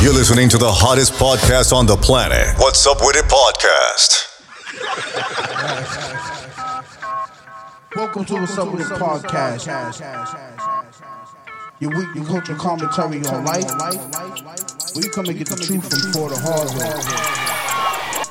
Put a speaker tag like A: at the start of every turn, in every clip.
A: You're listening to the hottest podcast on the planet. What's Up With It Podcast.
B: Welcome to What's Up With It podcast. Your weekly culture commentary on life. We come and get the truth from for the hardware.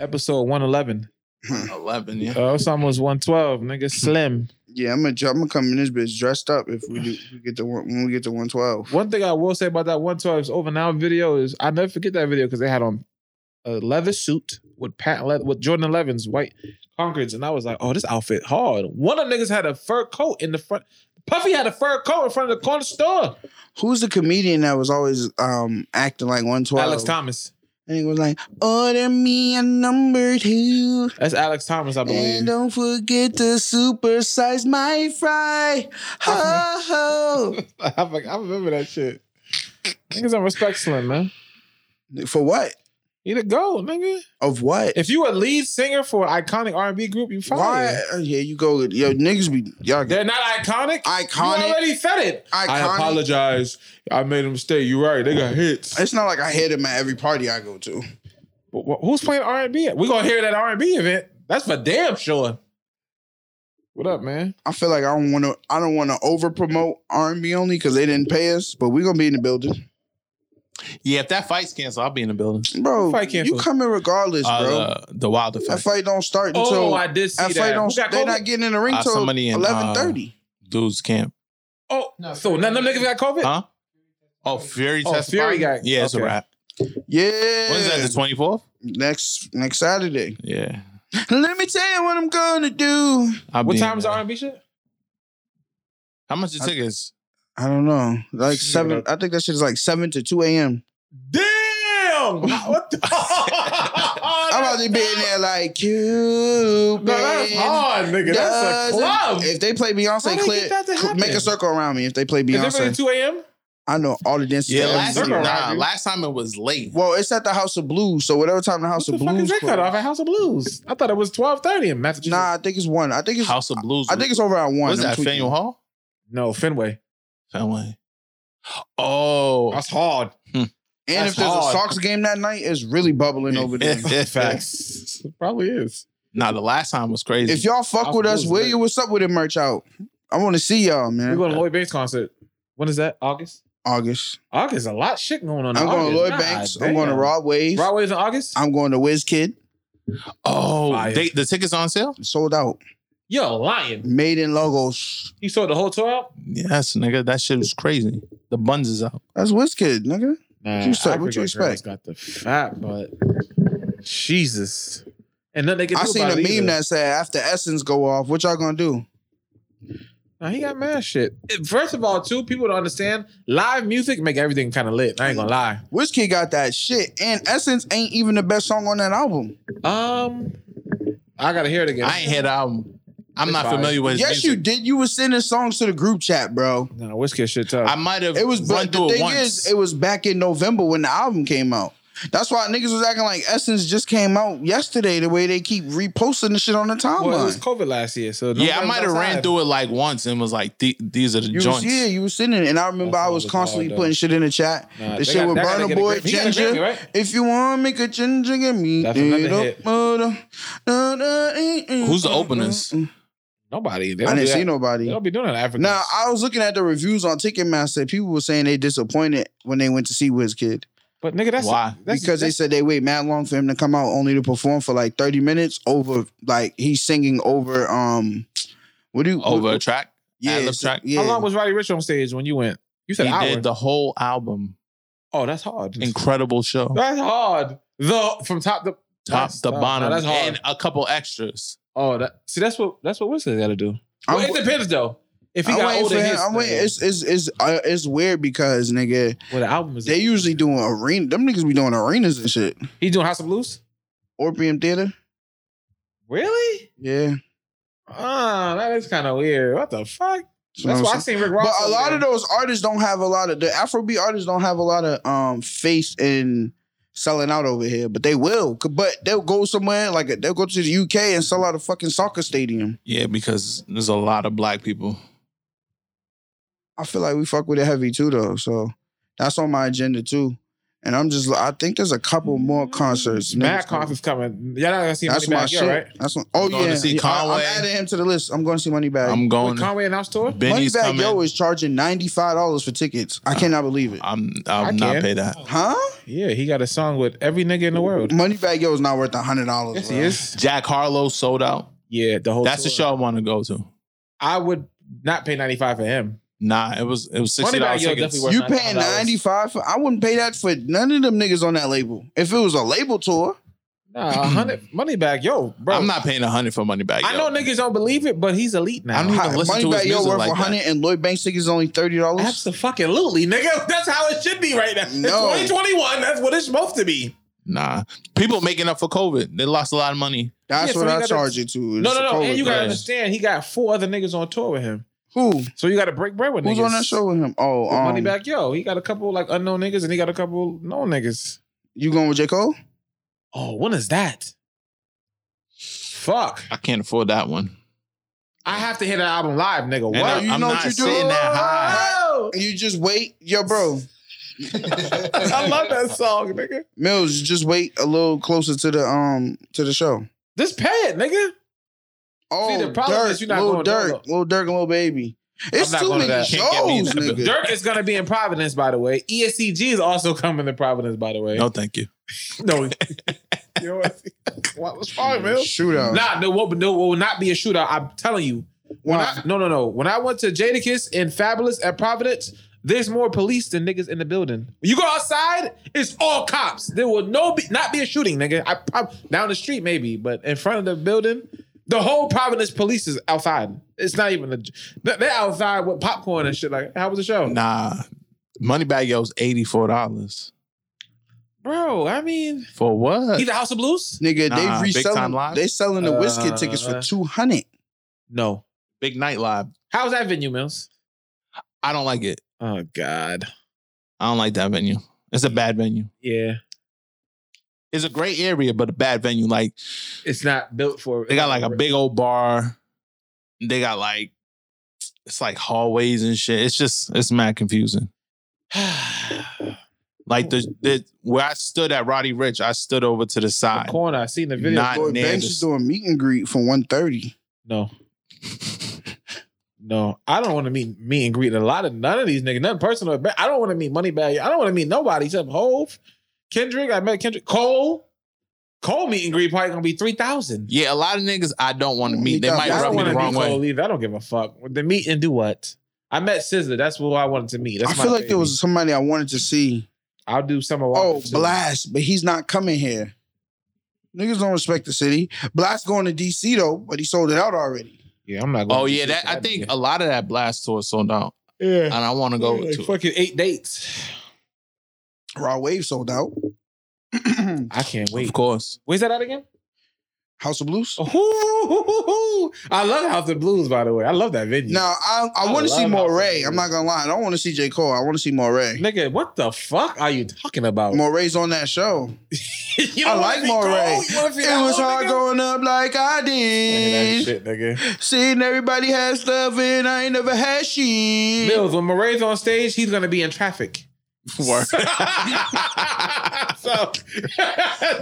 C: episode 111.
D: 11, yeah.
C: Oh, it's almost 112. Nigga, slim.
E: Yeah, I'm gonna ju- I'm gonna come in this bitch dressed up if we, do, if we get to one, when we get to 112.
C: One thing I will say about that 112 is over now video is I never forget that video because they had on a leather suit with Pat le- with Jordan 11's white Concords. And I was like, oh, this outfit hard. One of them niggas had a fur coat in the front. Puffy had a fur coat in front of the corner store.
E: Who's the comedian that was always um acting like 112?
C: Alex Thomas.
E: And he was like, "Order me a number two,
C: That's Alex Thomas, I believe.
E: and don't forget to supersize my fry." Ho ho.
C: I fuck- I remember that shit. Niggas don't respect Slim, man.
E: For what?
C: You the goat, nigga.
E: Of what?
C: If you a lead singer for an iconic R&B group, you fine.
E: Why? Uh, Yeah, you go. Yo, niggas be y'all.
C: They're not iconic.
E: Iconic.
C: You already said it.
E: Iconic.
C: I apologize. I made a mistake. You're right. They got hits.
E: It's not like I hear them at every party I go to.
C: Wh- wh- Who's playing R and B? We gonna hear that R and B event. That's for damn sure. What up, man?
E: I feel like I don't want to. I don't want to over promote R and B only because they didn't pay us. But we gonna be in the building,
D: Yeah, if that fight's canceled, I'll be in the building.
E: bro.
C: Fight canceled.
E: You coming regardless,
D: Uh,
E: bro.
D: the, the Wilder
E: that
D: fight.
E: fight don't start until
C: oh, I did see
E: that fight
C: that.
E: don't.
C: Who got
E: They're
C: COVID?
E: not getting in the ring
D: Uh,
E: till
D: somebody in, uh,
E: eleven thirty.
D: Dudes camp.
C: oh, so none of them niggas got COVID.
D: Huh? Oh, Fury
C: Oh, Fury
D: testifying?
C: got-
D: Yeah, it's
C: okay.
D: a wrap.
E: Yeah,
D: When's that, the 24th?
E: next next Saturday.
D: Yeah.
E: Let me tell you what I'm gonna do.
D: I'll
C: What
D: be in
C: time is
D: there.
C: R and B shit?
D: How much the tickets?
E: I don't know, like
C: Shit.
E: seven. I think that shit is like seven to two a.m.
C: Damn! What the?
E: I'm about to be in there like
C: No,
E: Cupid.
C: that's hard, nigga. That's a
E: doesn't-
C: club.
E: If they play
C: How
E: Beyonce,
C: they
E: clear,
C: get that to
E: cl- make
C: happen?
E: a circle around me. If they play
C: Is it
E: Beyonce,
C: really two a.m.?
E: I know all the dances.
D: Yeah,
E: to
D: last,
E: every
C: Circle
D: nah,
E: song.
C: around you.
D: last time it was late.
E: Well, it's at the House of Blues, so whatever time the House
C: What
E: of
C: the fuck is
E: Blues.
C: that cut off
E: close-
C: at House of Blues? I thought it was twelve thirty in Massachusetts.
E: Nah, I think it's one. I think it's.
D: House of Blues.
E: I think it's over at one.
D: What's
E: I'm
D: that,
E: tweaking.
D: Faneuil Hall?
C: no, Fenway.
D: Fenway. Oh.
C: That's hard.
E: And
C: That's
E: if there's
C: hard.
E: a Sox game that night, it's really bubbling over there.
C: Facts. Probably is.
D: Nah, the last time was crazy.
E: if y'all fuck
C: House
E: with
C: of
E: us,
C: Blues,
E: where
C: man.
E: you? What's up with it, merch out? I want to see y'all,
C: We're
E: man.
C: going to Lloyd Banks concert. When is that? August?
E: August.
C: August, a lot shit going on. in
E: I'm going
C: August.
E: to Lloyd
C: God
E: Banks. I'm
C: damn.
E: going to Rod Wave.
C: Broadway's in August?
E: I'm going to Wiz Kid.
D: oh,
C: Fire.
D: they, the tickets on sale?
E: Sold out.
C: You're a lion.
E: Made in Logos.
C: You sold the whole tour out?
D: Yes, nigga. That shit was crazy. The buns is out.
E: That's Wiz Kid, nigga.
C: Nah,
E: You said-
C: I
E: what you
C: forget Grandma's got
E: expect?
C: the fat, but Jesus. And nothing they can do
E: I seen a
C: about
E: meme
C: it either.
E: that said after Essence go off, what y'all gonna do?
C: Nah, he got mad shit. First of all, too, people don't understand. Live music make everything kind of lit. I ain't gonna lie.
E: Wiz Kid got that shit, and Essence ain't even the best song on that album.
C: Um, I gotta hear it again.
D: I ain't hear the album. I'm
C: It's
D: not
C: fire.
D: familiar with his
E: yes,
D: music.
E: you did. You was sending songs to the group chat, bro.
C: Nah, Whiskey shit tough.
D: I might have
E: It was
D: run
E: but the
D: through it
E: thing
D: once.
E: is, it was back in November when the album came out. That's why niggas was acting like Essence just came out yesterday. The way they keep reposting the shit on the timeline.
C: well, it was COVID last year, so no
D: yeah, I
C: one
D: might have
C: was
D: ran
C: outside.
D: through it like once and was like, "The- these are the
E: you was,
D: joints.
E: yeah, you was sending, it. and I remember
C: That
E: I
C: song
E: was
C: was
E: constantly
C: hard, though.
E: putting shit in the chat.
C: Nah,
E: the
C: they
E: shit
C: got-
E: with
C: that gotta
E: Burna
C: get a
E: Boy,
C: Grammy. He got a
E: Ginger.
C: Grammy, right?
E: If you want, make a ginger, give me.
C: That's another hit.
D: Who's
E: Who's
D: the openers?
C: Nobody. They
E: I
C: don't do
E: mm, didn't see
C: that. They
E: nobody.
C: don't be doing that. in Africa.
E: Now I was looking at the reviews on Ticketmaster. People were saying they disappointed when they went to see Wizkid
C: But nigga, that's
D: Why?
C: That's,
E: because they
C: that's,
E: said they wait mad long for him to come out, only to perform for like thirty minutes over. Like he's singing over. Um, what do you
D: Over a
E: What,
D: track.
E: yeah,
D: ad-lib
E: so-
D: track.
E: yeah.
C: how long was Roddy Rich on stage when you went? You said
D: he
C: hour.
D: did the whole album.
C: oh, that's hard.
D: Incredible show.
C: That's hard. The from top to
D: Top
C: that's
D: to
C: tough.
D: bottom.
C: Nah, that's hard.
D: and a couple extras.
C: oh, that, see, that's what that's what Whiskey got to do.
E: I'm-
C: Well, it depends though. If he
E: I'm
C: got
E: waiting
C: older,
E: for him.
C: hits,
E: I'm waiting.
C: then-
E: It's it's it's, uh, it's weird because nigga,
C: well, the album is.
E: they usually doing arena. Them niggas be doing arenas and shit.
C: he doing House of Blues.
E: Orpheum Theater.
C: Really?
E: Yeah.
C: Ah, that is kind of weird. What the fuck?
E: You know
C: That's
E: what
C: why I
E: I'm saying?
C: seen Rick Ross.
E: But a
C: over
E: lot
C: there.
E: of those artists don't have a lot of the Afrobeat artists don't have a lot of um faith in selling out over here, but they will. But they'll go somewhere like uh, they'll go to the UK and sell out a fucking soccer stadium.
D: Yeah, because there's a lot of black people.
E: I feel like we fuck with it heavy too though, so that's on my agenda too. And I'm just I think there's a couple more concerts.
C: Mad
E: next
C: Conf
E: month.
C: is coming. Y'all not gonna see
E: That's
C: Money
E: my
C: Back
E: shit.
C: Yo, right?
E: That's my, oh
D: I'm going to
E: yeah.
D: see
E: I,
D: Conway.
E: am adding him to the list. I'm going to see Moneybag.
D: I'm
C: With
D: going.
C: Conway announced tour.
D: Benny's
E: Moneybag
D: coming. Uh,
E: Yo is charging ninety five dollars for tickets. I cannot believe it.
D: I'm.
C: I
D: I'm not
C: can.
D: pay that.
E: Huh?
C: Yeah, he got a song with every nigga in the world.
E: Moneybag Yo is not worth hundred dollars.
C: Yes, he is.
D: Jack Harlow sold out.
C: Yeah, the whole.
D: That's the
C: tour.
D: show I want to go to.
C: I would not pay ninety five for him.
D: Nah, it was it was sixty
C: Money Bag
D: dollars.
C: Yo definitely worth
E: You
C: $95.
E: paying ninety five for? I wouldn't pay that for none of them niggas on that label. If it was a label tour,
C: Nah, a
E: Mm.
C: hundred money back, yo, bro.
D: I'm not paying a hundred for money back.
C: I know niggas don't believe it, but he's elite now.
D: I don't even
E: hi-
D: listen to
E: Moneybag
D: his
E: Yo
D: music
E: worth
D: like that.
E: hundred and Lloyd Banks tickets only thirty dollars.
C: Absolutely, nigga. That's how it should be right now.
E: No.
C: It's 2021. That's what it's supposed to be.
D: Nah, people making up for COVID. They lost a lot of money.
E: That's
C: Yeah, so
E: what
C: you
E: I
C: gotta-
E: charge it to.
C: No, no, no.
E: It's a
C: And you gotta
D: yeah.
C: understand, he got four other niggas on tour with him.
E: COVID.
C: So you gotta break bread with
E: who?
C: niggas.
E: Who's on that show with him? Oh, um,
C: money back, yo. He got a couple like unknown niggas, and he got a couple known niggas.
E: You going with J Cole?
C: Oh, when is that? Fuck!
D: I can't afford that one.
C: I have to hear that album live, nigga.
D: And
C: What?
E: you
D: I, am
E: know
D: not
E: what you do?
D: sitting that high.
C: Oh!
E: You just wait, yo, bro.
C: I love that song, nigga.
E: Mills, just wait a little closer to the um to the show.
C: Just pay it, nigga.
E: Oh,
C: the problem
E: Dirk,
C: is you're not
E: little
C: going to
E: Dirk,
C: Dolo.
E: little Dirk and little baby. It's
C: not
E: too
C: going to
E: many
C: that.
D: Can't get me in
E: shows,
D: that
E: nigga.
D: building.
C: Dirk is gonna be in Providence, by the way. E ESCG is also coming to Providence, by the way.
D: No, thank you.
C: No. you know what? What was wrong, man?
E: Shootout.
C: Nah, no, will, no, will not be a shootout. I'm telling you. When I, no, no, no. When I went to Jadakiss and Fabulous at Providence, there's more police than niggas in the building. When you go outside, it's all cops. There will no be, not be a shooting, nigga. I, prob- down the street maybe, but in front of the building, the whole Providence police is outside. It's not even a. they- They're outside with popcorn and shit. Like, how was the show,
D: Nah, money back. Yo's eighty four dollars
C: bro? I mean,
D: for what?
C: either House of Blues.
E: Nigga,
D: Nah,
E: they
D: Big Time
E: reselling.
D: Live?
E: They selling the whiskey
C: Uh,
E: tickets for two hundred.
C: No.
D: Big night live.
C: How's that venue, Mills?
D: I don't like it.
C: Oh God.
D: I don't like that venue. It's a bad venue.
C: Yeah.
D: It's a great area, but a bad venue. Like
C: It's not built for.
D: they got like a big old bar. They got like it's like hallways and shit. It's just it's mad confusing. Like the, the where I stood at Roddy Rich, I stood over to the
C: The
D: side.
C: corner. I seen the video.
D: Not
E: Lloyd
D: near
E: Banks
D: the-
E: is doing meet and greet for one thirty.
C: no, no. I don't want to meet meet and greet a lot of none of these niggas. Nothing personal. I don't want to meet Moneybag. I don't want to meet nobody except Hove, Kendrick. I met Kendrick. Cole. Cole meet and greet probably gonna be three thousand.
D: Yeah, a lot of niggas I don't want to meet. They
E: Yeah,
D: might
E: I
C: I
D: rub
C: don't
D: me
C: want
D: the
C: to
D: wrong
C: meet
D: way.
C: Cole either. I don't give a fuck. The meet and do what? I met Scissor. That's who I wanted to meet. That's
E: I
C: my
E: feel like there
C: baby.
E: was somebody I wanted to see.
C: I'll do summer.
E: Oh,
C: Walker, too.
E: Blast, but he's not coming here. Niggas don't respect the city. Blast going to DC though, but he sold it out already.
C: Yeah, I'm not. Going
D: Oh
C: to
D: yeah,
C: shit
D: that I think
C: nigga.
D: a lot of that blast tour sold out,
C: Yeah.
D: and I want to go
C: Yeah, like
D: to. it.
C: fucking eight dates.
E: Raw Wave sold out.
C: I can't wait.
D: Of course,
C: Where's that at again?
E: House of Blues.
D: Oh,
C: Ooh, I love House of Blues, by the way. I love that venue.
E: Now I I,
C: I
E: want to see
C: love
E: more
C: House of
E: Ray.
C: Blues.
E: I'm not gonna lie. I don't want to see J Cole. I want to see more Ray.
C: Nigga, what the fuck are you talking about?
E: More Ray's on that show.
C: You
E: I
C: don't
E: like
C: wanna be
E: Moray.
C: cold? You wanna be
E: It
C: out,
E: was hard
C: nigga?
E: going up like I
C: Look at that
E: did.
C: shit, nigga.
E: Seeing everybody has stuff and I ain't never had shit.
C: Mills, when Moray's on stage, he's gonna be in traffic.
D: Word.
C: so,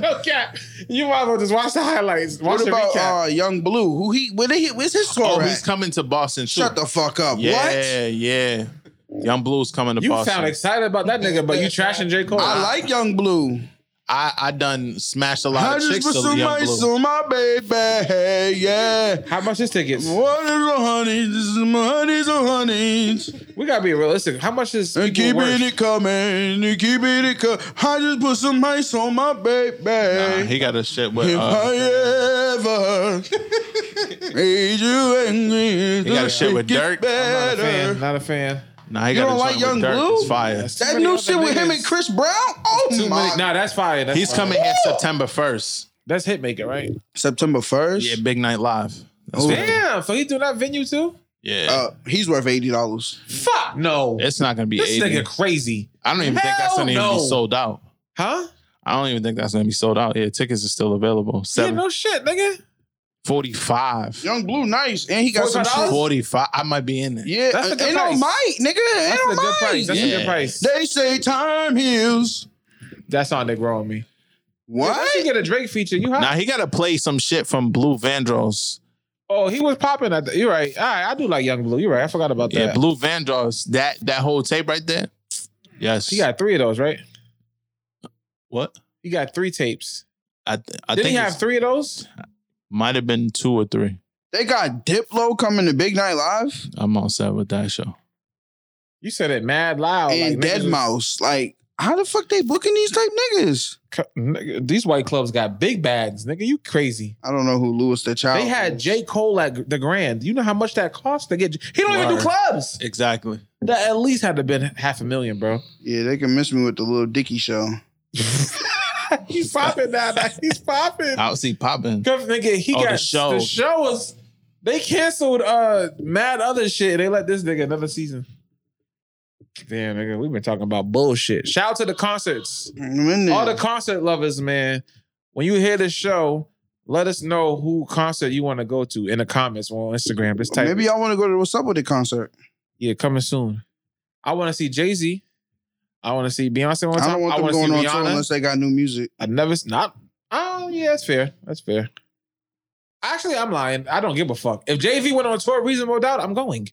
C: no cap. You might as well just watch the highlights. Watch
E: what
C: the
E: about
C: recap.
E: uh, Young Blue? Who he? Where he? Where's his tour
D: oh,
E: at?
D: he's coming to Boston. Too.
E: Shut the fuck up.
D: yeah, yeah. Young Blue's coming to
C: you
D: Boston.
C: sound excited about that nigga, but you trashing J. Cole.
E: What? I like Young Blue.
D: I I done smashed a lot
E: I
D: of
E: just
D: chicks to
E: pursue
D: Young
E: my
D: Blue.
E: soul, my baby. Hey, yeah.
C: How much is tickets?
E: What is a honey? This is my honeys, a honeys.
C: We gotta be realistic. How much is
E: And
C: people worth?
E: keeping it coming, and keeping it coming. I just put some ice on my baby.
D: Nah, he got a shit with.
E: If
D: Uh,
E: I ever made you angry,
D: He got a shit with
E: just
D: Dirk.
E: get
C: I'm not a fan.
E: better.
C: Not a fan.
D: nah, he
E: You
D: got
E: don't
D: a
E: like
D: joint
E: Young
D: with Dirk.
E: Blue?
D: It's fire.
C: Yes.
E: That
C: Too many
E: new
C: other
E: shit with him
C: niggas.
E: and Chris Brown. Oh
C: Too
E: my!
C: many. Nah, that's fire. That's
D: He's
C: fire.
D: coming here September first.
C: That's Hitmaker, right?
E: September first.
D: Yeah, Big Night Live. That's
C: Oh,
E: Ooh.
D: what-
C: Damn. So he doing that venue too?
D: Yeah.
E: Uh, he's worth eighty dollars.
C: Fuck no.
D: it's not gonna be
C: This
D: 80.
C: nigga crazy.
D: I don't even think that's
C: Hell
D: gonna even
C: no.
D: be sold out.
C: Huh?
D: I don't even think that's gonna be sold out. Yeah, tickets are still available.
C: Yeah,
D: Seven
C: no shit, nigga.
D: 45.
E: Young Blue, nice, and he got some
C: $45?
E: shit.
D: 45. I might be in there.
E: Yeah,
C: That's a good
E: ain't no
C: price.
E: mic, nigga. Ain't
C: That's
E: no
C: a good
E: mic.
C: price. That's a
D: Yeah.
C: good price.
E: They say time heals.
C: That's on nigga wrong with me. If I
E: What?
C: should get a Drake feature, you hot.
D: Now he gotta play some shit from Blue Vandross.
C: Oh, he was popping at the. You're right. All right, I do like Young Blue. You're right. I forgot about that.
D: Yeah, Blue Vandross. That that whole tape right there. Yes.
C: He got three of those, right?
D: what?
C: He got three tapes.
D: I th- I
C: Didn't
D: think
C: he have three of those?
D: might have been two or three.
E: They got Diplo coming to Big Night Live
D: I'm all set with that show.
C: You said it mad
D: Oh,
C: loud.
E: and
C: like, niggas
E: Dead Mouse. Like, how the fuck they booking these type niggas?
C: was- nigga, These white clubs got big bags, nigga. You crazy.
E: I don't know who Lewis the Child.
C: They had
E: is.
C: J. Cole at the Grand. You know how much that cost to get? He don't even
D: Word.
C: do clubs.
D: Exactly.
C: That at least had to been half a million, bro.
E: Yeah, they can miss me with the little Dicky show.
C: He's popping now. now. He's popping.
D: I'll see popping.
C: Cause nigga, he
D: Oh, the
C: got the show.
D: show.
C: was they canceled uh mad other shit. They let this nigga another season. Damn, nigga, we've been talking about bullshit. Shout out to the concerts.
E: I'm in there.
C: All the concert lovers, man. When you hear this show, let us know who concert you want to go to in the comments or on Instagram. Just type
E: Maybe y'all want to go to what's up with the concert.
C: yeah, coming soon. I want to see Jay Z. I want to see Beyonce one
E: I
C: time.
E: don't want
C: I
E: them
C: want to see
E: going on tour
C: Rihanna.
E: unless they got new music.
C: I never s- not. Oh yeah, that's fair. That's fair. Actually, I'm lying. I don't give a fuck. If JV went on tour, Reasonable Doubt, I'm going.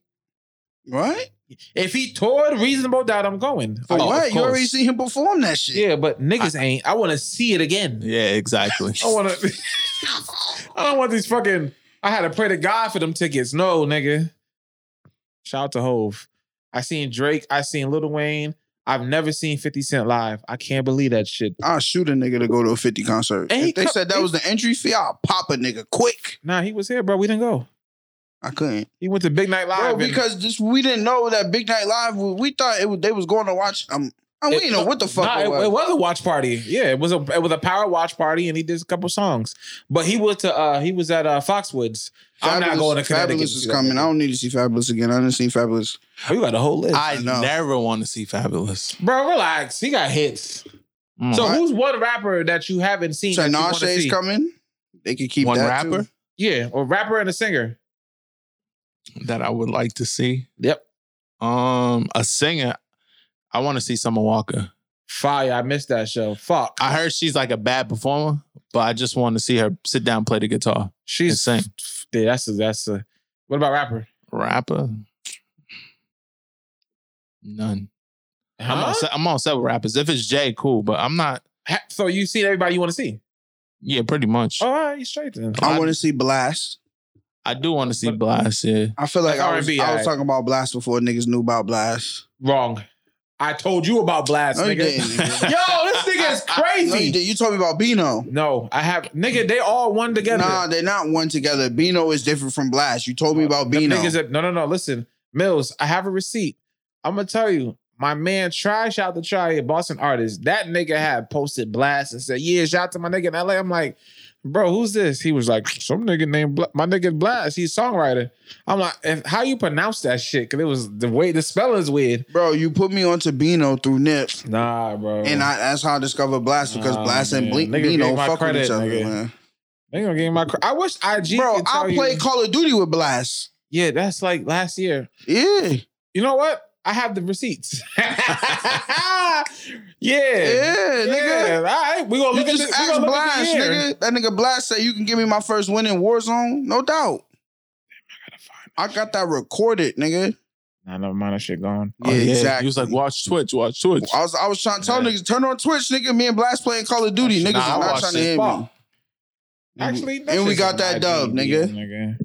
E: What?
C: If he toured Reasonable Doubt, I'm going.
E: For
C: Oh,
E: what?
C: of
E: You already
C: course.
E: seen him perform that shit.
C: Yeah, but niggas ain't. I want to see it again.
D: Yeah, exactly.
E: Oh,
C: I want to. I don't want these fucking. I had to pray to God for them tickets. No, nigga. Shout out to Hove. I seen Drake. I seen Lil Wayne. I've never seen 50 Cent live. I can't believe that shit.
E: I'll shoot a nigga to go to a 50 concert.
C: And he
E: if they
C: co-
E: said that
C: he-
E: was the entry fee, I'll pop a nigga quick.
C: Nah, he was here, bro. We didn't go.
E: I couldn't.
C: He went to Big Night Live.
E: Bro,
C: and-
E: because this we didn't know that Big Night Live we, we thought it was, they was going to watch um and we
C: It-
E: didn't know what the fuck
C: Nah,
E: it was.
C: It, it was a watch party. Yeah, it was a it was a power watch party, and he did a couple songs. But he was to uh he was at uh Foxwoods. I'm not
E: Fabulous-
C: going to Connecticut.
E: Fabulous
C: to
E: is
C: see that
E: coming.
C: nigga.
E: I don't need to see Fabulous again. I didn't see Fabulous.
C: We got a whole list,
D: I
E: No.
D: never want to see Fabulous.
C: bro. Relax. He got hits.
D: Mm.
C: So
E: What?
C: who's one rapper that you haven't seen? that you wanna
E: Tinashe is
C: see?
E: coming. They could keep
D: One
E: that
D: rapper?
E: Too.
C: Yeah, or rapper and a singer.
D: that I would like to see.
C: Yep.
D: Um, a singer. I want to see Summer Walker.
C: Fire. I missed that show. Fuck.
D: I heard she's like a bad performer, but I just want to see her sit down and play the guitar.
C: She's
D: Insane.
C: Yeah, that's a, that's a. What about rapper?
D: Rapper. None. I'm,
C: Huh?
D: all set, I'm all set with rappers. If it's Jay, cool, but I'm not.
C: Ha- So you see everybody you want to see?
D: Yeah, pretty much.
C: Oh, all right, you straight then.
E: I want to see Blast.
D: I do want to see Blast. Yeah.
E: I feel like
C: That's
E: I was,
C: R&B,
E: I was
C: aight.
E: talking about Blast before niggas knew about Blast.
C: Wrong. I told you about Blast,
E: No, you
C: nigga.
E: didn't, nigga.
C: Yo, this nigga is crazy.
E: No, you, did. you told me about Bino.
C: No, I have nigga. They all won together.
E: Nah, they're not one together. Bino is different from Blast. You told me about
C: Them
E: Bino.
C: niggas that- no, no, no. Listen, Mills, I have a receipt. I'm gonna tell you, my man, try shout to try a Boston artist. That nigga had posted blast and said, "Yeah, shout out to my nigga in LA." I'm like, bro, who's this? He was like, some nigga named Bla- my nigga Blast. He's a songwriter. I'm like, if, how you pronounce that shit? Because it was the way the spelling's weird.
E: Bro, you put me onto Bino through Nip,
C: Nah, bro.
E: and I, that's how I discovered Blast because
C: Nah,
E: Blast and
C: man.
E: Blink,
C: Nigga
E: Bino
C: gave my
E: fuck with
C: credit,
E: each other,
C: nigga.
E: man.
C: they gonna get my. Cr- I wish IG.
E: Bro,
C: could tell
E: I played
C: You,
E: Call of Duty with Blast.
C: yeah, that's like last year.
E: Yeah,
C: You know what? I have the receipts. yeah.
E: yeah,
C: Yeah.
E: nigga.
C: All right. We're going to
E: You
C: Oh, look at
E: just
C: this. We gonna look
E: asked
C: at the
E: Blast,
C: year.
E: nigga. That nigga Blast said you can give me my first win in Warzone. No doubt. I got that recorded, nigga.
C: Nah, never mind. That shit gone.
D: Oh,
E: Yeah, exactly.
D: He was like, watch Twitch, watch Twitch.
E: I was I was trying to tell
D: Yeah. Oh,
E: niggas turn on Twitch, nigga. Me and Blast playing Call of Duty,
D: Nah,
E: niggas
D: I
E: are not
D: watched
E: trying to
D: it.
E: hit me.
C: Fuck. Actually, that
E: and we
C: shit's
E: got
C: on
E: that
C: IG,
E: dub, nigga.
C: nigga.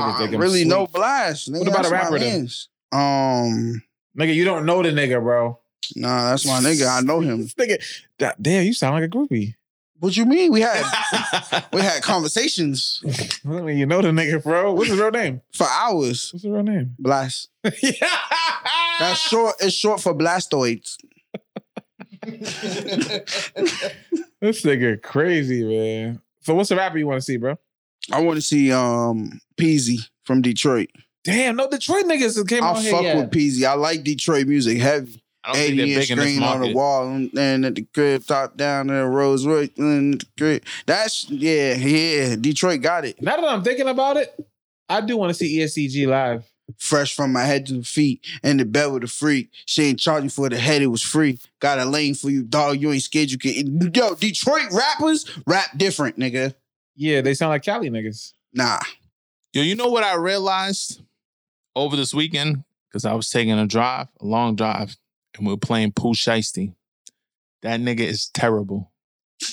E: I
C: think I'm
E: really no
C: sweet.
E: Blast. Nigga.
C: What about
E: That's
C: a
E: my
C: rapper then?
E: man's. Um,
C: Nigga, you don't know the nigga, bro.
E: nah, that's my nigga. I know him.
C: This nigga, God damn, you sound like a groupie.
E: What you mean? We had we had conversations
C: I don't mean you know the nigga, bro. What's his real name?
E: for hours.
C: What's his real name?
E: Blast.
C: yeah.
E: That's short. It's short for Blastoids.
C: This nigga crazy, man. So what's the rapper you want to see, bro?
E: I want to see um Peasy from Detroit.
C: damn, no Detroit niggas came
E: I
C: out here.
E: fuck
C: yet.
E: with Peasy. I like Detroit music heavy.
D: I don't think
E: 80
D: they're
E: inch
D: big in this
E: E screen on the
D: market.
E: wall and and at the crib, top down and Rose Royce. and at the crib. That's yeah, yeah. Detroit got it.
C: Now that I'm thinking about it, I do want to see E ESCG live.
E: Fresh from my head to the feet and the bed with a freak. She ain't charging for the head, it was free. Got a lane for you, dog. You ain't scared you can yo, Detroit rappers rap different, nigga.
C: Yeah, they sound like Cali niggas.
E: Nah.
D: Yo, you know what I realized over this weekend? Because I was taking a drive, a long drive, and we were playing Pooh Shiesty. That nigga is terrible.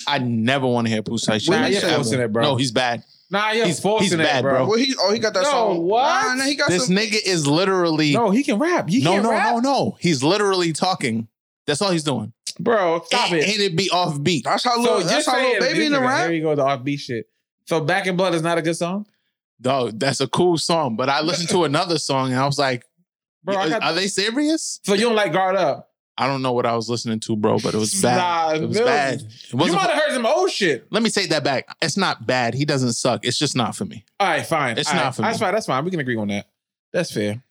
D: I never want to hear Pooh Shiesty.
E: What
C: you say?
D: ever.
C: Forcing it, bro.
D: No, he's bad.
C: Nah, yeah,
D: He's-
C: forcing
D: he's
C: that,
D: bad,
C: bro.
D: bro.
E: Well, he oh he got that
C: No,
E: song.
C: what?
E: Nah, nah, he got
D: This
E: some,
D: nigga is literally
C: No, he can rap. He
D: no,
C: can
D: no,
C: rap.
D: no, no. He's literally talking. That's all he's doing.
C: bro. Stop
D: and,
C: it.
D: and it be off beat.
E: That's how
C: So
E: little
C: just
E: that's how
C: saying,
E: little baby in the
C: nigga,
E: rap.
C: Here we go, the offbeat shit. So Back in Blood is not a good song,
D: Dog, that's a cool song. But I listened to another song and I was like,
C: bro. I
D: are,
C: got,
D: are they serious?
C: so you don't like Guard Up?
D: I don't know what I was listening to, bro, but it was bad.
C: Nah,
D: it was
C: Mills.
D: bad. It
C: You
D: wasn't
C: might have heard some old shit.
D: Let me take that back. It's not bad. He doesn't suck. It's just not for me.
C: All right, fine.
D: It's
C: All right,
D: not for
C: That's
D: me.
C: fine. That's fine. We can agree on that. That's fair.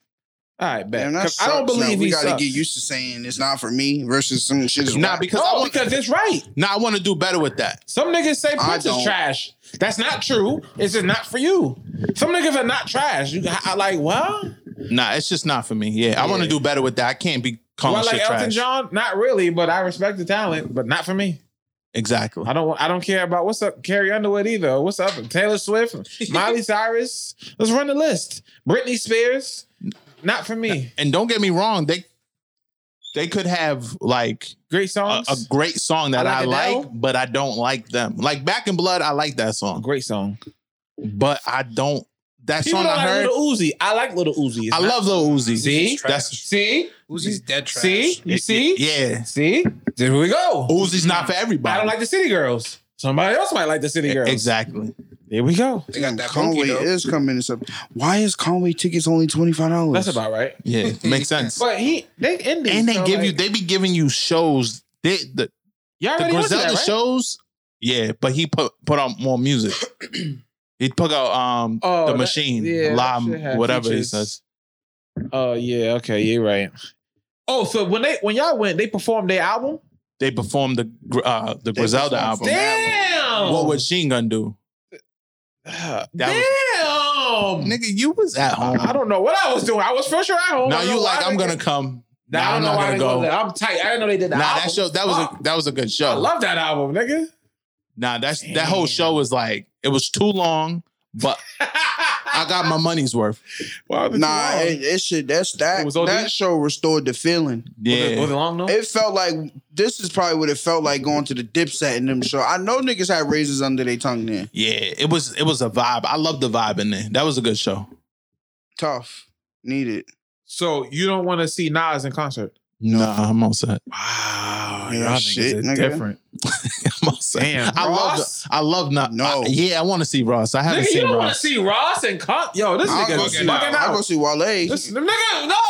C: All right, bet.
E: Damn, that
C: 'Cause I don't
E: sucks. Now,
C: believe
E: we
C: he
E: gotta
C: sucks.
E: get used to saying it's not for me versus some shit is
D: Nah,
E: whack.
D: because I
C: No,
D: want,
C: because it's right.
D: nah, I want to do better with that.
C: Some niggas say
E: I
C: Prince is
E: don't.
C: trash. That's not true. It's just not for you. Some niggas are not trash. You, I, I like what?
D: Nah, it's just not for me. Yeah, I want to
C: Yeah.
D: do better with that. I can't be
C: Do
D: calling
C: I like
D: shit
C: Elton
D: trash.
C: John? Not really, but I respect the talent, but not for me.
D: Exactly.
C: I don't. I don't care about what's up Carrie Underwood either. What's up Taylor Swift, Miley Cyrus? Let's run the list. Britney Spears, not for me.
D: And don't get me wrong, they they could have like
C: Great
D: a,
C: songs.
D: a great song that
C: I
D: I
C: like
D: like,
C: Adele.
D: but I don't like them. Like Back in Blood, I like that song,
C: great song.
D: but I don't. That
C: People
D: song
C: don't
D: I
C: like
D: heard,
C: Little Uzi. I like Little Uzi. It's
D: I
C: not-
D: love Lil Uzi.
C: See,
D: that's
C: see,
F: Uzi's dead trash.
C: see, you see,
D: yeah.
C: see. There we go.
D: Uzi's not for everybody.
C: I
D: E,
C: don't like the City Girls. Somebody else might like the City Girls.
D: exactly.
C: There we go.
F: They got that
E: Conway
F: funky though.
E: is coming and stuff. Why is Conway tickets only twenty five dollars?
C: That's about right.
D: Yeah, makes sense.
C: But he, they ended.
D: and they
C: so,
D: give
C: like,
D: you they be giving you shows. They the,
C: You
D: the
C: already went to
D: Griselda
C: that, right?
D: shows, yeah, but he put put out more music. he put out um
C: Oh,
D: the
C: that-
D: machine,
C: yeah, that shit
D: live,
C: had
D: whatever
C: features.
D: he says.
C: Oh yeah. Okay. You're right. Oh, so when they when y'all went, they performed their album.
D: They performed the gr- uh the Griselda
E: performed
D: album.
E: Damn.
D: What would Sheen Gun do?
C: Damn.
D: Nigga, you was at home.
C: I don't know what I was doing. I was for sure at home.
D: now
C: I don't
D: you
C: know
D: like
C: why
D: I'm
C: they-
D: gonna come.
C: Nah, I
D: Nah,
C: don't
D: I'm
C: know
D: not
C: why
D: gonna
C: they go.
D: go.
C: there. I'm tight. I didn't know they did that.
D: Nah,
C: album.
D: that show that was
C: Fuck.
D: a that was a good
C: I
D: show.
C: love that album, nigga.
D: Nah, that's that whole
C: Damn.
D: show was like it was too long, but I got my money's worth.
C: Why was it
E: nah,
C: too long?
E: it, it should. That's that.
C: It was Oh. OD?
E: That show restored the feeling.
C: Was it-
D: Yeah,
C: was it long though?
E: It felt like this is probably what it felt like going to the Dipset in them show. I know niggas had razors under their tongue there.
D: Yeah, it was it was a vibe. I love the vibe in there. That was a good show.
E: Tough, needed.
C: So you don't want to see Nas in concert?
D: Nah, I'm all set.
C: Wow,
E: Yeah,
C: Oh, y'all
E: shit,
C: niggas
E: nigga.
C: are different.
D: I'm all set.
C: Damn,
D: I
C: Ross?
D: love I love not
E: No.
D: I- yeah, I want to see Ross. I haven't
C: Nigga, you
D: seen
C: don't want to
D: Ross.
C: see Ross and con- yo. This
E: I'll go
C: nigga is
E: see.
F: fucking
C: bugging
E: I'll
C: out.
E: go see Wale.
C: This, nigga, no,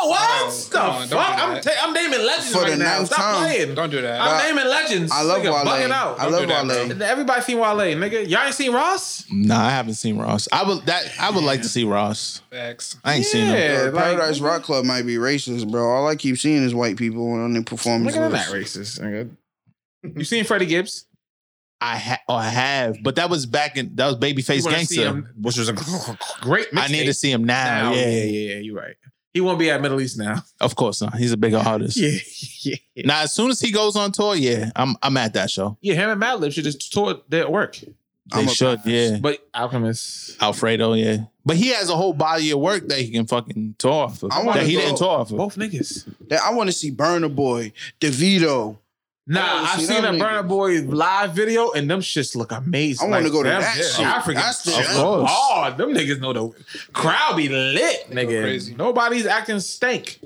C: what?
F: No,
C: the
F: come on, don't do
C: fuck? I'm,
F: that.
C: ta- I'm naming legends
E: For the
C: right now.
E: ninth
C: Stop
E: time.
C: playing.
F: Don't do that.
C: I'm
E: I-
C: naming legends.
E: I love
C: nigga,
E: Wale.
C: Bugging out.
E: I love
F: do that,
E: Wale.
F: bro.
C: Everybody seen Wale, nigga. Y'all ain't seen Ross?
D: Nah, I haven't seen Ross. I would that I would like to see Ross.
F: Facts.
D: I ain't seen him.
E: Uh,
C: Yeah, like-
E: Paradise Rock Club might be racist, bro. All I keep seeing is white people on their
C: Nigga,
E: performance
C: they're not
E: list.
C: racist, nigga. You seen Freddie Gibbs?
D: I ha- or have, but that was back in that was Babyface
C: You wanna see
D: Gangsta.
C: him, which was a great.
D: I need to
C: mixtape.
D: see him now.
C: now.
D: Yeah,
C: Yeah, yeah, yeah. You're right. He won't be at Middle East now.
D: of course not. He's a bigger artist.
C: yeah.
D: Now, as soon as he goes on tour, yeah, I'm I'm at that show.
C: Yeah, him and Madlib should just tour their work.
D: They
E: I'm a-
D: should. Yeah.
C: But Alchemist,
D: Alfredo, yeah. But he has a whole body of work that he can fucking tour off of.
E: I wanna
D: That he
E: go-
D: didn't tour off of.
C: both niggas.
E: That- I want to see Burner Boy, DeVito.
C: Nah,
E: I wanna
C: I've
E: see
C: seen a
E: them
C: Burner
E: niggas.
C: Boy live video, and them shits look amazing.
E: I wanna
C: Like,
E: go to
C: them-
E: that
C: yeah,
E: shit.
C: African,
E: That's the-
C: shit.
D: Of course.
C: Oh, them niggas know the crowd be lit,
F: They go
C: nigga.
F: crazy.
C: Nobody's acting stank.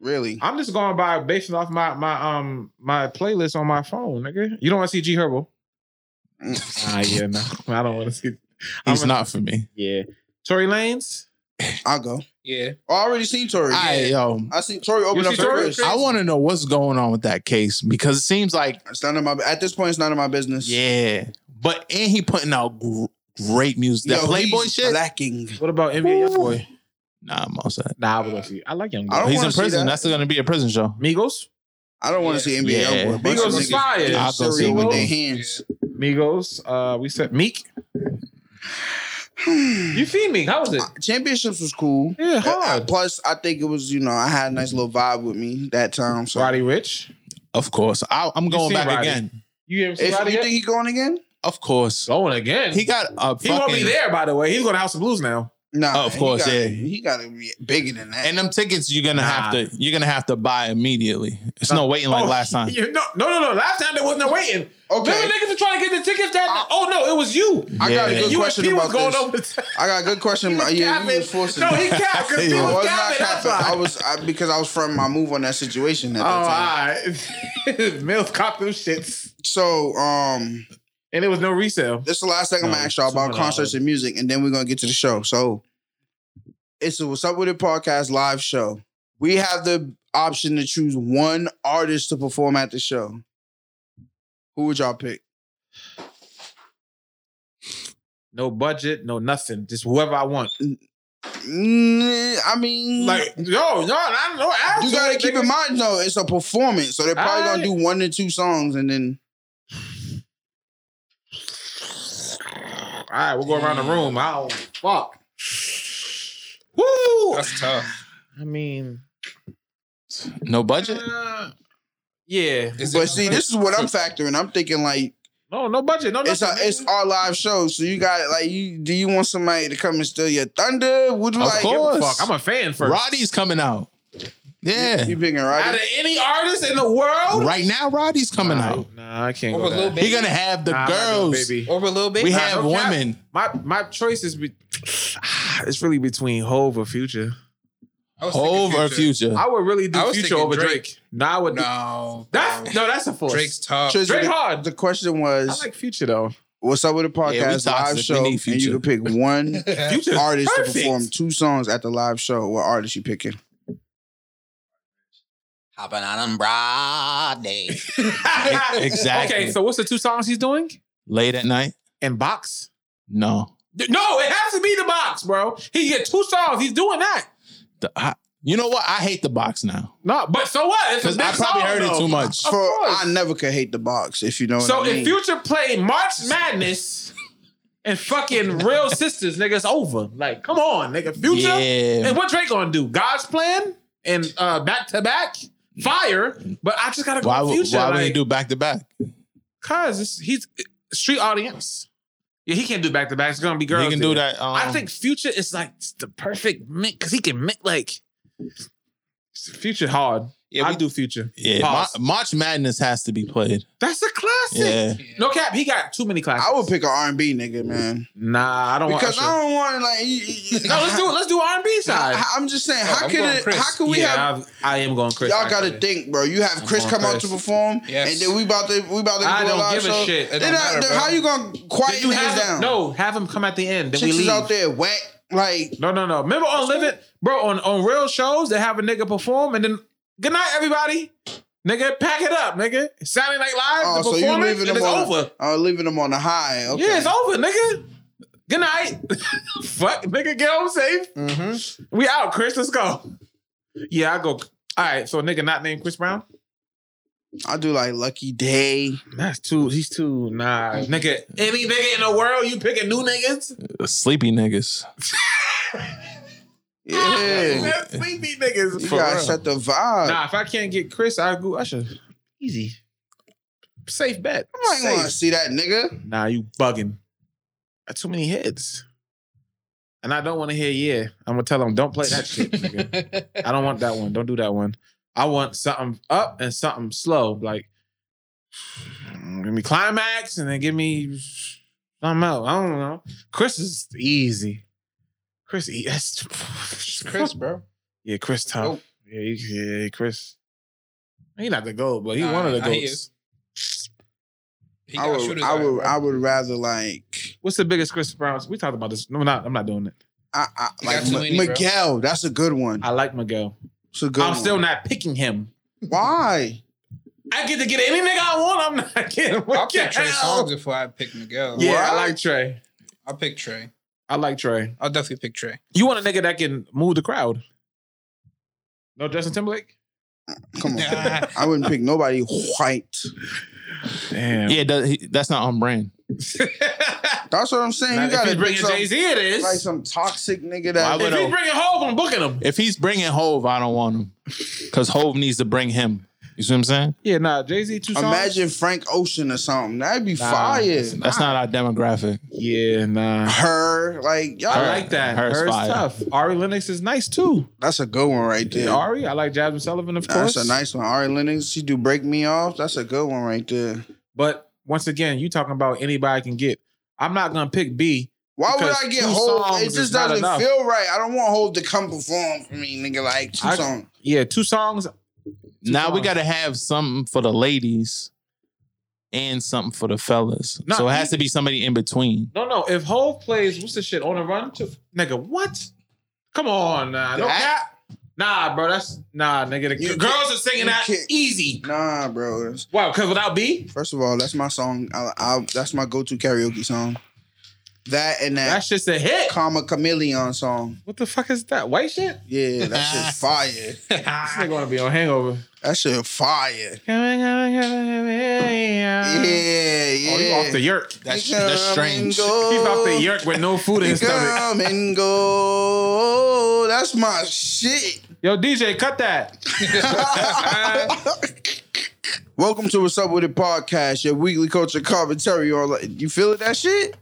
E: Really?
C: I'm just going by basing off my my um my playlist on my phone, nigga. You don't want to see G Herbo? ah, yeah, no, I don't want to see.
D: He's
C: I'm a-
D: not for me.
C: Yeah, Tory Lanez.
E: I'll go. Oh,
F: Yeah.
E: I already seen Tori.
D: I uh, yo,
E: I seen Tori open
C: You
E: up
C: see
E: the
C: Tory?
E: first.
D: I want to know what's going on with that case because it seems like
E: It's none of my. At this point, it's none of my business.
D: yeah, but and he putting out gr- great music. That
E: Yo,
D: Playboy
E: he's
D: shit?
E: Lacking.
C: What about NBA Youngboy?
D: nah, I'm all set.
C: Nah, I was gonna see. I like Youngboy.
E: I don't
D: He's in
E: wanna see
D: prison.
E: that.
D: That's going to be a prison show.
C: Migos,
E: I don't want
B: Yeah.
E: to see NBA
D: Yeah.
E: Youngboy. A bunch
C: Migos
E: of
C: is
E: niggas
C: fire.
E: getting
D: I'll go see
E: cereal with
C: Migos.
E: their hands.
C: Migos. Uh, we said Meek. You feed Meek? How was it?
E: Championships was cool.
C: Yeah,
E: Uh,
C: hard.
E: Plus, I think it was you know I had a nice little vibe with me that time. So
C: Roddy Rich.
D: Of course. I, I'm going
C: seen
D: back
C: Roddy.
D: again.
C: You ever see
E: If-
C: Roddy
E: you
C: yet?
E: think he going again?
D: Of course.
C: going again?
D: He got a
C: He gonna be
D: fucking...
C: there, by the way. He's going to House of Blues now.
E: Nah,
D: Oh, of
E: he
D: course,
E: gotta-
D: yeah.
E: He got to be bigger than that.
D: And them tickets you're gonna have
C: Nah.
D: to you're gonna have to buy immediately. It's no waiting like
C: Oh,
D: last time.
C: you- no, no, no, no. Last time there wasn't no waiting.
E: Okay.
C: Remember niggas were trying to get the tickets that Oh, no, it was you.
E: I got a
D: Yeah.
E: good
C: You and
E: question
C: P was
E: about
C: going
E: this.
C: over the top.
E: I got a good question. about- yeah,
C: capping.
E: he was forcing.
C: No, he
E: it.
C: capped because
D: He
C: he
E: I
C: was
E: was
C: capping.
E: not
C: That's
E: capping.
C: why.
E: I was I, because I was from my move on that situation at
C: Oh,
E: that
C: all
E: time.
C: Oh, right. Mills copped them shits.
E: So um,
C: And there was no resale.
E: this is the last thing I'm gonna
C: No,
E: ask y'all about
C: $200.
E: concerts and music, and then we're gonna get to the show. So it's a What's Up with It podcast live show. We have the option to choose one artist to perform at the show. Who would y'all pick?
C: No budget, no nothing. Just whoever I want.
E: Mm, I mean,
C: Like, yo, yo, I don't know.
E: you gotta keep in mind though, it's a performance, so they're probably
C: I-
E: gonna do one to two songs, and then
C: All right, we'll go around the room. I don't fuck. Woo!
F: tough.
C: I mean,
D: No budget?
C: uh, yeah.
F: Is it
E: but see, this is what I'm factoring. I'm thinking like
C: No, no budget. No,
E: it's a,
C: nothing.
E: it's our live show, so you got like you do you want somebody to come and steal your thunder? Would you
D: Of
E: like
D: course.
C: fuck. I'm a fan first.
D: Roddy's coming out. Yeah.
E: you picking
C: Out
E: Roddy?
C: of any artist in the world,
D: Right now, Roddy's coming out.
C: Nah, I can't go.
F: Over Lil
C: That.
F: Baby.
D: He gonna have the
C: Nah, I'm not doing
D: girls.
C: baby.
F: over a little bit?
D: We have
C: no cap.
D: women.
C: My my choice is be- it's really between Hove or Future.
F: I was thinking
D: Hove or Future.
C: I would really do
F: I was
C: Future
F: thinking
C: over Drake.
F: Drake.
C: No, I would.
F: No,
C: That's no, that's a force.
F: Drake's tough.
E: Trizzy,
C: Drake
E: the-
C: hard.
E: The question
C: I
E: was,
C: like Future though.
E: what's up with the
D: we
E: podcast
D: toxic.
E: live
D: We
E: show?
D: need
E: And
D: Future.
E: you can pick one
C: Future
E: artist
C: perfect.
E: to perform two songs at the live show. What artist you picking?
G: Hopping on Friday.
D: Exactly.
C: Okay, so what's the two songs he's doing?
D: Late at night?
C: And box.
D: No.
C: No, it has to be the box, bro. He get two songs. He's doing that.
D: The- I- you know what? I hate the box now.
C: No, but so what? It's a
D: 'Cause
C: big
D: I probably
C: song,
D: heard it
C: though.
D: too much.
C: Of
E: For
C: course.
E: I never could hate the box if you know.
C: So
E: what I
C: if
E: mean.
C: Future played March Madness and fucking Real Sisters, nigga, it's over. Like, come on, nigga. Future.
D: Yeah.
C: And what Drake gonna do? God's plan and uh back to back fire. But I just gotta go
D: Why,
C: with
D: would-
C: Future.
D: why would
C: like,
D: he do back to back?
C: Cause it's, he's uh, street audience. Yeah, he can't do back to back. It's gonna be girls.
D: He can
C: there.
D: do that. Um,
C: I think Future is like the perfect mix because he can mix like Future hard.
F: Yeah,
C: I
F: we-
C: do Future.
D: yeah,
C: Pause.
D: Ma- March Madness has to be played.
C: That's a classic.
D: Yeah.
C: No cap, he got too many classics.
E: I would pick an R and B nigga, man,
C: Nah, I don't want.
E: because
C: Usher.
E: I don't want like. you- you-
C: No, let's do it. Let's do R and B side.
E: I, am just saying,
F: Oh,
E: how
F: I'm
E: could
F: going
E: it?
F: Chris.
E: How could we
C: yeah,
E: have?
C: I've- I am going Chris.
E: Y'all gotta
C: actually.
E: think, bro. You have Chris
C: going
E: come out to
C: Chris.
E: perform,
F: Yes.
E: and then we about to we about to
C: I
E: do a
C: don't
E: live
C: give a
E: show.
C: shit.
F: It
E: Then
F: don't
E: I-
F: matter,
E: then
F: bro.
E: how you gonna
C: Did
E: quiet
C: you
E: niggas
C: have him,
E: down?
C: no, have him come at the end. Then
E: chicks
C: we
E: is
C: leave.
E: out there whack. Like
C: No, no, no. Remember on living, bro, on, on real shows, they have a nigga perform and then good night, everybody. Nigga, pack it up, nigga. Saturday Night Live,
E: oh,
C: the
E: so you
C: performance,
E: leaving
C: and
E: them
C: it's
E: on
C: over.
E: Oh, leaving them on the high. Okay.
C: Yeah, it's over, nigga. Good night. Fuck, nigga, get home safe.
F: Mhm.
C: We out, Chris. Let's go. Yeah, I go. All right, so a nigga not named Chris Brown.
E: I do like Lucky Day.
C: That's too. He's too. Nah, nigga. Any nigga in the world, you picking new niggas?
D: Sleepy niggas.
E: Yeah.
C: That's sleepy niggas.
E: you
C: Ah, For
E: gotta
C: real.
E: set the vibe.
C: Nah, if I can't get Chris, I go Usher. Easy. Safe bet.
E: I ain't
C: Safe.
E: wanna see that nigga.
C: Nah, you bugging. Got too many hits. And I don't want to hear yeah. I'm gonna tell them don't play that shit. nigga. I don't want that one. Don't do that one. I want something up and something slow. Like give me climax and then give me something else. I don't know. Chris is easy. Chris, e- that's
E: Chris, bro.
C: yeah, Chris tough.
E: Nope.
C: Yeah, he, yeah, Chris. He not the goat, but he
F: Nah,
C: one of the
F: nah, he
C: goats.
F: He
E: I
F: got
E: would,
F: shooters
E: I
F: out,
E: would,
F: bro.
E: I would rather like,
C: What's the biggest Chris Brown? We talked about this. No, not. I'm not doing it.
E: I, I
F: You
E: like
F: got too
E: M-
F: many, bro.
E: Miguel. That's a good one.
C: I like Miguel.
E: It's a good.
C: I'm
E: one.
C: still not picking him.
E: Why?
C: I get to get any nigga I want. I'm not getting.
F: I'll
C: What the
F: pick Trey
C: hell?
F: Songs before I pick Miguel.
C: Yeah, I
E: What?
C: like Trey.
F: I'll pick Trey.
C: I like Trey.
F: I'll definitely pick Trey.
C: You want a nigga that can move the crowd? No, Justin Timberlake.
E: Come on. I wouldn't pick nobody white.
C: Damn.
D: Yeah, that, he, that's not on brand.
E: That's what I'm saying.
C: Now,
E: you
C: if
E: gotta
C: he's
E: bring
C: bringing Jay
E: some,
C: Z, it is.
E: like some toxic nigga
D: Why
E: that
D: would
C: if
D: Widow.
C: he's bringing Hove, I'm booking him.
D: If he's bringing Hove, I don't want him because Hove needs to bring him. You see what I'm saying?
C: Yeah, nah, Jay Z two songs.
E: imagine Frank Ocean or something. That'd be
C: Nah,
E: fire.
C: that's-
D: That's not our demographic.
C: Yeah, nah.
E: Her, like y'all,
C: I
D: Her.
C: like that.
D: Her's
C: Her's,
D: fire.
C: tough. Ari Lennox is nice too.
E: that's a good one right there.
C: Yeah. Ari, I like Jasmine Sullivan, of course.
E: that's a nice one. Ari Lennox, she do break me off. That's a good one right there.
C: But once again, you talking about anybody can get. I'm not gonna pick B.
E: Why
C: Because
E: would I get
C: two
E: hold?
C: songs
E: It
C: is
E: just
C: not
E: doesn't
C: enough.
E: feel right. I don't want hold to come perform for me, nigga. Like two
C: I-
E: songs.
C: Yeah, two songs.
D: now we
C: songs.
D: got to have something for the ladies and something for the fellas.
C: Nah,
D: so it has
C: he-
D: to be somebody in between.
C: No, no. If Hove plays, what's the shit on the run? To, nigga, what? Come on, nah, no
E: That-
C: cap. Nah, bro, that's nah, nigga. The
E: You
C: girls
E: can't-
C: are singing
E: you
C: that
E: can't-
C: easy.
E: Nah, bro.
C: Wow, because without B,
E: First of all, that's my song. I, I, that's my go-to karaoke song. That and that,
C: that's just a hit.
E: comma chameleon song.
C: What the fuck is that? White shit?
E: Yeah, that shit fire.
C: This nigga wanna be on Hangover.
E: That shit fire. Yeah,
C: Yeah.
E: yeah.
C: Oh, you off the yerk.
D: That's,
E: Come
D: that's
E: and
D: strange.
E: go.
C: He's off the yerk with no food in his stomach.
E: Come and go. That's my shit.
C: Yo, DJ, cut that.
E: Welcome to What's Up With It podcast, your weekly culture commentary on like you feeling that shit?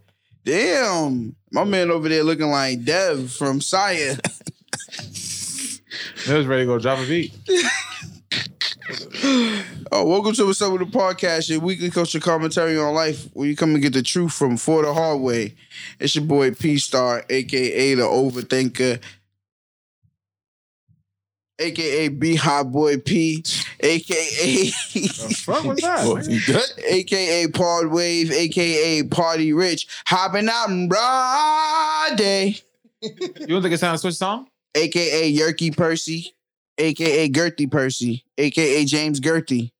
E: Damn. My man over there looking like Dev from Sire.
C: I was ready to go drop a beat.
E: Oh, welcome to What's Up With It podcast, your weekly culture commentary on life, where you come and get the truth from for the hard way. It's your boy P Star, aka the Overthinker, aka B Hot Boy P, aka
C: Fuck was that? nigga?
E: aka Pod Wave, aka Party Rich, hopping out and Friday,
C: You don't think it's time to switch song?
E: aka Yerky Percy, aka Gertie Percy, aka James Gertie.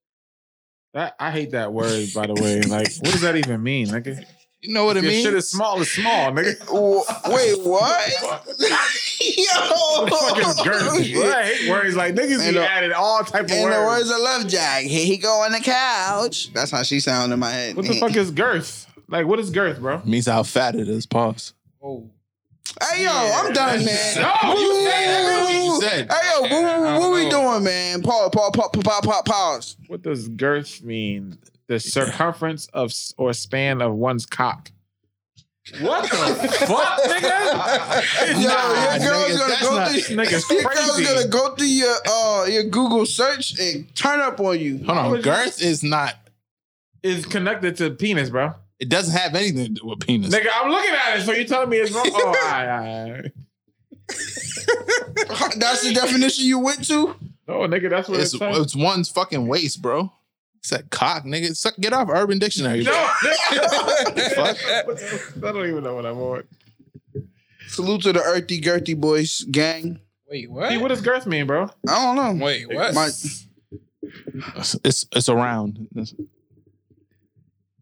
C: That, I hate that word, by the way. Like, what does that even mean, nigga?
D: You know what I
C: Your
D: mean?
C: shit is small, it's small, nigga.
E: Wh- Wait, what? Yo,
C: Fuck is girthy. I hate words like niggas
E: And
C: be
E: the-
C: added all type of
E: In the
C: words.
E: words of Love Jack, here he go on the couch. That's how she sounded in my head.
C: What the fuck is girth? Like, what is girth, bro?
D: Means how fat it is. Pause.
F: Oh,
E: Hey yo, I'm done, man.
C: No, you
D: you
E: Hey
D: said.
E: yo, what, what, what we
F: I don't
E: doing, man? Paul, Paul, Paul, Paul, Paul, Paul, pause.
C: What does girth mean? The circumference of s- or span of one's cock. What the fuck, nigga?
E: Yo,
C: Nah,
E: your girl's
D: nigga,
E: gonna
D: that's
E: go
D: not-
E: through.
C: nigga's
E: Your girl's
C: crazy.
E: gonna go through your uh your Google search and turn up on you.
D: Hold
C: Why
D: on.
C: would you-
D: Girth is not.
C: Is connected to penis, bro.
D: It doesn't have anything to do with penis.
C: Nigga, I'm looking at it, so you telling me it's wrong? Oh, all right, all right.
E: That's the definition you went to.
C: No, nigga, that's what
D: It's,
C: it's. it's
D: it's one's fucking waist, bro. It's that cock, nigga. Suck, get off Urban Dictionary.
C: no,
D: Bro.
C: nigga.
D: Fuck.
C: I don't even know what I'm on.
E: Salute to the Earthy Girthy Boys gang.
F: wait, what?
C: Hey, what does girth mean, bro?
E: I don't know.
F: Wait, what?
E: My-
D: It's, it's it's around. It's-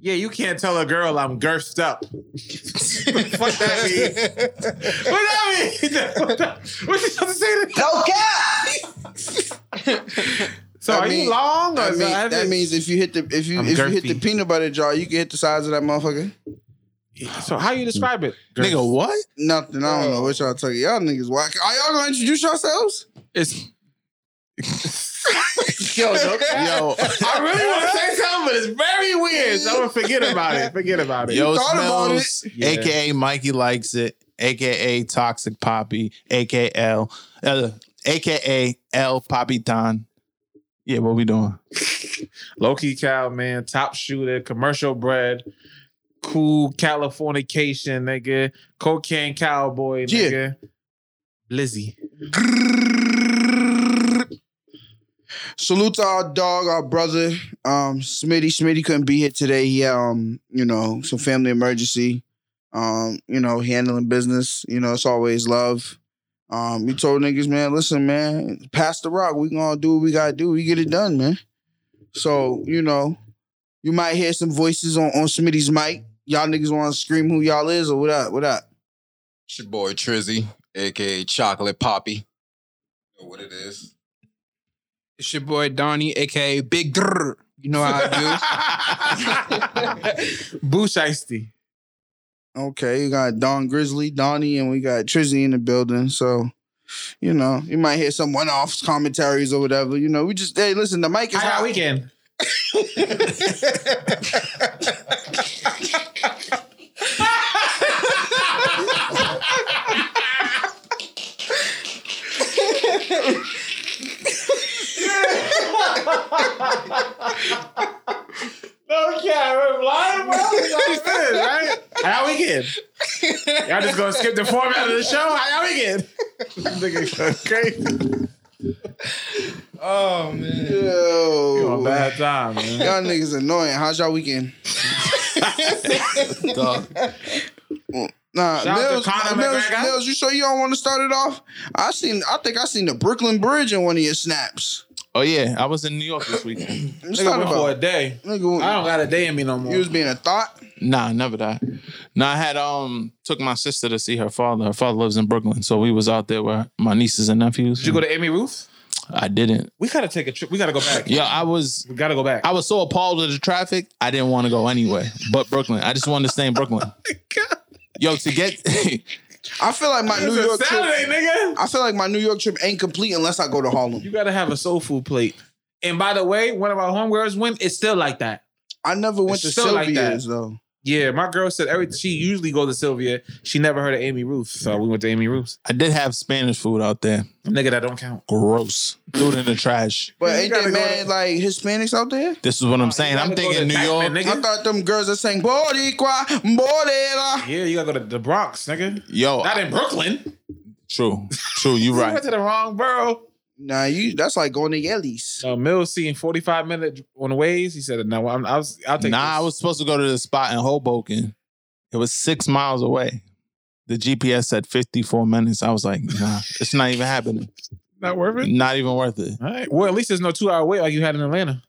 C: Yeah, you can't tell a girl I'm girthed up. Fuck that mean? What that mean? What that- what you supposed to say? to-
E: No cap.
C: So
E: I
C: are
E: mean-
C: you long? Or
E: I mean,
C: is
E: that
C: it-
E: means if you hit the if you
C: I'm
E: if you hit the
C: girthy.
E: peanut butter jar, you can hit the size of that motherfucker.
C: So how you describe it?
D: nigga, what?
E: Nothing. I don't know what y'all talking. Y'all niggas whack. Are y'all gonna introduce yourselves?
C: It's yo, no cap.
D: Yo,
C: I really want to say something, but it's very weird. So I'm gonna forget about it. Forget about it.
D: yo,
E: thought about
D: smells,
C: Yeah.
D: aka Mikey likes it, aka Toxic Poppy, aka L, uh, aka L Poppy Don. Yeah, what we doing?
C: low key cow man, top shooter, commercial bread, cool Californication nigga, cocaine cowboy
E: Yeah.
C: nigga, Lizzie.
E: Salute to our dog, our brother, um, Smitty. Smitty couldn't be here today. He had, um, you know, some family emergency. Um, you know, handling business. You know, it's always love. Um, we told niggas, man, listen, man, pass the rock. We gonna do what we gotta do. We get it done, man. So, you know, you might hear some voices on, on Smitty's mic. y'all niggas want to scream who y'all is or what up? What up?
F: It's your boy Trizzy, aka Chocolate Poppy. You know what it is.
H: It's your boy Donnie, aka Big Drrr. You know how I do.
C: Boo Shiesty.
E: Okay, you got Don Grizzly, Donnie, and we got Trizzy in the building. So, you know, you might hear some one-off commentaries or whatever. You know, we just hey, listen, the mic is
C: How
E: hot.
C: y'all weekend? No, yeah, I'm lying, bro. right? How y'all weekend? Y'all just gonna skip the format of the show? How y'all weekend? Nigga, crazy.
D: Oh
C: You
D: man.
C: on a
E: Yo,
C: Oh, bad time, man.
E: y'all niggas annoying. How's y'all weekend? Nah,
C: Shout out to
E: Mills,
C: Conor
E: Mills,
C: McGregor.
E: Mills, you sure you don't want to start it off? I seen, I think I seen the Brooklyn Bridge in one of your snaps.
D: Oh yeah, I was in New York this weekend.
E: What's
C: Nigga
E: that
C: went for a
E: about?
C: day. I
E: Nigga,
C: don't got a day in me no more.
E: you was being a thought.
D: nah, never that. Nah, I had um took my sister to see her father. Her father lives in Brooklyn, so we was out there with my nieces and nephews.
C: Did you go to Amy Ruth?
D: I didn't.
C: We gotta take a trip. We gotta go back.
D: Yeah, I was.
C: We gotta go back.
D: I was so appalled at the traffic, I didn't want to go anywhere but Brooklyn. I just wanted to stay in
C: Oh
D: Brooklyn. Yo, to get
E: I feel like my New
C: It's a
E: York trip.
C: Saturday, nigga.
E: I feel like my New York trip ain't complete unless I go to Harlem.
C: You gotta have a soul food plate. And by the way, one of our homegirls went. It's still like that.
E: I never went
C: It's
E: to
C: still like that.
E: Sylvia's though.
C: Yeah, my girl said every she usually goes to Sylvia. She never heard of Amy Ruth, so we went to Amy Ruth's.
D: I did have Spanish food out there.
C: Nigga, that don't count.
D: Gross. Threw it in the trash.
E: But
C: You
E: ain't there
C: gotta go
E: man
C: to-
E: like Hispanics out there?
D: This is what I'm saying. I'm
C: Oh, You gotta go to
D: thinking New
C: Dyckman,
D: York.
E: I
C: nigga.
E: thought them girls that sang Boricua, Borera.
C: Yeah, you gotta go to the Bronx, nigga.
D: Yo,
C: Not in Brooklyn.
D: true, true. You
C: You
D: right.
C: went to the wrong borough.
E: Nah, you that's like going to Yelly's.
C: So Mills seen 45 minutes on the ways. He said, no, I'm, I was, I'll take
D: Nah,
C: this.
D: I was supposed to go to the spot in Hoboken. It was six miles away. The GPS said 54 minutes. I was like, nah, it's not even happening.
C: Not worth it.
D: Not even worth it.
C: All right. Well, at least there's no two hour wait like you had in Atlanta.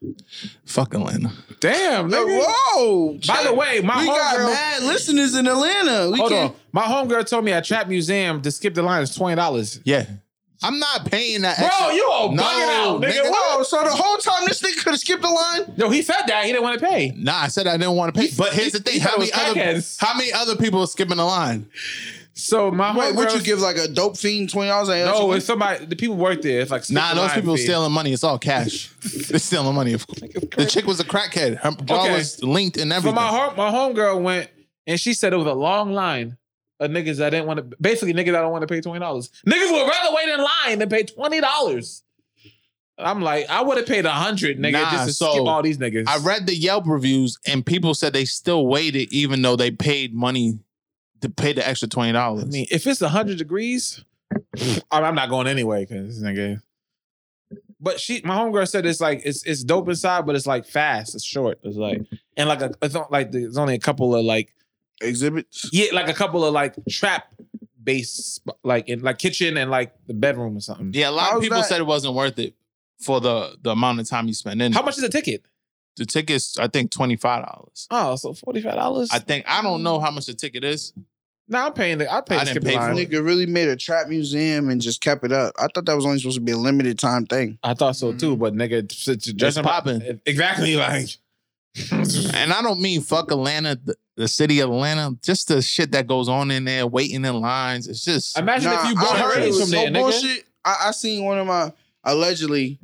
D: Fuck Atlanta.
C: Damn,
E: Like,
C: nigga.
E: whoa!
C: By the way, my
E: we got
C: homegirl.
E: mad listeners in Atlanta. We
C: Hold
E: can,
C: on. My homegirl told me at Trap Museum to skip the line is $20.
D: Yeah. I'm not paying that.
C: Bro,
D: extra-
C: you all
D: No,
C: bugging out, nigga.
D: nigga.
C: What?
E: Oh, so the whole time this nigga could have skipped the line?
C: No, he said that. He didn't want to pay.
D: Nah, I said I didn't want to pay. But here's the thing:
C: you
D: how
C: thought
D: many
C: it was
D: other
C: crackheads.
D: how many other people are skipping the line?
C: So my
E: Wait,
C: homegirl.
E: what you give like a dope fiend twenty dollars?
C: No, it's somebody. The people work there. It's like
D: Nah,
C: skip the
D: those
C: line
D: people are
C: fee.
D: stealing money. It's all cash. They're stealing money. Of course. The chick was a crackhead. Her jaw
C: Okay.
D: was linked and
C: So
D: everything.
C: my home, my homegirl went and she said it was a long line of niggas that didn't want to. Basically, niggas that don't want to pay twenty dollars. Niggas would rather wait in line than pay twenty dollars. I'm like, I would have paid a hundred, nigga,
D: Nah,
C: just to
D: so
C: skip all these niggas.
D: I read the Yelp reviews and people said they still waited even though they paid money to pay the extra twenty dollars.
C: I mean, if it's hundred degrees, I'm I'm not going anyway because nigga. But she, my homegirl said it's like it's it's dope inside, but it's like fast, it's short, it's like and like a, it's not like there's only a couple of like
E: exhibits.
C: Yeah, like a couple of like trap bass, like in like kitchen and like the bedroom or something.
D: yeah, a lot
E: How's
D: of people
E: that-
D: said it wasn't worth it for the the amount of time you spend in.
C: How
D: it.
C: much is a ticket?
D: the tickets? I think twenty five dollars.
C: Oh, so forty five dollars.
D: I think I don't know how much the ticket is.
C: Nah, I'm paying the. I pay.
D: I
C: the skip
D: didn't pay
C: line.
D: for it.
E: Nigga really made a trap museum and just kept it up. I thought that was only supposed to be a limited time thing.
C: I thought so too, but nigga, it's
D: Just popping.
C: e-, Exactly, like
D: And I don't mean fuck Atlanta, the, the city of Atlanta. Just the shit that goes on in there, waiting in lines. It's just
C: imagine
E: Nah,
C: if you
E: I
C: bought
E: heard it
C: raised
E: was
C: from there,
E: so
C: nigga.
E: bullshit. I, I seen one of my allegedly,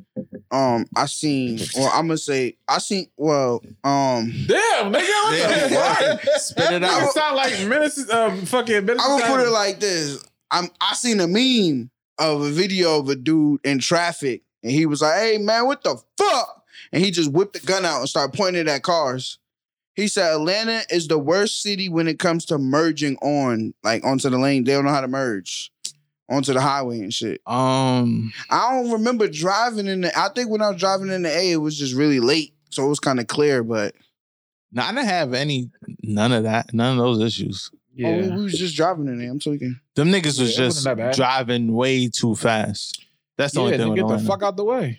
E: um, I seen or I'm gonna say I seen well, um,
C: Damn, nigga, what
D: Damn,
C: the
D: why?
C: fuck?
D: spit it
C: That
D: out.
C: nigga sound like menace, um, fucking. menace
E: I'm gonna put it
C: society.
E: like this. I'm I seen a meme of a video of a dude in traffic and he was like, "Hey man, what the fuck?" And he just whipped the gun out and started pointing it at cars. He said Atlanta is the worst city when it comes to merging on like onto the lane. They don't know how to merge onto the highway and shit.
D: Um,
E: I don't remember driving in the. I think when I was driving in the A, it was just really late, so it was kind of clear. But
D: no, I didn't have any none of that, none of those issues.
E: oh, we-
C: Yeah.
E: we, was just driving in there. I'm talking.
D: Them niggas was
C: Yeah, it wasn't
D: just
C: that bad.
D: driving way too fast. That's the
C: yeah,
D: only thing.
C: nigga,
D: with
C: get the
D: Atlanta.
C: fuck out the way.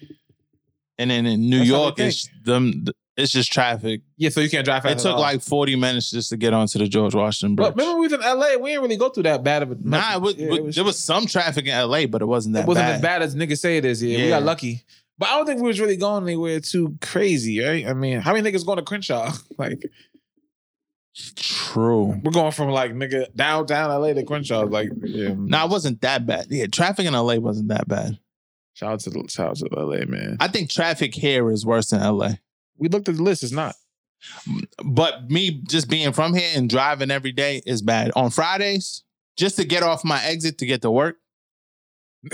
D: and then in New
C: That's how
D: York,
C: they
D: it's them. th- It's just traffic.
C: Yeah, so you can't drive fast.
D: It
C: at
D: took
C: all.
D: like 40 minutes just to get onto the George Washington Bridge.
C: But remember, we was in LA. We didn't really go through that bad of a.
D: nah, it was,
C: Yeah,
D: it was- there was some traffic in LA, but it wasn't that
C: it wasn't
D: bad.
C: as bad as niggas say it is. Yeah, we
D: Yeah.
C: got lucky. But I don't think we was really going anywhere too crazy, right? I mean, how many niggas going to Crenshaw? like,
D: True.
C: we're going from like nigga downtown LA to Crenshaw. Like, yeah.
D: Nah, it wasn't that bad. Yeah, traffic in LA wasn't that bad.
C: Shout out to the shout out to LA, man.
D: I think traffic here is worse than LA.
C: we looked at the list. It's not.
D: But me just being from here and driving every day is bad. On Fridays, just to get off my exit to get to work,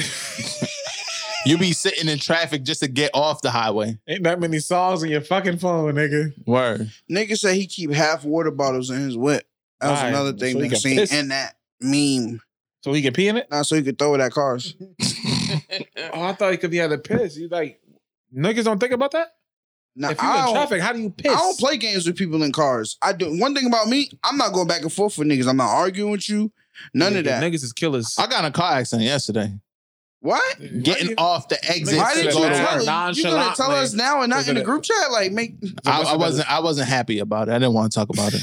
D: you be sitting in traffic just to get off the highway.
C: Ain't that many songs in your fucking phone, nigga.
D: Word.
E: Nigga said he keep half water bottles in his whip. That was
C: Right.
E: another thing
C: So he
E: nigga
C: can
E: seen
C: piss.
E: in that meme.
C: So he can pee in it.
E: Not so you could throw it at cars.
C: Oh, I thought he could be out of piss. You like niggas don't think about that.
E: Now,
C: If you
E: I,
C: in
E: don't,
C: traffic, how do you piss?
E: I don't play games with people in cars. I do one thing about me, I'm not going back and forth with niggas. I'm not arguing with you. None
C: Nigga,
E: of that.
C: Niggas is killers.
D: I got in a car accident yesterday.
E: What?
D: Getting off the exit.
C: Niggas
E: Why
D: to
E: did you
C: said
D: go to
C: that.
D: work.
E: tell us? You gonna tell us
C: Nonchalantly.
E: now and not
C: Look
E: in
C: at
E: the
C: it.
E: group chat? Like, make
D: I, I wasn't. I wasn't happy about it. I didn't want to talk about it.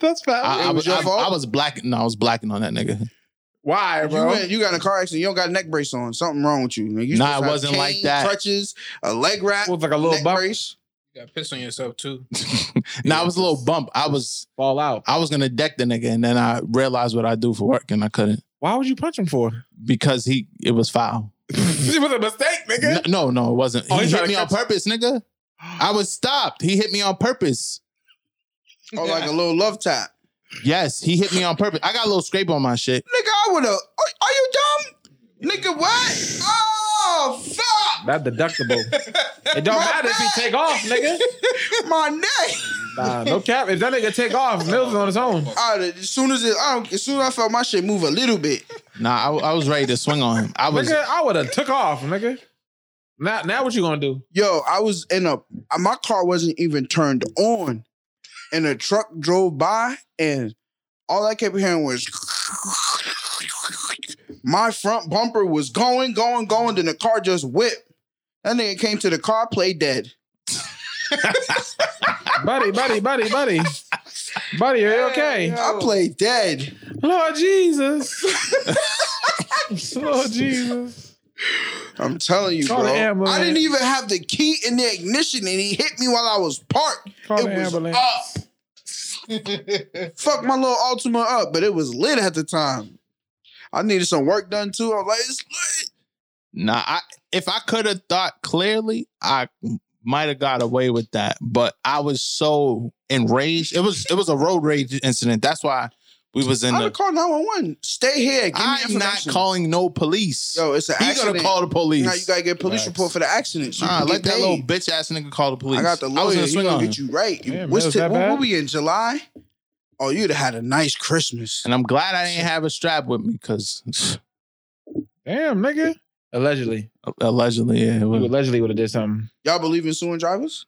C: That's bad.
D: I,
E: It
D: I
E: was
D: was.
E: your
D: I,
E: fault?
D: I was blacking. No, I was blacking on that nigga.
C: Why,
E: you, went, you got in a car accident. You don't got a neck brace on. Something wrong with you. Man. you
D: Nah,
E: supposed to
D: it
E: have
D: wasn't like
E: cane,
D: that.
E: Crutches, a leg wrap,
C: It was like a little
E: neck
C: bump.
E: brace.
H: You got pissed on yourself too.
D: now I was a little bump. I was.
C: Fall out.
D: I was gonna deck the nigga, and then I realized what I do for work, and I couldn't
C: Why would you punch him for?
D: because he. It was foul.
C: it was a mistake,
D: N-
C: nigga.
D: No, no, it wasn't.
C: Oh,
D: he
C: he tried
D: hit
C: to
D: me on purpose, nigga. I was stopped. He hit me on purpose.
E: Or like a little love tap.
D: Yes, he hit me on purpose. I got a little scrape on my shit.
E: Nigga, I would have. Are, are you dumb? Nigga, what? Oh, fuck!
C: That deductible. it don't matter if he take off, nigga.
E: My neck.
C: Nah, no cap. If that nigga take off, Mills is on his own.
E: I would've- as soon as it, I don't, as soon as I felt my shit move a little bit,
D: Nah, I, I was ready to swing on him. I was.
C: Nigga, I would have took off, nigga. Now, now what you gonna do?
E: yo, I was in a. My car wasn't even turned on, and a truck drove by, and all I kept hearing was. My front bumper was going, going, going, then the car just whipped. That nigga came to the car, played dead.
C: buddy, buddy, buddy, buddy. Buddy, are you okay?
E: I played dead.
C: Lord Jesus. Lord Jesus.
E: I'm telling you,
C: Call the
E: bro.
C: ambulance.
E: I didn't even have the key in the ignition, and he hit me while I was parked.
C: Call
E: it
C: the
E: was
C: ambulance.
E: up. Fuck my little Altima up, but it was lit at the time. I needed some work done too. I was like, it's lit.
D: Nah, I, if I could have thought clearly, I might have got away with that. But I was so enraged. It was it was a road rage incident. That's why we was in
E: I'd have
D: the.
E: called 911. Stay here. Give me
D: I'm not
E: information.
D: calling no police.
E: Yo, it's an
D: he
E: accident.
D: gonna call the police.
E: Now you gotta get a police
C: Facts.
E: report for the accident. So you
D: nah,
E: can
D: let
E: get
D: that little
E: paid.
D: bitch ass nigga call the police.
E: I got the
D: I was
E: lawyer.
D: gonna
E: He
D: swing
E: gonna
D: on him.
E: get you right.
C: Man, man,
E: What's
C: was
E: t-
C: that
E: what
C: bad?
E: were we in July? Oh, you'd have had a nice Christmas.
D: And I'm glad I didn't have a strap with me because
C: Damn, nigga. Allegedly.
D: allegedly, yeah, it
C: You
D: was-
C: allegedly would have did something.
E: Y'all believe in suing drivers?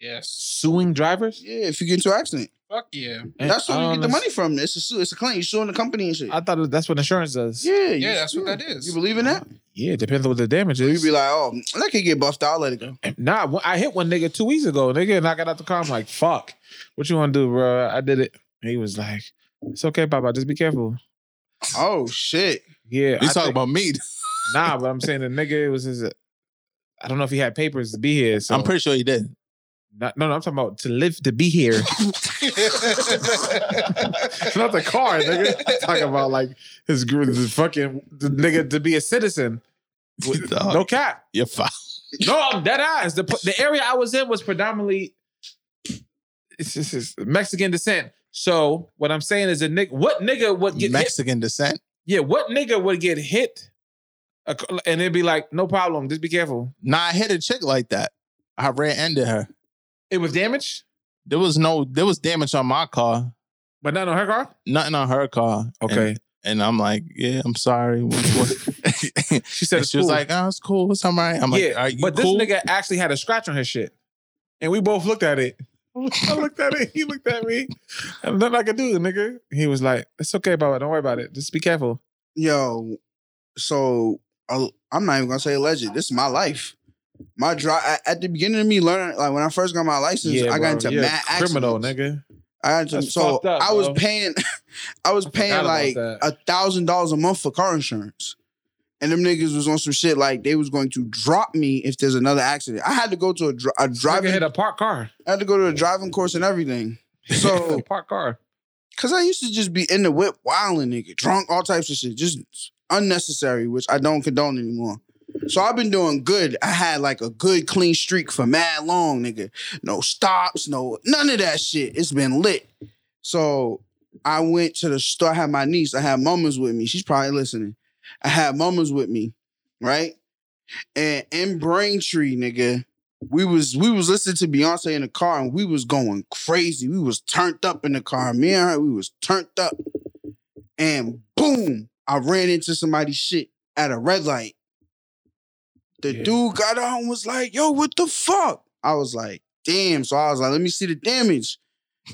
H: Yes.
C: Suing drivers?
E: Yeah, if you get into an accident.
H: Fuck yeah.
E: That's where
C: I
E: you
C: don't
E: get the
C: know.
E: money from. It's a su- it's a claim. You're suing the company and shit.
C: I thought that's what insurance does.
E: yeah, you-
H: Yeah, that's what that is.
E: You believe in that?
C: Yeah, it depends on what the damage
E: You'd
C: is.
E: be like, oh, that could get buffed. I'll let it go.
C: Nah, wh- I hit one nigga two weeks ago, nigga, and I got out the car. I'm like, fuck, what you wanna do, bro? I did it. He was like, it's okay, Papa, just be careful.
E: Oh shit!
C: Yeah.
D: You
C: I
D: talk
C: think-
D: about me.
C: Nah, but I'm saying the nigga, it was his, I don't know if he had papers to be here. So
D: I'm pretty sure he did.
C: Not- no, no, I'm talking about to live to be here. Not the car, nigga. I'm talking about like his, gr- his fucking the nigga to be a citizen. With-
D: Dog,
C: No cap.
D: You're fine.
C: No, I'm dead ass. The the area I was in was predominantly it's just it's Mexican descent. So what I'm saying is a nigga, what nigga would get hit?
D: Mexican descent.
C: Yeah, what nigga would get hit? Ac- And it'd be like, no problem, just be careful.
D: Nah, I hit a chick like that. I ran ended her.
C: It was damaged,
D: There was no, there was damage on my car,
C: but not on her car.
D: nothing on her car. And, and I'm like, yeah, I'm sorry. What- what-
C: she said
D: and
C: it's
D: she
C: cool.
D: was like, oh, it's cool. It's all right. I'm like,
C: yeah,
D: are you
C: but
D: cool?
C: this nigga actually had a scratch on his shit, and we both looked at it. I looked at it. He looked at me. And nothing I could do, nigga. He was like, "It's okay, Baba. Don't worry about it. Just be careful."
E: Yo, so uh, I'm not even gonna say alleged. This is my life. My drive at- at the beginning of me learning, like when I first got my license, I got into
C: Yeah,
E: mad
C: criminal,
E: accidents.
C: nigga.
E: I got into
C: That's
E: so
C: fucked up,
E: I was
C: bro.
E: paying, I was
C: forgot
E: paying
C: about
E: like
C: that.
E: a thousand dollars a month for car insurance, and them niggas was on some shit like they was going to drop me if there's another accident. I had to go to a, dri- a
C: Driving
E: driving,
C: hit a parked car.
E: I had to go to a driving course and everything. So
C: a parked car.
E: Cause I used to just be in the whip, wilding, nigga, drunk, all types of shit, just unnecessary, which I don't condone anymore. So I've been doing good. I had like a good clean streak for mad long, nigga. No stops, no none of that shit. It's been lit. So I went to the store. I had my niece. I had mamas with me. She's probably listening. I had mamas with me, right? And in Braintree, nigga, we was we was listening to Beyonce in the car, and we was going crazy. We was turned up in the car. Me and her, we was turned up. And boom, I ran into somebody's shit at a red light. The
C: Yeah.
E: dude got out and was like, "Yo, what the fuck?" I was like, "Damn!" So I was like, "Let me see the damage."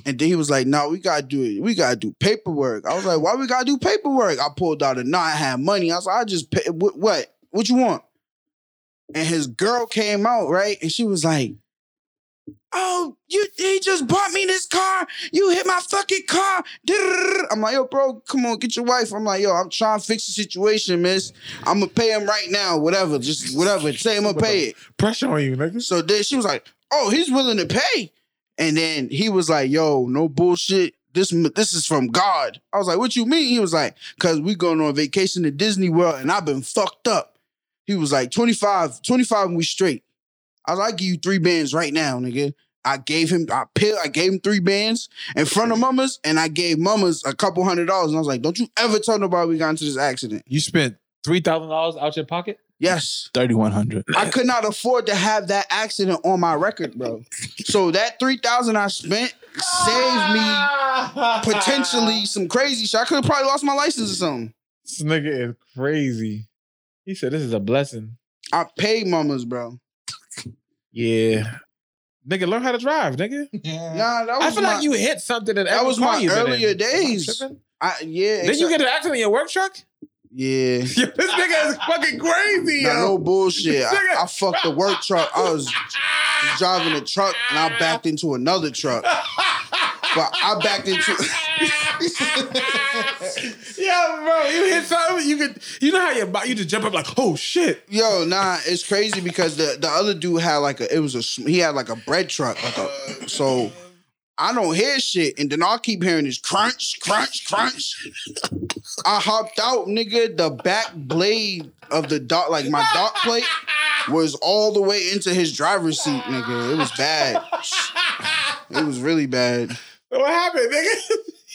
E: And then he was like, "No, we gotta do it. We gotta do paperwork." I was like, "Why we gotta do paperwork?" I pulled out a no, I had money. I was like, "I just pay. What? What, what you want?" And his girl came out right, and she was like, "Oh, you he just bought me this car. You hit my fucking car." I'm like, "Yo, bro, come on, get your wife." I'm like, "Yo, I'm trying to fix the situation, miss. I'm gonna pay him right now. Whatever, just whatever. Say I'm gonna pay it."
C: Pressure on you, nigga.
E: So then she was like, "Oh, he's willing to pay," and then he was like, "Yo, no bullshit. This this is from God." I was like, "What you mean?" He was like, "Cause we going on vacation to Disney World, and I've been fucked up." He was like, 25, 25 and we straight. I was like, I give you three bands right now, nigga. I gave him, I pill, I gave him three bands in front of mamas, and I gave mamas a couple hundred dollars. And I was like, don't you ever tell nobody we got into this accident.
C: You spent three thousand dollars out your pocket.
E: Yes.
D: 3100
E: I could not afford to have that accident on my record, bro. So that three thousand I spent saved me potentially some crazy shit. I could have probably lost my license or something.
C: This nigga is crazy. He said this is a blessing.
E: I paid mamas, bro.
C: Yeah. Nigga, learn how to drive, nigga.
E: Nah, that was
C: I feel
E: my,
C: like you hit something in
E: That
C: every
E: was
C: car
E: my
C: you've been in.
E: earlier
C: Am I
E: days.
C: tripping?
E: I, yeah.
C: Didn't you
E: exact-
C: get an accident in your work truck?
E: yeah.
C: Yo, this nigga is fucking crazy,
E: Nah, no
C: yo.
E: bullshit. I,
C: Nigga.
E: I fucked the work truck. I was driving a truck and I backed into another truck. But I backed into.
C: Yeah, bro, you hit something, you could, you know how your body, you just jump up like, oh shit.
E: Yo, nah, it's crazy because the, the other dude had like a it was a sm- he had like a bread truck, like a so I don't hear shit, and then I'll keep hearing this crunch, crunch, crunch. I hopped out, nigga. The back blade of the dot, like my dot plate, was all the way into his driver's seat, nigga. It was bad. It was really bad.
C: What happened, nigga?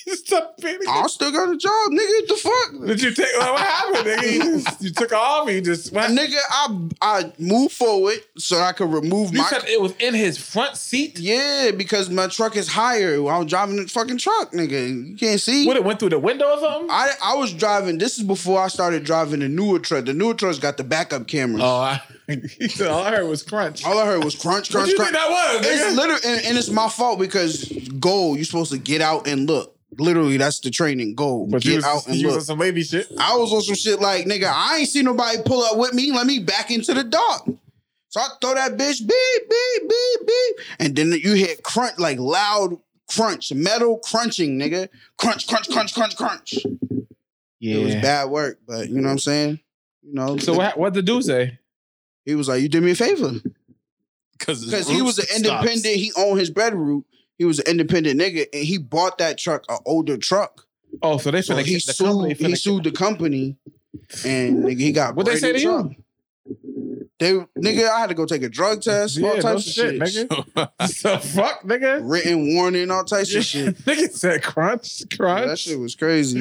C: You stopped beating-
E: I still got a job, nigga. The fuck,
C: Did you take? What happened, nigga? You, just, you took off. You just what?
E: nigga. I I moved forward so I could remove
C: You
E: my.
C: said it was in his front seat.
E: Yeah, because my truck is higher. I was driving the fucking truck, nigga. You can't see.
C: What? It went through the window or something?
E: I I was driving. This is before I started driving the newer truck. The newer truck's got the backup cameras.
C: oh, I, he said all I heard was crunch.
E: All I heard was crunch,
C: what
E: crunch,
C: you
E: crunch.
C: think that was? Nigga?
E: It's literally, and, and it's my fault because goal. You're supposed to get out and look. Literally, that's the training goal.
C: but you
E: get
C: was,
E: out and
C: you was
E: look.
C: on some lady shit.
E: I was on some shit like, nigga, I ain't seen nobody pull up with me. Let me back into the dark. So I throw that bitch, beep, beep, beep, beep. And then you hear crunch, like loud crunch, metal crunching, nigga. Crunch, crunch, crunch, crunch, crunch.
C: Yeah.
E: It was bad work, but you know what I'm saying? You know,
C: So what? What the dude say?
E: he was like, you did me a favor. Because
D: because
E: he was an independent, he owned his bread route. He was an independent nigga, and he bought that truck, an older truck.
C: Oh, so they
E: So
C: finna
E: he
C: kick the company.
E: sued, he
C: finna-
E: sued the company, and nigga, he got
C: What'd they say
E: brand
C: to
E: new
C: you?
E: truck. They nigga, I had to go take a drug test, all
C: Yeah, no
E: types
C: shit,
E: of shit.
C: nigga. So fuck, nigga.
E: Written warning, all types of shit.
C: nigga said crunch,
E: Yeah,
C: crunch.
E: that shit was crazy.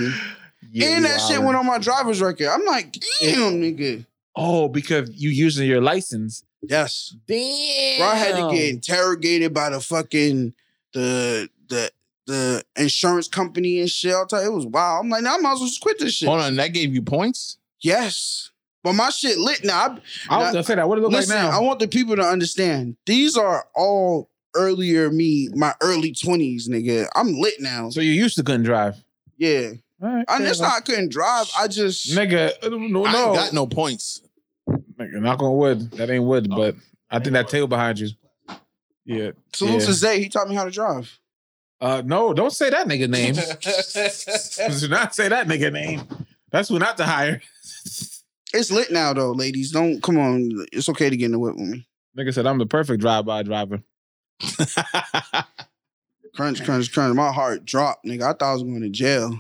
C: Yeah,
E: and
C: you
E: that shit
C: wildin'.
E: went on my driver's record. I'm like, damn, nigga.
C: Oh, because you using your license.
E: Yes.
C: Damn.
E: Bro, I had to get interrogated by the fucking the the the insurance company and shit. I'll tell you, it was wild. I'm like, nah, I might as well just quit this shit.
D: hold on that gave you points
E: Yes. But my shit lit now. I,
C: I was gonna say that. What it look
E: Listen,
C: like now?
E: I want the people to understand. These are all earlier me, my early twenties, nigga. I'm lit now.
C: so you used to couldn't drive.
E: Yeah,
C: All right,
E: and
C: fair
E: it's
C: enough.
E: not I couldn't drive. I just
C: nigga. No,
D: i
C: no.
D: ain't got no points
C: Nigga, knock on wood. That ain't wood, but I think that table behind you. Yeah.
E: Salute
C: yeah.
E: to Zay. He taught me how to drive.
C: Uh, no, don't say that nigga name. Do not say that nigga name. That's who not to hire.
E: It's lit now though, ladies. Don't come on. It's okay to get in the whip with me.
C: Nigga said I'm the perfect drive-by driver.
E: Crunch, crunch, crunch. My heart dropped, nigga. I thought I was going to jail.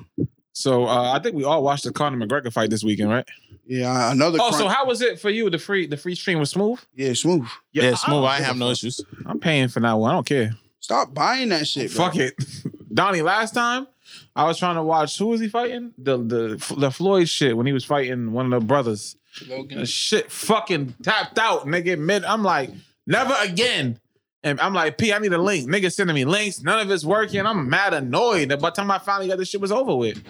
C: So uh, I think we all watched the Conor McGregor fight this weekend, right?
E: Yeah, another.
C: oh,
E: crunch.
C: so how was it for you? The free the free stream was smooth.
E: yeah, smooth.
D: Yeah,
C: I
D: smooth.
C: don't
D: I ain't
C: give
D: have
C: a
D: no
C: fuck.
D: issues.
C: I'm paying for that one. I don't care.
E: Stop buying that shit. Bro.
C: Fuck it, Donnie. Last time I was trying to watch who was he fighting? The the the Floyd shit when he was fighting one of the brothers. The shit fucking tapped out, nigga. Mid, I'm like, never again. And I'm like, P, I need a link. Nigga sending me links. None of it's working. I'm mad annoyed. And By the time I finally got this shit was over with.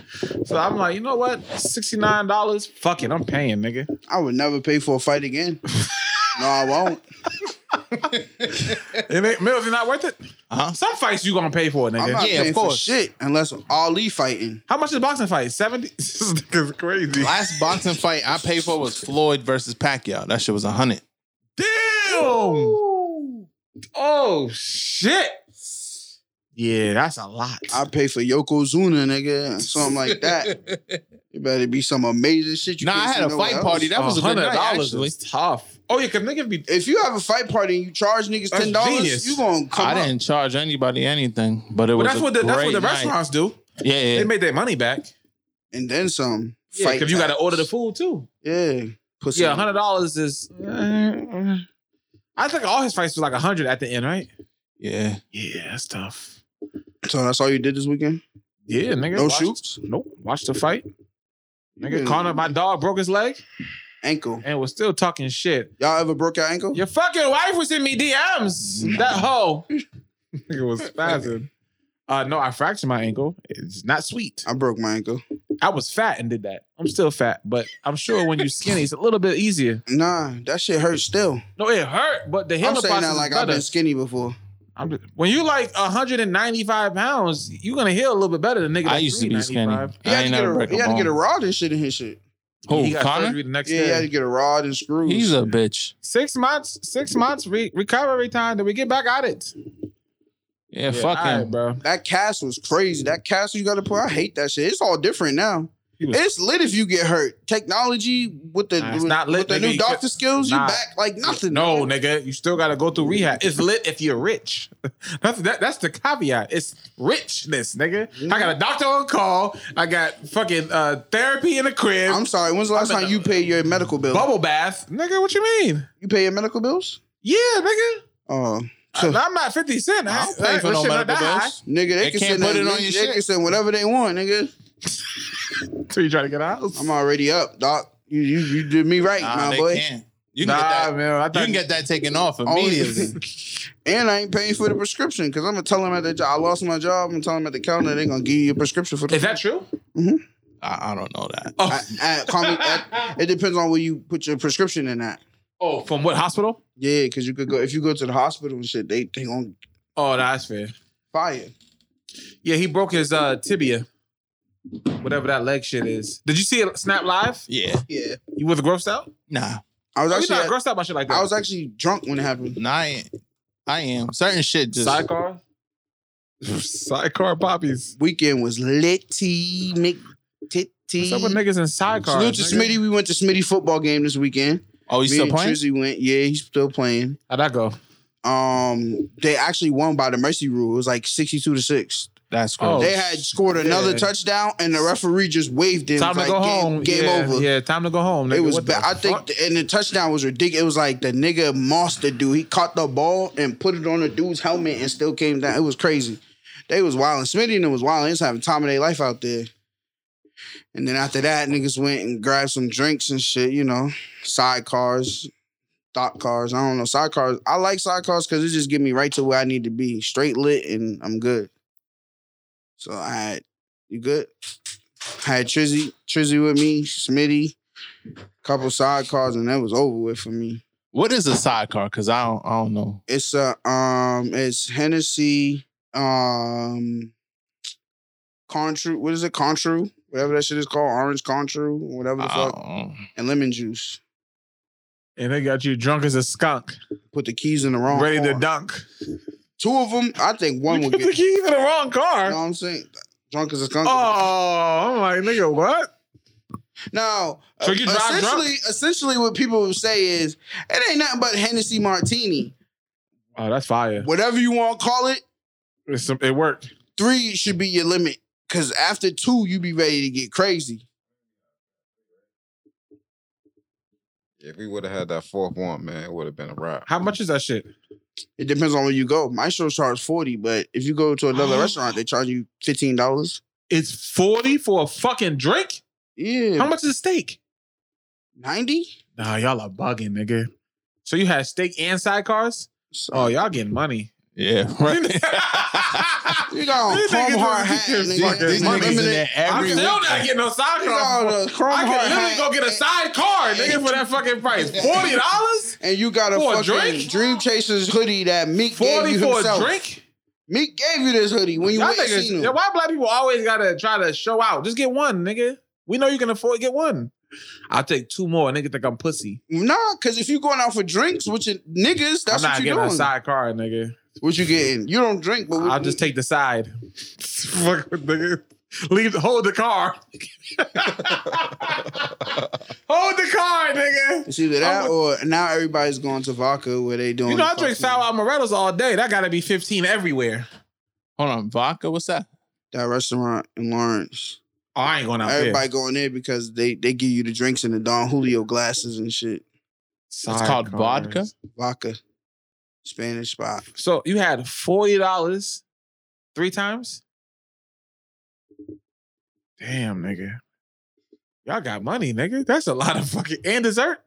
C: So I'm like, you know what? $69. Fuck it. I'm paying, nigga.
E: I would never pay for a fight again. no, I won't.
C: It ain't, Mills, it not worth it?
D: Uh-huh.
C: Some fights you gonna pay for, nigga.
E: I'm not
D: Yeah, of
E: paying for
D: course.
E: shit unless Ali fighting.
C: How much is a boxing fight? 70? This nigga's crazy.
D: Last boxing fight I paid for was Floyd versus Pacquiao. That shit was a hundred.
C: Damn! Oh shit! Yeah, that's a lot.
E: I pay for Yokozuna, nigga, something like that. it better be some amazing shit. You
D: Nah,
E: can't
D: I had
E: see
D: a
E: nowhere
D: fight
E: else.
D: party. That was a good night.
C: $100
D: Actually.
C: is tough. Oh yeah, cause niggas be
E: If you have a fight party and you charge niggas
C: That's
E: ten dollars,
C: genius.
E: you gonna come
D: I
E: up.
D: didn't charge anybody anything, but it
C: but
D: was
C: that's
D: a
C: what the that's what
D: great
C: the
D: night.
C: restaurants do.
D: Yeah, yeah.
C: They made their money back.
E: and then some.
C: Yeah,
E: fight
C: because you got to
E: pack.
C: order the food too.
E: Yeah, pussy.
C: Yeah, hundred dollars is. I think all his fights was like hundred at the end, right?
D: yeah.
C: Yeah, that's tough.
E: So that's all you did this weekend?
C: Yeah, nigga.
E: No
C: watched-
E: shoots?
C: Nope. Watch the fight. Nigga,
E: Yeah.
C: Connor, my dog broke his leg
E: Ankle.
C: and was still talking shit.
E: Y'all ever broke your ankle?
C: Your fucking wife was in me DMs. That hoe. it was spazzing. Uh, no, I fractured my ankle. It's not sweet.
E: I broke my ankle.
C: I was fat and did that. I'm still fat, but I'm sure when you're skinny, it's a little bit easier.
E: Nah, that shit hurts still.
C: No, it hurt, but the
E: I'm
C: healing
E: saying
C: process
E: that
C: is
E: like I've
C: better.
E: been skinny before.
C: I'm just- when you're like 195 pounds, you're gonna heal a little bit better than nigga.
D: I
C: that's
D: used to be skinny.
C: 395.
E: He
D: I
E: had,
D: ain't
E: to get,
D: never
E: a,
D: break
E: he
D: a
E: had to get a
D: bone.
E: rod and shit in his shit.
C: he
D: Who?
C: got
D: Connor?
C: surgery the next
E: Yeah, he
C: day.
E: had to get a rod and screws.
D: He's a bitch.
C: Six months, six months re- recovery time. Then we get back at it.
D: Yeah, fuck
C: all right,
D: him.
C: bro.
E: that cast was crazy. That cast you got to put. I hate that shit. It's all different now.
C: He was-
E: it's lit if you get hurt. Technology with the
C: Nah, it's
E: with,
C: not lit,
E: with the
C: nigga.
E: new
C: You
E: doctor
C: could-
E: skills,
C: Nah.
E: you back like nothing.
C: No, nigga, you still gotta go through rehab. It's lit if you're rich. That's that, that's the caveat. It's richness, nigga. I got a doctor on call. I got fucking uh, therapy in the crib.
E: I'm sorry. When's the last time you paid your medical bill?
C: bubble bath, nigga. What you mean?
E: You pay your medical bills?
C: Yeah, nigga.
E: Oh,
C: I, am not fifty cent. I,
D: I
C: don't
D: don't pay for no medical bills.
E: nigga, they,
D: They
E: can
D: can't
E: send
D: put
E: that-
D: it on
E: they,
D: your
E: they
D: shit.
E: can send whatever they want, nigga.
C: So you try to get out?
E: I'm already up, doc. You you, you did me right,
D: Nah,
E: my
D: they
E: boy.
D: can't. You can,
C: Nah,
D: get that,
C: man. I
D: you
C: thought
D: can get that taken off
E: Only-
D: immediately.
E: and I ain't paying for the prescription because I'm gonna tell them at the job. I lost my job. I'm telling them at the counter they gonna give you a prescription for the.
C: Is that true?
D: I, I don't know that.
C: Oh,
E: I- I- call me- I- it depends on where you put your prescription in at.
C: oh, from what hospital?
E: Yeah, because you could go if you go to the hospital and shit, they they on
C: Oh, that's fair.
E: fire.
C: Yeah, he broke his uh, tibia. Whatever that leg shit is. Did you see it snap live?
D: Yeah.
E: Yeah,
C: You was grossed out?
D: Nah.
E: I was
C: Oh, you
E: actually uh,
C: not grossed out by shit like that.
E: I was actually drunk when it happened.
D: Nah, I ain't. I am. Certain shit just.
C: Sidecar? sidecar poppies.
E: Weekend was litty, Mick titty.
C: What's up with niggas in sidecar?
E: Salute to Smitty. We went to Smitty football game this weekend.
D: oh, you
E: Me
D: still
E: and
D: playing?
E: Trizzy went. Yeah, he's still playing.
C: How'd that go?
E: Um, they actually won by the mercy rule. It was like sixty-two to six.
D: That's
C: Oh,
D: crazy.
E: they had scored another
C: yeah.
E: touchdown, and the referee just waved it. It
C: Time
E: was
C: to
E: like,
C: go
E: game,
C: home.
E: Game
C: yeah,
E: over.
C: Yeah, time to go home. Nigga.
E: It was
C: What
E: bad.
C: the
E: I think,
C: fuck?
E: and the touchdown was ridiculous. It was like the nigga monster dude. He caught the ball and put it on the dude's helmet and still came down. It was crazy. They was wilding. Smitty and them was wilding. He's having time of their life out there. And then after that, niggas went and grabbed some drinks and shit. You know, sidecars, thought cars. I don't know sidecars. I like sidecars because it just get me right to where I need to be, straight lit, and I'm good. So I had you good. I had Trizzy, Trizzy with me, Smitty couple sidecars and that was over with for me.
D: What is a sidecar? Because I don't, I don't know.
E: It's a um, it's Hennessy, um, Contru. What is it? Contru, whatever that shit is called. Orange Contru, whatever the
D: I
E: fuck,
D: don't-
E: and lemon juice.
C: and they got you drunk as a skunk,
E: Put the keys in the wrong.
C: ready to
E: car.
C: dunk.
E: Two of them. I think one
C: You
E: would
C: put
E: get.
C: the
E: You
C: keys in the wrong car.
E: know what I'm saying? Drunk as a skunk.
C: Oh, I'm like, nigga, what?
E: Now,
C: So you drive
E: essentially,
C: drunk?
E: essentially, what people would say is it ain't nothing but Hennessy Martini,
C: Oh, that's fire.
E: whatever you want to call it.
C: It's, it worked.
E: Three should be your limit, because after two, you be ready to get crazy.
F: If we would have had that fourth one, man, it would have been a wrap.
C: How much is that shit?
E: It depends on where you go. My show charge forty, but if you go to
C: Oh.
E: another restaurant, they charge you fifteen dollars.
C: It's 40 for a fucking drink? How
E: Yeah,
C: much is a steak?
E: ninety.
C: Nah, y'all are bugging, nigga. So you had steak and sidecars? Oh, y'all getting money.
D: Yeah, right.
E: You got
C: These
E: on
C: niggas
E: chrome hard
C: really
E: hat,
C: get
E: nigga.
C: fucking-
E: It's
D: These niggas in
E: limited.
D: there
C: I'm
D: every
C: still not
D: week.
C: getting no
E: You got
C: sidecars.
E: on a chrome
C: I
E: hard
C: can literally
E: hat
C: go get a sidecar, nigga, for that fucking price. $40?
E: And you got a
C: for a
E: fucking
C: drink?
E: Dream Chasers hoodie that Meek gave
C: 40
E: you
C: for
E: himself.
C: a drink?
E: Meek gave you this hoodie when you
C: Y'all
E: went and
C: niggas,
E: seen
C: yeah,
E: him.
C: why black people always gotta try to show out? Just get one, nigga. We know you can afford get one. I'll take two more, nigga. Think I'm pussy.
E: Nah, because if you going out for drinks with your niggas,
C: I'm
E: that's
C: not
E: what you
C: getting
E: doing.
C: a sidecar, nigga.
E: What you getting? You don't drink, but what-
C: I'll just take the side. Fuck, nigga. Leave, hold the car. hold the car, nigga.
E: it's either that or now everybody's going to vodka where they doing.
C: You know I drink
E: fucking-
C: sour amarettos all day. That gotta be 15 everywhere.
D: Hold on, vodka. What's that?
E: That restaurant in Lawrence,
C: Oh, I ain't going out
E: everybody
C: there.
E: going there because they they give you the drinks in the Don Julio glasses and shit.
D: It's called vodka.
E: Vodka, Spanish spot.
C: So you had forty dollars three times. Damn, nigga, y'all got money, nigga. That's a lot of fucking and dessert.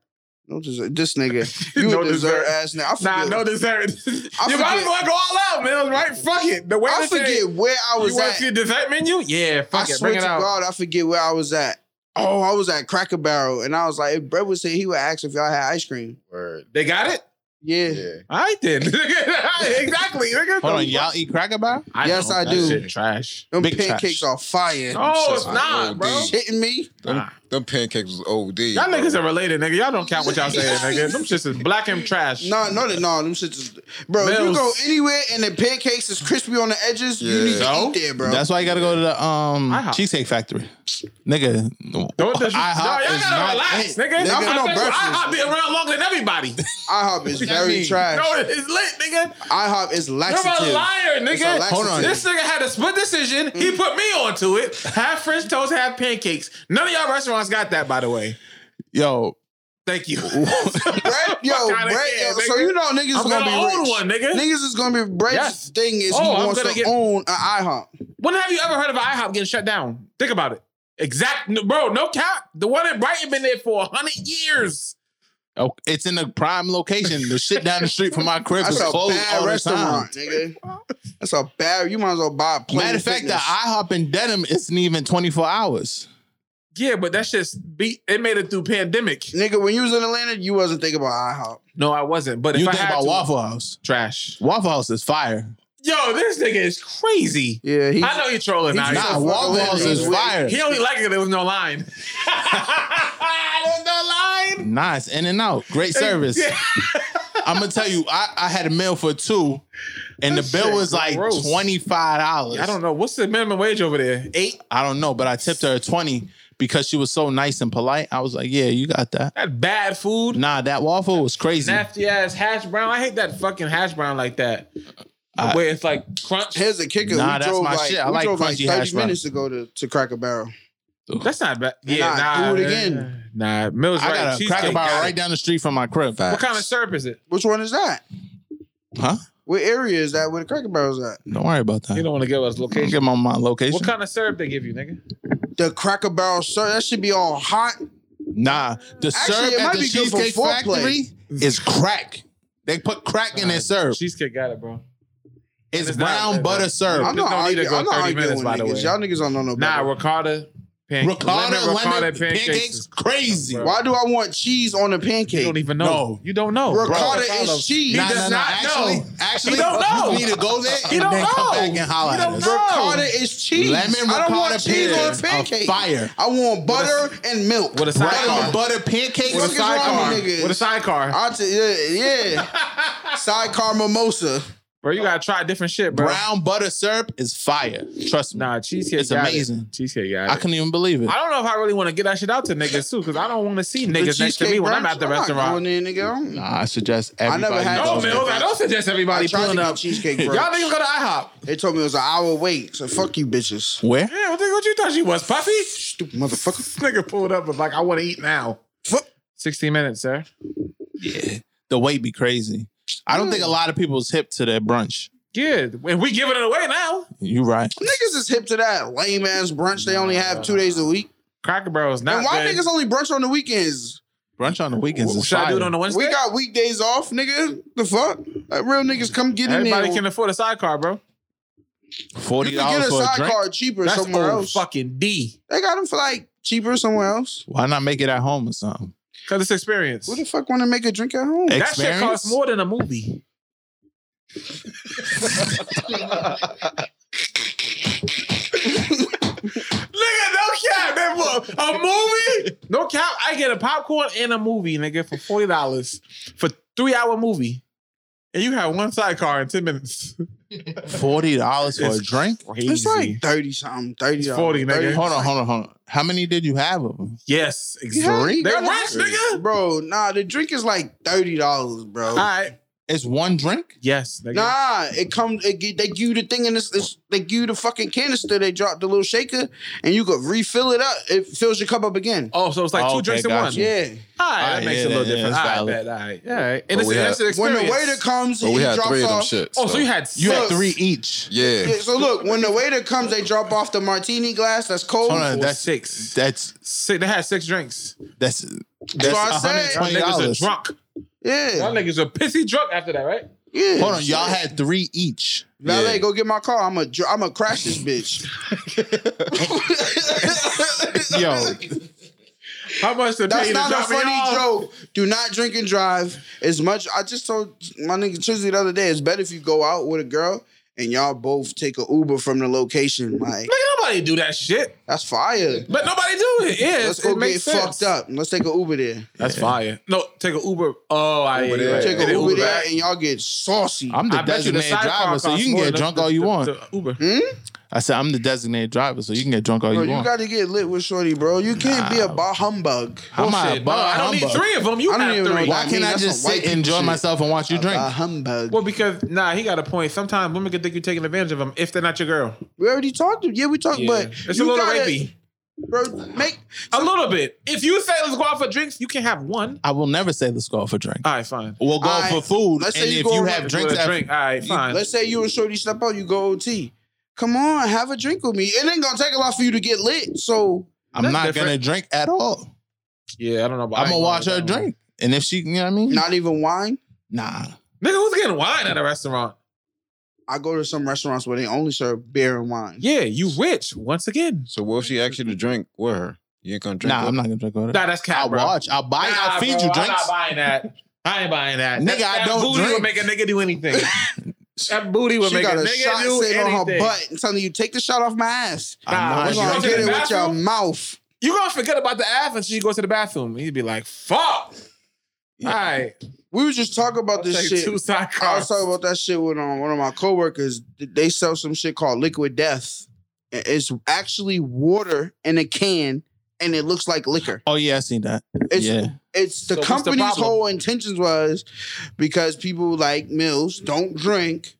E: No dessert. This nigga, you
C: No
E: a dessert,
C: dessert.
E: ass now. I forget,
C: Nah, no dessert. you might as
E: forget-
C: well go all out, man. Right? Fuck it. The way
E: I
C: that they-
E: forget where I was
C: you
E: at.
C: want your dessert menu? Yeah,
E: I
C: fuck it.
E: swear
C: Bring
E: to
C: it out.
E: God, I forget where I was at. Oh, I was at Cracker Barrel, and I was like, if Brett would say he would ask if y'all had ice cream.
F: Word.
C: They got it.
E: Yeah.
F: Yeah.
C: All right then. exactly. Nigga.
D: Hold on, y'all eat Cracker Barrel?
E: Yes,
C: know.
E: I
C: That
E: do.
C: Shit trash.
E: Them
D: Big
E: pancakes
D: trash.
E: are fire.
C: Oh,
F: so
C: it's
F: sorry.
C: not,
F: OD.
C: bro.
E: You shitting me?
C: Nah.
F: Them pancakes was OD.
C: Y'all
F: bro.
C: niggas are related, nigga. Y'all don't count what y'all saying, nigga. Them shits is black and trash.
E: No, no, no, them shits is bro. if You
C: Mills.
E: go anywhere and the pancakes is crispy on the edges. You need
D: So?
E: to eat there, bro.
D: That's why you gotta go to the um
C: IHOP.
D: Cheesecake Factory. Nigga,
C: Don't dis-
D: IHOP
C: no, y'all
D: is
C: gotta
D: not-
C: relax,
D: Hey,
C: nigga.
E: nigga,
C: I
E: I'm on
C: think
E: breakfast.
C: IHOP be around longer than everybody.
E: IHOP is very trash.
C: no, it's lit, nigga.
E: IHOP is
C: You're a
E: laxative.
C: liar,
E: It's Mm. a
C: nigga.
E: laxative.
D: Hold on.
C: This nigga had a split decision. He put me onto it. Half French toast, half pancakes. None of y'all restaurants got that, by the way.
D: Yo,
C: Thank you.
E: Brett, yo,
C: Fuck outta
E: Brett,
C: here,
E: yo,
C: nigga.
E: so you know niggas
C: I'm
E: is
C: gonna,
E: gonna, be
C: own
E: rich.
C: one, nigga.
E: Niggas is gonna be Brett's
C: Yes.
E: thing is
C: Oh,
E: he
C: I'm
E: wants
C: gonna
E: to
C: get-
E: own an IHOP.
C: When have you ever heard of an IHOP getting shut down? Think about it. Exact, bro. No cap. The one in Brighton been there for hundred years.
D: oh, it's in the prime location. The shit down the street from my crib is
E: That's a
D: closed
E: bad
D: all the time.
E: restaurant, nigga. That's a bad. You might as well buy a plane.
D: Matter of fact, the IHOP in Denham isn't even 24 hours.
C: Yeah, but that's just beat. It made it through pandemic.
E: nigga, when you was in Atlanta, you wasn't thinking about IHOP.
C: No, I wasn't. But if
D: You
C: I
D: think
C: had
D: about
C: to,
D: Waffle House.
C: trash.
D: Waffle House is fire.
C: Yo, this nigga is crazy.
E: Yeah, he.
C: I know you trolling.
E: he's
C: Nah,
E: not
D: Nah,
E: fucking
D: Waffle
E: with
D: House
E: me.
D: is fire.
C: He only liked it. 'cause There was no line. There's no line.
D: Nice, in and out. Great service.
C: Yeah.
D: I'm gonna tell you, I, I had a meal for two, and
C: That
D: the bill
C: shit
D: was like
C: gross.
D: twenty five dollars.
C: I don't know what's the minimum wage over there. Eight.
D: I don't know, but I tipped her twenty because she was so nice and polite. I was like, "Yeah, you got that."
C: That bad food.
D: Nah, that waffle was crazy.
C: Nasty ass hash brown. I hate that fucking hash brown like that.
D: I-
C: Where it's like crunch.
E: Here's a kicker.
D: Nah,
E: we
D: that's
E: drove
D: my
E: like,
D: shit. I
E: we
D: like
E: drove like
D: crunchy
E: 30
D: hash brown.
E: minutes ago to, to Cracker Barrel.
C: That's not bad. Yeah,
E: I
C: nah.
E: do it
C: nah,
E: again.
C: Nah, Mills
D: I
C: right.
D: got a
C: Cheesecake
D: cracker bar
C: got
D: right
C: it.
D: down the street from my crib.
F: Facts.
C: What kind of syrup is it?
E: Which one is that?
D: Huh?
E: What area is that? Where the Cracker Barrel's at?
D: Don't worry about that.
C: You don't want to give us
D: Don't
C: location.
D: give my mom location.
C: What kind of syrup they give you, nigga?
E: The Cracker Barrel, sir. That should be all hot.
D: nah, the
E: Actually,
D: syrup
E: it might
D: at the
E: be good for
D: Cheesecake
E: foreplay.
D: Factory is crack. They put crack in their syrup.
C: Cheesecake got it, bro.
D: It's
C: It's not-
D: brown butter syrup.
E: I'm not
C: don't need to
E: arguing.
C: go
E: I'm not
C: 30
E: arguing
C: minutes,
E: with
C: by the way.
E: niggas. Y'all niggas don't know no
C: Nah,
E: better.
C: ricotta, Pan-
D: Ricotta,
C: lemon
D: lemon,
C: ricotta
D: pancakes, is crazy.
C: Bro.
E: Why do I want cheese on a
C: You
E: pancake?
C: don't even know.
D: No.
C: You don't know.
E: Ricotta
C: Bro,
E: is cheese.
C: He does not
D: actually,
C: know.
D: Actually,
C: He don't know.
D: you need to go there
C: He
D: and
C: don't
D: then come
C: know.
D: back and holler
C: He
D: at
C: don't
D: us.
C: know.
E: Ricotta is cheese.
D: Lemon
E: I don't
D: ricotta
E: want cheese on a
D: pairs are
E: pancake.
D: fire.
E: I want butter and milk.
C: With a sidecar.
D: Bread and butter pancakes.
C: With a
E: What is wrong
C: sidecar.
E: with niggas?
C: With a sidecar.
E: I t- yeah, yeah. sidecar mimosa.
C: Bro, you gotta try different shit, bro.
D: Brown butter syrup is fire. Trust me.
C: Nah, cheesecake.
D: It's
C: got it.
D: amazing.
C: Cheesecake, got it.
D: I couldn't even believe it.
C: I don't know if I really want to get that shit out to niggas too, because I don't want to see
E: The
C: niggas next to me
E: cheesecake
C: when I'm
E: brunch?
C: at the
E: not
C: restaurant.
E: going in, nigga. I don't-
D: Nah, I suggest
E: I
D: everybody.
E: never had
D: goes
C: No,
E: those.
D: there.
C: man, I don't suggest
E: I
C: everybody
E: tried to
C: pulling
E: get
C: up.
E: cheesecake
C: Y'all
E: brunch.
C: niggas go to IHOP.
E: They told me it was an hour wait, so fuck you bitches.
D: Where?
C: Yeah, what, the- what you thought she was, puppy?
E: Stupid motherfucker.
C: This nigga pulled up was like, I want to eat now.
E: Fuck.
C: 60 minutes, sir.
D: Yeah. The weight be crazy. I don't think
E: Mm.
D: a lot of people's hip to that brunch.
C: Yeah, and we giving it away now.
D: You right.
E: Niggas is hip to that lame ass brunch they only have two days a week.
C: Cracker Barrel is not
E: and why
C: good.
E: niggas only brunch on the weekends?
D: Brunch on the weekends is
C: Should I
D: fire.
C: do it on the Wednesday?
E: We got weekdays off, nigga. The fuck? Like, real niggas come get in there.
C: Everybody can afford a sidecar, bro.
D: Forty
E: you can
D: dollars
E: get a
D: for a drink.
E: sidecar cheaper
C: That's
E: somewhere
C: old
E: else.
C: fucking D.
E: They got them for like cheaper somewhere else.
D: Why not make it at home or something?
C: Because it's experience.
E: Who the fuck want to make a drink at home?
C: that
D: Experience?
C: shit costs more than a movie. Nigga, no cap, man. For A movie? No cap. I get a popcorn and a movie, nigga, for forty dollars for three hour movie, and you have one sidecar in ten minutes.
D: Forty dollars for a
C: It's
D: drink.
C: Crazy.
E: It's like thirty something, thirty
C: It's 40, nigga.
E: $30.
D: Hold on, hold on, hold on. How many did you have of them?
C: yes,
E: Yeah,
C: exactly.
E: you
D: Three?
C: They
E: gotta-
C: rich, nigga.
E: Bro, nah, the drink is like thirty dollars, bro.
C: All right.
D: It's one drink.
C: Yes, nigga.
E: Nah, it comes. It, gi- they give you the thing in this. this- They give you the fucking canister. They drop the little shaker, and you could refill it up. It fills your cup up again.
C: Oh, so it's like two
D: Okay,
C: drinks in
D: gotcha.
C: one.
E: Yeah.
C: All right,
D: Alright,
C: that makes
D: yeah,
C: it a little
D: yeah,
C: different.
D: yeah,
C: All
D: it's
C: right,
D: valid.
C: bet, all right, all right. And
F: But
C: it's,
F: we
C: that's
F: had-
C: an
E: When
C: experience.
E: the waiter comes,
F: But we
E: he
F: had
E: drops
F: three of them
E: off.
F: shits.
C: oh, so you had six.
D: You had three each.
F: Yeah.
E: Yeah, so look, when the waiter comes, they drop off the martini glass that's cold.
D: Hold on,
C: Or
D: Uh, that's
C: six.
D: That's
C: six. They had six drinks.
D: that's
E: That's what I
D: that's
E: said.
C: Y'all niggas are
D: 120
C: drunk. Y'all
E: yeah,
C: niggas are pissy drunk after that, right?
E: yeah.
D: Hold on, y'all had three each.
E: Valet,
F: Yeah.
E: go get my car. I'm a, dr- I'm a crash this bitch.
D: Yo,
C: How much did
E: That's
C: they
E: not a
C: drop me Oh,
E: funny
C: off?
E: joke. Do not drink and drive. As much I just told my nigga Chizzy the other day, it's better if you go out with a girl and y'all both take a Uber from the location. Like
C: Nigga, nobody do that shit.
E: that's fire.
C: But nobody do it. Yeah,
E: Let's
C: it
E: go get
C: makes sense.
E: fucked up. Let's take a Uber there.
C: That's fire. No, take an Uber. Oh, I
F: Uber there.
C: yeah,
E: Take
C: yeah,
E: a
C: yeah.
E: Uber there
C: back.
E: and y'all get saucy.
D: I'm the
C: I bet you the
D: designated
C: sidecar
D: driver, so
C: costs
D: you can
C: more
D: get
C: than
D: drunk
C: the-
D: all you
C: the-
D: want.
C: the Uber.
E: Hmm?
D: I said I'm the designated driver, so you can get drunk all
E: Bro,
D: you
E: you
D: want.
E: gotta get lit with Shorty, bro. You can't be a bah humbug.
D: How am I a
C: Bullshit. No,
D: bum
C: I don't need
D: humbug?
C: three of them. You
E: I don't
C: have
E: even know
C: three.
E: what
D: Why
E: I mean,
D: can't I
E: that's
D: just
E: some white
D: sit, enjoy
E: people shit.
D: myself, and watch you drink?
E: Bah humbug.
C: Well, because nah, he got a point. Sometimes women can think you're taking advantage of them if they're not your girl.
E: we already talked to yeah, we talked, but
C: it's a
E: you
C: little
E: gotta-
C: rapey.
E: Bro, make
C: A little bit. If you say let's go out for drinks, you can have one.
D: I will never say let's go out for drink.
C: All right, fine.
D: We'll go out
E: Alright,
D: for food,
E: let's say
D: and
E: you
D: if
E: go
D: you
E: around
D: have
E: for
D: drinks,
C: With a
D: after,
C: drink. All right, fine.
E: Let's say you and Shorty step out, you go OT. Come on, have a drink with me. It ain't gonna take a lot for you to get lit. So
D: I'm
C: That's
D: not gonna
C: different.
D: drink at all.
C: yeah, I don't know. About
D: I'm gonna watch her drink, and if she, you know what I mean?
E: not even wine.
D: Nah,
C: Nigga, who's getting wine at a restaurant?
E: I go to some restaurants where they only serve beer and wine.
C: Yeah, you rich once again.
F: So what if she asked you to drink with her? You ain't gonna drink
D: nah,
F: with
D: I'm not gonna drink with her.
C: Nah, that's cat,
D: I'll
C: bro.
D: watch. I'll buy.
C: Nah,
D: I'll feed
C: bro,
D: you
C: I'm not
D: drinks.
C: buying that. I ain't buying that.
D: Nigga,
C: That-
D: I
C: that
D: don't
C: booty
D: drink.
C: would make a nigga do anything. that booty would
E: She
C: make
E: got
C: a
E: a
C: nigga
E: shot
C: do
E: sitting
C: anything.
E: on her butt and telling you, take the shot off my ass.
C: Nah,
D: I'm
E: We're
C: when she
D: not
E: gonna
C: goes to
E: get it
D: drinking.
C: the
E: with your
C: bathroom,
E: mouth.
C: you gonna forget about the ass and she goes to the bathroom. He'd be like, "Fuck." All right,
E: We were just talking about
C: I'll
E: this
C: take
E: shit.
C: two side
E: I was
C: cars.
E: talking about that shit with um, one of my coworkers. They sell some shit called liquid death. It's actually water in a can, and it looks like liquor.
D: Oh yeah, I seen that.
E: It's
D: yeah,
E: it's the
C: So what's the
E: company's
C: problem?
E: whole intentions was because people like Mills don't drink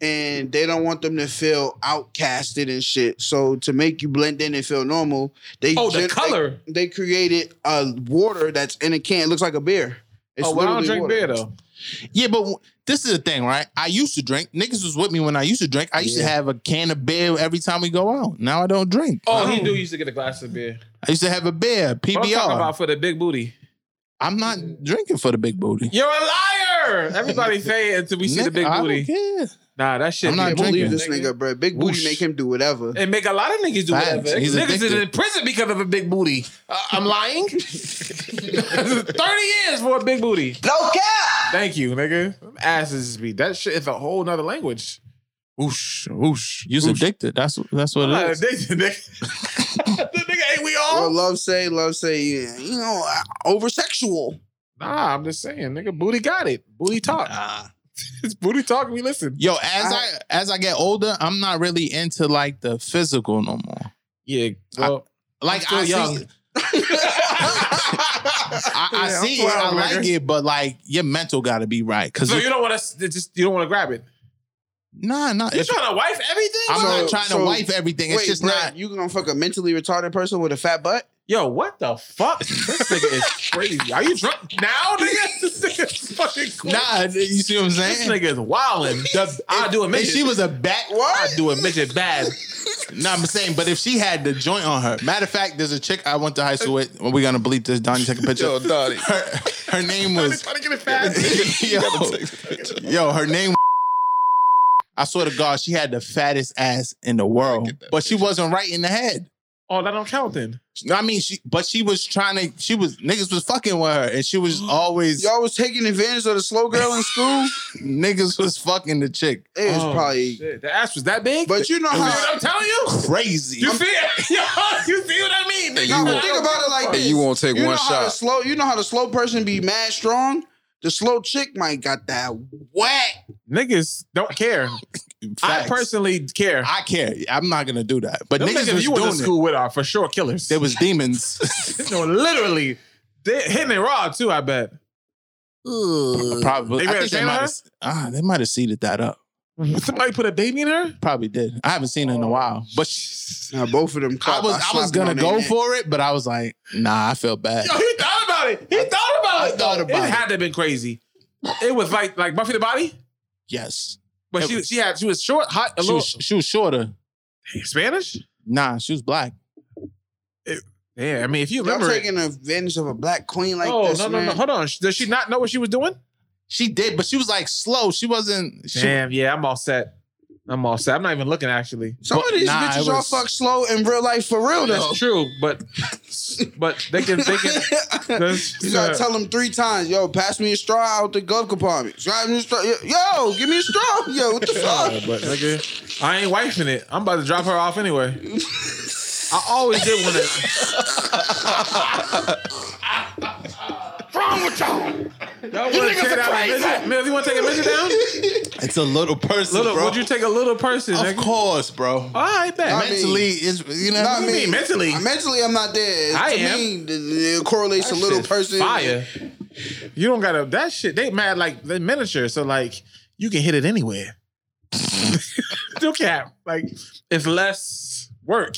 E: and they don't want them to feel outcasted and shit. So to make you blend in and feel normal, they
C: Oh, the
E: gen-
C: color.
E: they, they created a water that's in a can. It looks like a beer. It's
C: oh, well, I don't
E: literally
C: drink beer
E: water.
C: though.
D: yeah. But w- this is the thing, right? I used to drink. Niggas was with me when I used to drink. I used to have a can of beer every time we go out. Now I don't drink.
C: Oh, he do used to get a glass of beer.
D: I used to have a beer,
C: What I'm talking
D: PBR.
C: about for the big booty.
D: I'm not drinking for the big booty.
C: You're a liar. Everybody say it until we see the
D: Nigga,
C: big
D: I
C: booty.
D: don't care.
C: Nah, that shit.
E: I'm not
C: Big Booty,
E: believe this nigga, bro. Big
C: Whoosh.
E: booty make him do whatever.
C: It make a lot of niggas do
D: Facts.
C: whatever.
D: He's
C: niggas is
D: addicted.
C: in prison because of a big booty. Uh, I'm lying. Thirty years for a big booty. No cap. Thank you, nigga. Asses be that shit is a whole nother language. Whoosh, whoosh.
D: You're
C: whoosh.
D: addicted. That's that's
C: I'm
D: what
C: not
D: it is.
C: addicted, nigga. the nigga ain't we
E: Well,
C: all?
E: love say, love say, you know, uh, over sexual.
C: Nah, I'm just saying, nigga. Booty got it. Booty talk. it's booty talk. We listen.
D: Yo, as I, as I get older, I'm not really into like the physical no more.
C: Yeah. Well,
D: Like
C: still
D: I
C: young.
D: see, I, I
C: Yeah, I'm
D: see it, I
C: twelve,
D: like
C: nigga.
D: it, but like your mental got to be right. Cause
C: so
D: if-
C: you don't want to just you don't want to grab it.
D: nah, nah.
C: You
D: if-
C: trying to wife everything?
D: I'm
E: So-
D: not trying to
E: so-
D: wife everything. It's
E: Wait,
D: just
E: Brad,
D: not.
E: you gonna fuck a mentally retarded person with a fat butt?
C: Yo, what the fuck? This nigga is crazy. Are you drunk now, nigga? This nigga is fucking crazy.
D: Nah, you see what I'm
C: This
D: saying?
C: nigga is wildin'. The- I do a
D: If
C: midget.
D: she was a back,
C: I do a midget bad.
D: No, I'm saying, but if she had the joint on her. Matter of fact, there's a chick I went to high school with. We're gonna bleep this. Donnie take a picture.
F: Yo, Donnie.
D: Her, her name was
C: Trying to get it fast.
D: yo, yo, her name was I swear to God, she had the fattest ass in the world.
F: that
D: But she wasn't right in the head.
C: Oh, that don't count then.
D: I mean, she but she was trying to, she was niggas was fucking with her. And she was always
E: Y'all was taking advantage of the slow girl in school.
D: niggas was fucking the chick.
E: It was
C: Oh,
E: probably,
C: shit. the ass was that big.
E: but you know
C: you see
E: how.
C: what I'm telling you?
D: Crazy.
C: You see it? Yo, you see what I mean?
F: Hey,
C: nigga?
F: you
E: No, but
F: won't-
E: think about it like
F: Hey,
E: this.
F: you won't take
E: You
F: one
E: know how the
F: shot.
E: slow, you know how the slow person be mad strong. The slow chick might got that whack.
C: Niggas don't care. I
D: Facts.
C: personally care.
D: I care. I'm not gonna do that. But
C: Them
D: niggas,
C: niggas
D: was
C: you went to
D: doing
C: school with are for sure killers.
D: it. They was demons.
C: no, literally. They hitting it raw too, I bet. They
D: Probably. I
C: ran
D: think they
C: Shayna
D: might
C: her?
D: have, ah, they might have seeded that up.
C: Somebody put a baby in her?
D: Probably did. I haven't seen her in a while, but
E: Now both of them.
D: I
E: caught
D: was
E: by
D: I was
E: slapping
D: gonna
E: on their
D: go
E: neck.
D: for it, but I was like, nah, I feel bad.
C: Yo, he thought about it. He thought about
D: I
C: it.
D: thought
C: though.
D: about
C: it.
D: it.
C: had to have been crazy. It was like like Buffy the Body,
D: Yes,
C: but
D: It
C: she
D: was-
C: she had she was short, hot, a
D: she
C: little
D: was, she was shorter.
C: Spanish.
D: Nah, she was black.
C: Yeah, I mean, if you
E: Y'all
C: remember, it,
E: taking advantage of a black queen like
C: oh
E: this,
C: no no
E: man.
C: no, hold on, does she not know what she was doing?
D: She did, but she was like slow. She wasn't. She,
C: Damn, yeah, I'm all set. I'm all set. I'm not even looking actually.
E: Some
D: But-
E: of these
D: nah,
E: bitches
D: it
E: y'all
D: was-
E: fuck slow in real life for real though.
C: That's true, but but they can they can. that's-
E: you gotta tell them three times, yo, pass me a straw out the glove compartment. Drive me a straw. Yo, give me a straw. Yo, what the
C: Yeah,
E: fuck?
C: but nigga, I ain't wifing it. I'm about to drop her off anyway. I always did want to. Wrong with y'all? Y'all want to take down a midget? Mills, you want to take a midget down?
D: it's a little person,
C: Little,
D: bro.
C: would you take a little person?
D: of
C: nigga?
D: course, bro.
C: All right, bet.
E: I mean-
D: Mentally, is you know.
E: Nah,
D: what I
E: I
D: mean?
C: Me,
E: mean-
C: mentally,
E: Mentally, I'm not there.
C: I
E: to
C: am.
E: me, th- th- it correlates
C: That
E: a little
C: shit's
E: person.
C: Fire. You don't gotta. That shit. They mad like the miniature. So like you can hit it anywhere. Still cap. Like it's less work,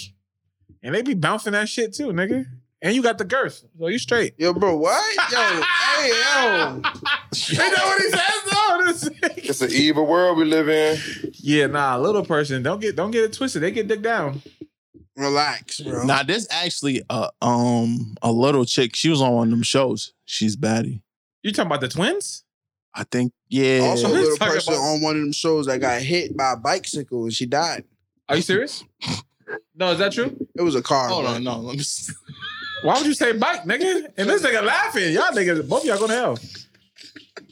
C: and they be bouncing that shit too, nigga. And you got the girth, so you straight.
E: Yo, bro, what? Yo, hey, yo.
C: You know what he says? No, this-
I: It's an evil world we live in.
C: yeah, nah, little person. Don't get don't get it twisted. They get dick down.
E: Relax, bro.
D: Now this actually uh, um a little chick. She was on one of them shows. She's baddie.
C: You talking about the twins?
D: I think. Yeah.
E: also, a
C: Let's
E: little
C: talk
E: person
C: about-
E: on one of them shows that got hit by a bicycle and she died.
C: Are you serious? No, is that true?
E: It was a car.
D: Hold
E: bro.
D: on, no. Let me. s-
C: Why would you say bike, nigga? And this nigga laughing. Y'all niggas, both y'all going to hell.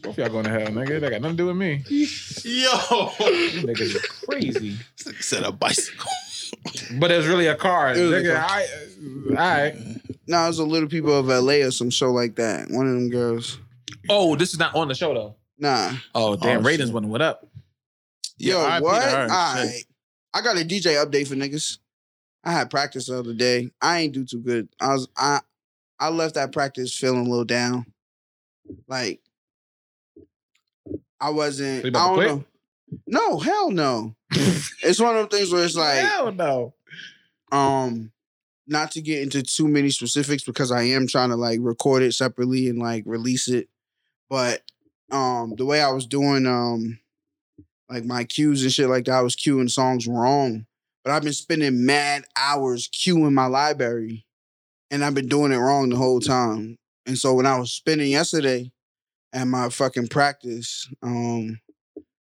C: Both y'all going to hell, nigga. That got nothing to do with me.
D: Yo.
C: You niggas are crazy.
D: Said a bicycle.
C: But it was really a car.
E: was a
C: nigga,
E: car.
C: I, all right.
E: No, it was a little people of LA or some show like that. One of them girls.
C: Oh, this is not on the show, though.
E: Nah.
C: Oh, damn.
D: Oh,
C: ratings
D: shit.
C: went what up?
E: Yo,
D: Yeah, RIP to
E: what?
D: her.
E: All right. I got a DJ update for niggas. I had practice the other day. I ain't do too good. I was I I left that practice feeling a little down. Like I wasn't.
C: So you
E: I
C: about to
E: don't
C: quit?
E: know. No, hell no. it's one of them things where it's like,
C: Hell no.
E: um, not to get into too many specifics because I am trying to like record it separately and like release it. But um, the way I was doing um, like my cues and shit like that, I was cueing songs wrong. But I've been spending mad hours cueing my library, and I've been doing it wrong the whole time. And so when I was spinning yesterday at my fucking practice, um,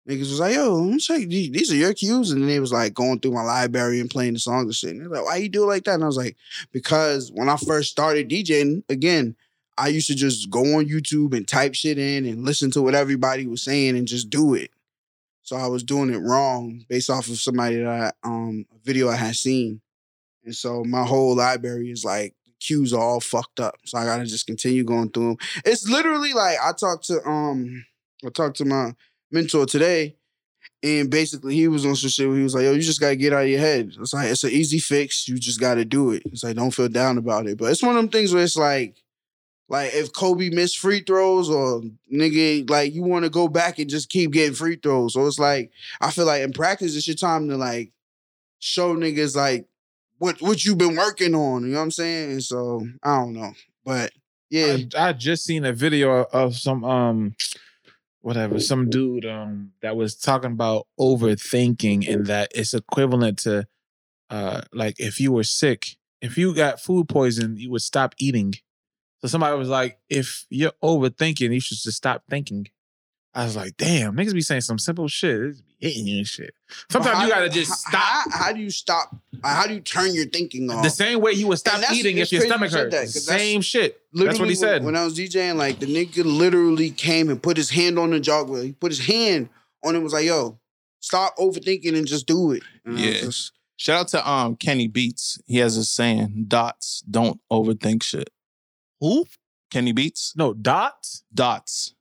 E: Niggas was like, yo, let me check. These these are your cues. And then they was like going through my library and playing the songs and shit. And they're like, why you do it like that? And I was like, because when I first started DJing, again, I used to just go on YouTube and type shit in and listen to what everybody was saying and just do it. So I was doing it wrong based off of somebody that I, um a video I had seen. And so my whole library is like cues are all fucked up. So I gotta just continue going through them. It's literally like I talked to um I talked to my mentor today, and basically he was on some shit where he was like, yo, you just gotta get out of your head. It's like it's an easy fix. You just gotta do it. It's like don't feel down about it. But it's one of them things where it's like like if Kobe missed free throws or nigga, like you want to go back and just keep getting free throws. So it's like I feel like in practice it's your time to like show niggas like what what you been working on. You know what I'm saying? And so I don't know, but yeah,
C: I, I just seen a video of some um whatever some dude um that was talking about overthinking and that it's equivalent to uh like if you were sick if you got food poison you would stop eating so somebody was like if you're overthinking you should just stop thinking i was like damn niggas be saying some simple shit It's be hitting you and shit sometimes
E: But
C: you
E: how-
C: gotta just
E: h-
C: stop
E: How, how do you stop? How do you turn your thinking off?
C: the same way you would stop
E: that's-
C: eating
E: that's
C: if your
E: crazy you
C: stomach
E: said
C: hurt
E: that, 'cause that's
C: same shit that's what he
E: when-
C: said
E: When I was DJing, like the nigga literally came and put his hand on the jog wheel. He put his hand on it. and Was like, yo, stop overthinking and just do it. And I was
D: Yeah.
E: just-
D: Shout out to um Kenny Beats. He has a saying: "Dots don't overthink shit."
C: who
D: Kenny Beats.
C: no dot
D: Dots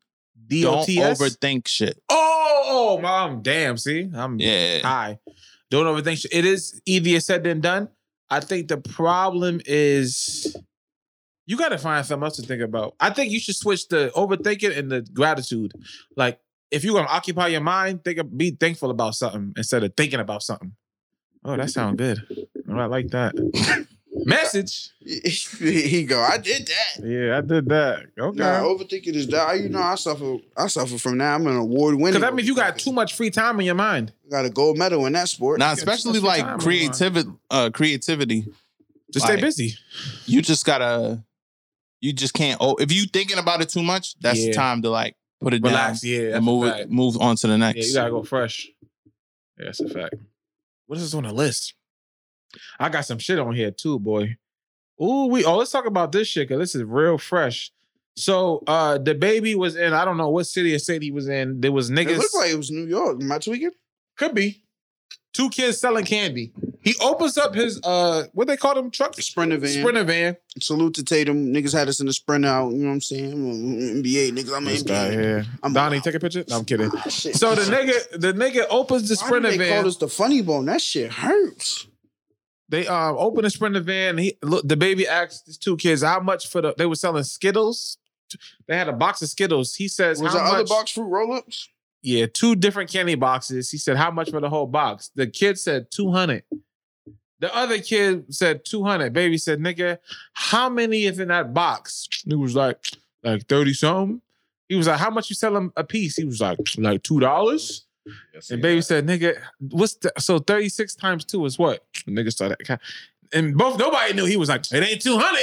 D: don't
C: d-o-t-s
D: overthink shit.
C: oh oh mom damn see i'm
D: Yeah.
C: high. Don't overthink shit. It is easier said than done. I think the problem is you got to find something else to think about. I think you should switch the overthinking and the gratitude. Like if you're gonna occupy your mind, think of, be thankful about something instead of thinking about something. Oh, that sounds good. Oh, I like that. Message.
E: he go. I did that.
C: Yeah, I did that. Okay.
E: Nah, overthinking is that. You know, I suffer. I suffer from that. I'm an award winner.
C: Cause that means you got too much free time in your mind.
E: Got a gold medal in that sport.
D: Now, especially
C: That's your time,
D: like
C: Omar.
D: creativity. Uh, creativity.
C: Just
D: Like,
C: stay busy.
D: You just gotta. You just can't. Oh, if you thinking about it too much, that's
C: Yeah.
D: time to like put it
C: Relax.
D: down
C: Yeah. that's
D: and move
C: a
D: it.
C: fact.
D: Move on to the next.
C: Yeah, you gotta go fresh. Yeah, that's a fact. What is this on the list? I got some shit on here too, boy. Ooh, we oh, let's talk about this shit because this is real fresh. So uh the baby was in, I don't know what city or state he was in. There was
E: It
C: niggas
E: looked like it was New York. Am I tweaking?
C: could be. Two kids selling candy. He opens up his uh what they call them trucks?
E: Sprinter van.
C: Sprinter van.
E: Salute to Tatum. Niggas had us in the sprint out. You know what I'm saying? I'm NBA niggas. I'm an
C: This guy
E: NBA.
C: here.
E: I'm
C: Donnie,
E: out.
C: take a picture. No, I'm kidding.
E: Ah, shit.
C: So the nigga, the nigga opens the
E: Why
C: sprinter
E: do they
C: van.
E: call us the funny bone? That shit hurts.
C: They um opened a sprinter van. He look the baby asked his two kids how much for the they were selling Skittles. They had a box of Skittles. He says
E: Was
C: how
E: the
C: much?
E: other box fruit roll ups?
C: Yeah, two different candy boxes. He said how much for the whole box. The kid said two hundred. The other kid said two hundred. Baby said nigga, how many is in that box? He was like like thirty something. He was like how much you sell them a piece? He was like like two dollars. And baby said, "Nigga, what's the, so thirty six times two is what?" Nigga started, ca- and both nobody knew. He was like, "It ain't 200.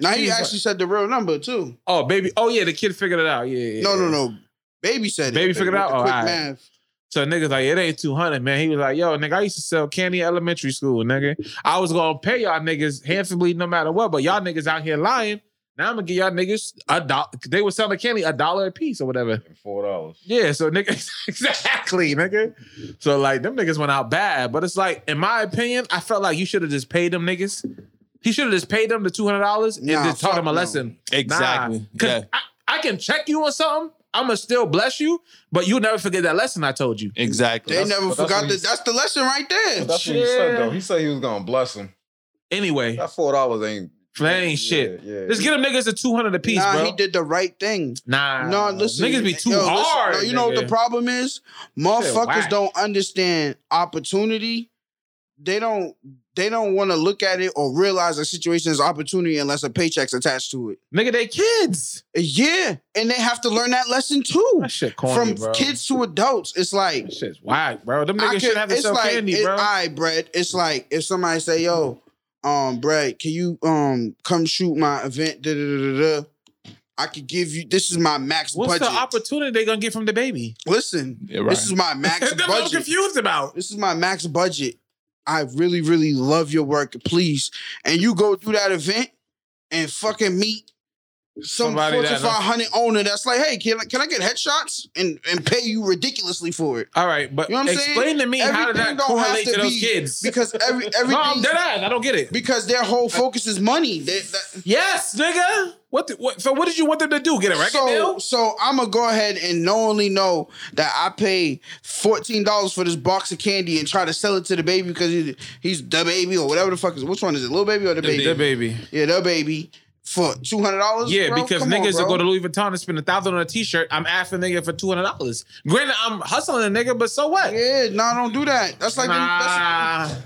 E: Now he
C: Jesus.
E: actually said the real number too.
C: Oh, baby. Oh yeah, the kid figured it out. Yeah, yeah.
E: No,
C: yeah.
E: no, no. Baby said it.
C: Baby figured it
E: with
C: out?
E: the
C: Oh,
E: quick
C: alright.
E: math.
C: So niggas like, "It ain't two hundred, man." He was like, "Yo, nigga, I used to sell candy at elementary school, nigga. I was gonna pay y'all niggas handsomely no matter what, but y'all niggas out here lying." Now I'm gonna give y'all niggas a dollar. They were selling candy a dollar a piece or whatever.
I: Four dollars.
C: Yeah, so nigga, exactly, nigga. So like them niggas went out bad, but it's like, in my opinion, I felt like you should have just paid them niggas. He should have just paid them the two hundred dollars and
E: Nah,
C: just taught them a
E: fuck no.
C: lesson.
D: Exactly.
C: Nah, 'cause
D: Yeah.
C: I, I can check you on something. I'm gonna still bless you, but you'll never forget that lesson I told you.
D: Exactly.
E: They never
I: but that's
E: forgot
I: what
E: that.
I: he-
E: That's the lesson right there.
I: That's what he said
C: Yeah.
I: though. He said he was gonna bless him.
C: Anyway,
I: That four dollars ain't
C: that ain't
I: yeah,
C: shit.
I: Yeah,
C: Just get them niggas a two hundred apiece,
E: nah,
C: bro.
E: he did the right thing.
C: nah,
E: No, listen.
C: niggas be too
E: yo, listen,
C: hard.
E: no, you know what the
C: nigga.
E: problem is? Motherfuckers
C: whack.
E: don't understand opportunity. They don't. They don't want to look at it or realize a situation is opportunity unless a paycheck's attached to it.
C: Nigga, they kids.
E: Uh, Yeah, and they have to learn that lesson too.
C: That shit corny,
E: From
C: bro.
E: kids to adults, it's like
C: that shit's whack, bro. Them
E: I
C: niggas should
E: could-
C: have to
E: it's
C: sell
E: like,
C: candy,
E: it,
C: bro.
E: All right, Brett. It's like if somebody say, "Yo, um, Brett, can you um come shoot my event?" Da, da, da, da, da. I could give you. This is my max
C: What's
E: budget.
C: the opportunity they gonna get from the baby?
E: Listen,
D: Yeah, right.
E: this is my max
C: That's what I'm
E: budget.
C: confused about.
E: This is my max budget. I really, really love your work. Please, and you go do that event and fucking meet some
C: Somebody
E: Fortune
C: that-
E: 500 owner that's like, hey, can I, can I get headshots and and pay you ridiculously for it?
C: All right, but
E: You know what I'm saying?
C: explain to me how did
E: Everything
C: that
E: don't have
C: correlate to,
E: to
C: those
E: be-
C: kids?
E: Because every
C: no, I'm
E: everything
C: dead ass. I don't get it.
E: because their whole focus is money. They, that,
C: yes, nigga. What, the, what? So what did you want them to do? Get a record
E: so,
C: deal?
E: so I'm gonna go ahead and knowingly know that I paid fourteen dollars for this box of candy and try to sell it to the baby because he's, he's the baby or whatever the fuck is. Which one is it, little baby or the, baby?
C: The baby.
E: Yeah, the baby for two hundred dollars.
C: Yeah, because niggas will go to Louis Vuitton and spend a thousand on a T-shirt. I'm asking nigga for two hundred dollars. Granted, I'm hustling a nigga, but so what?
E: Yeah, no, don't do that. That's like that's,
C: nah.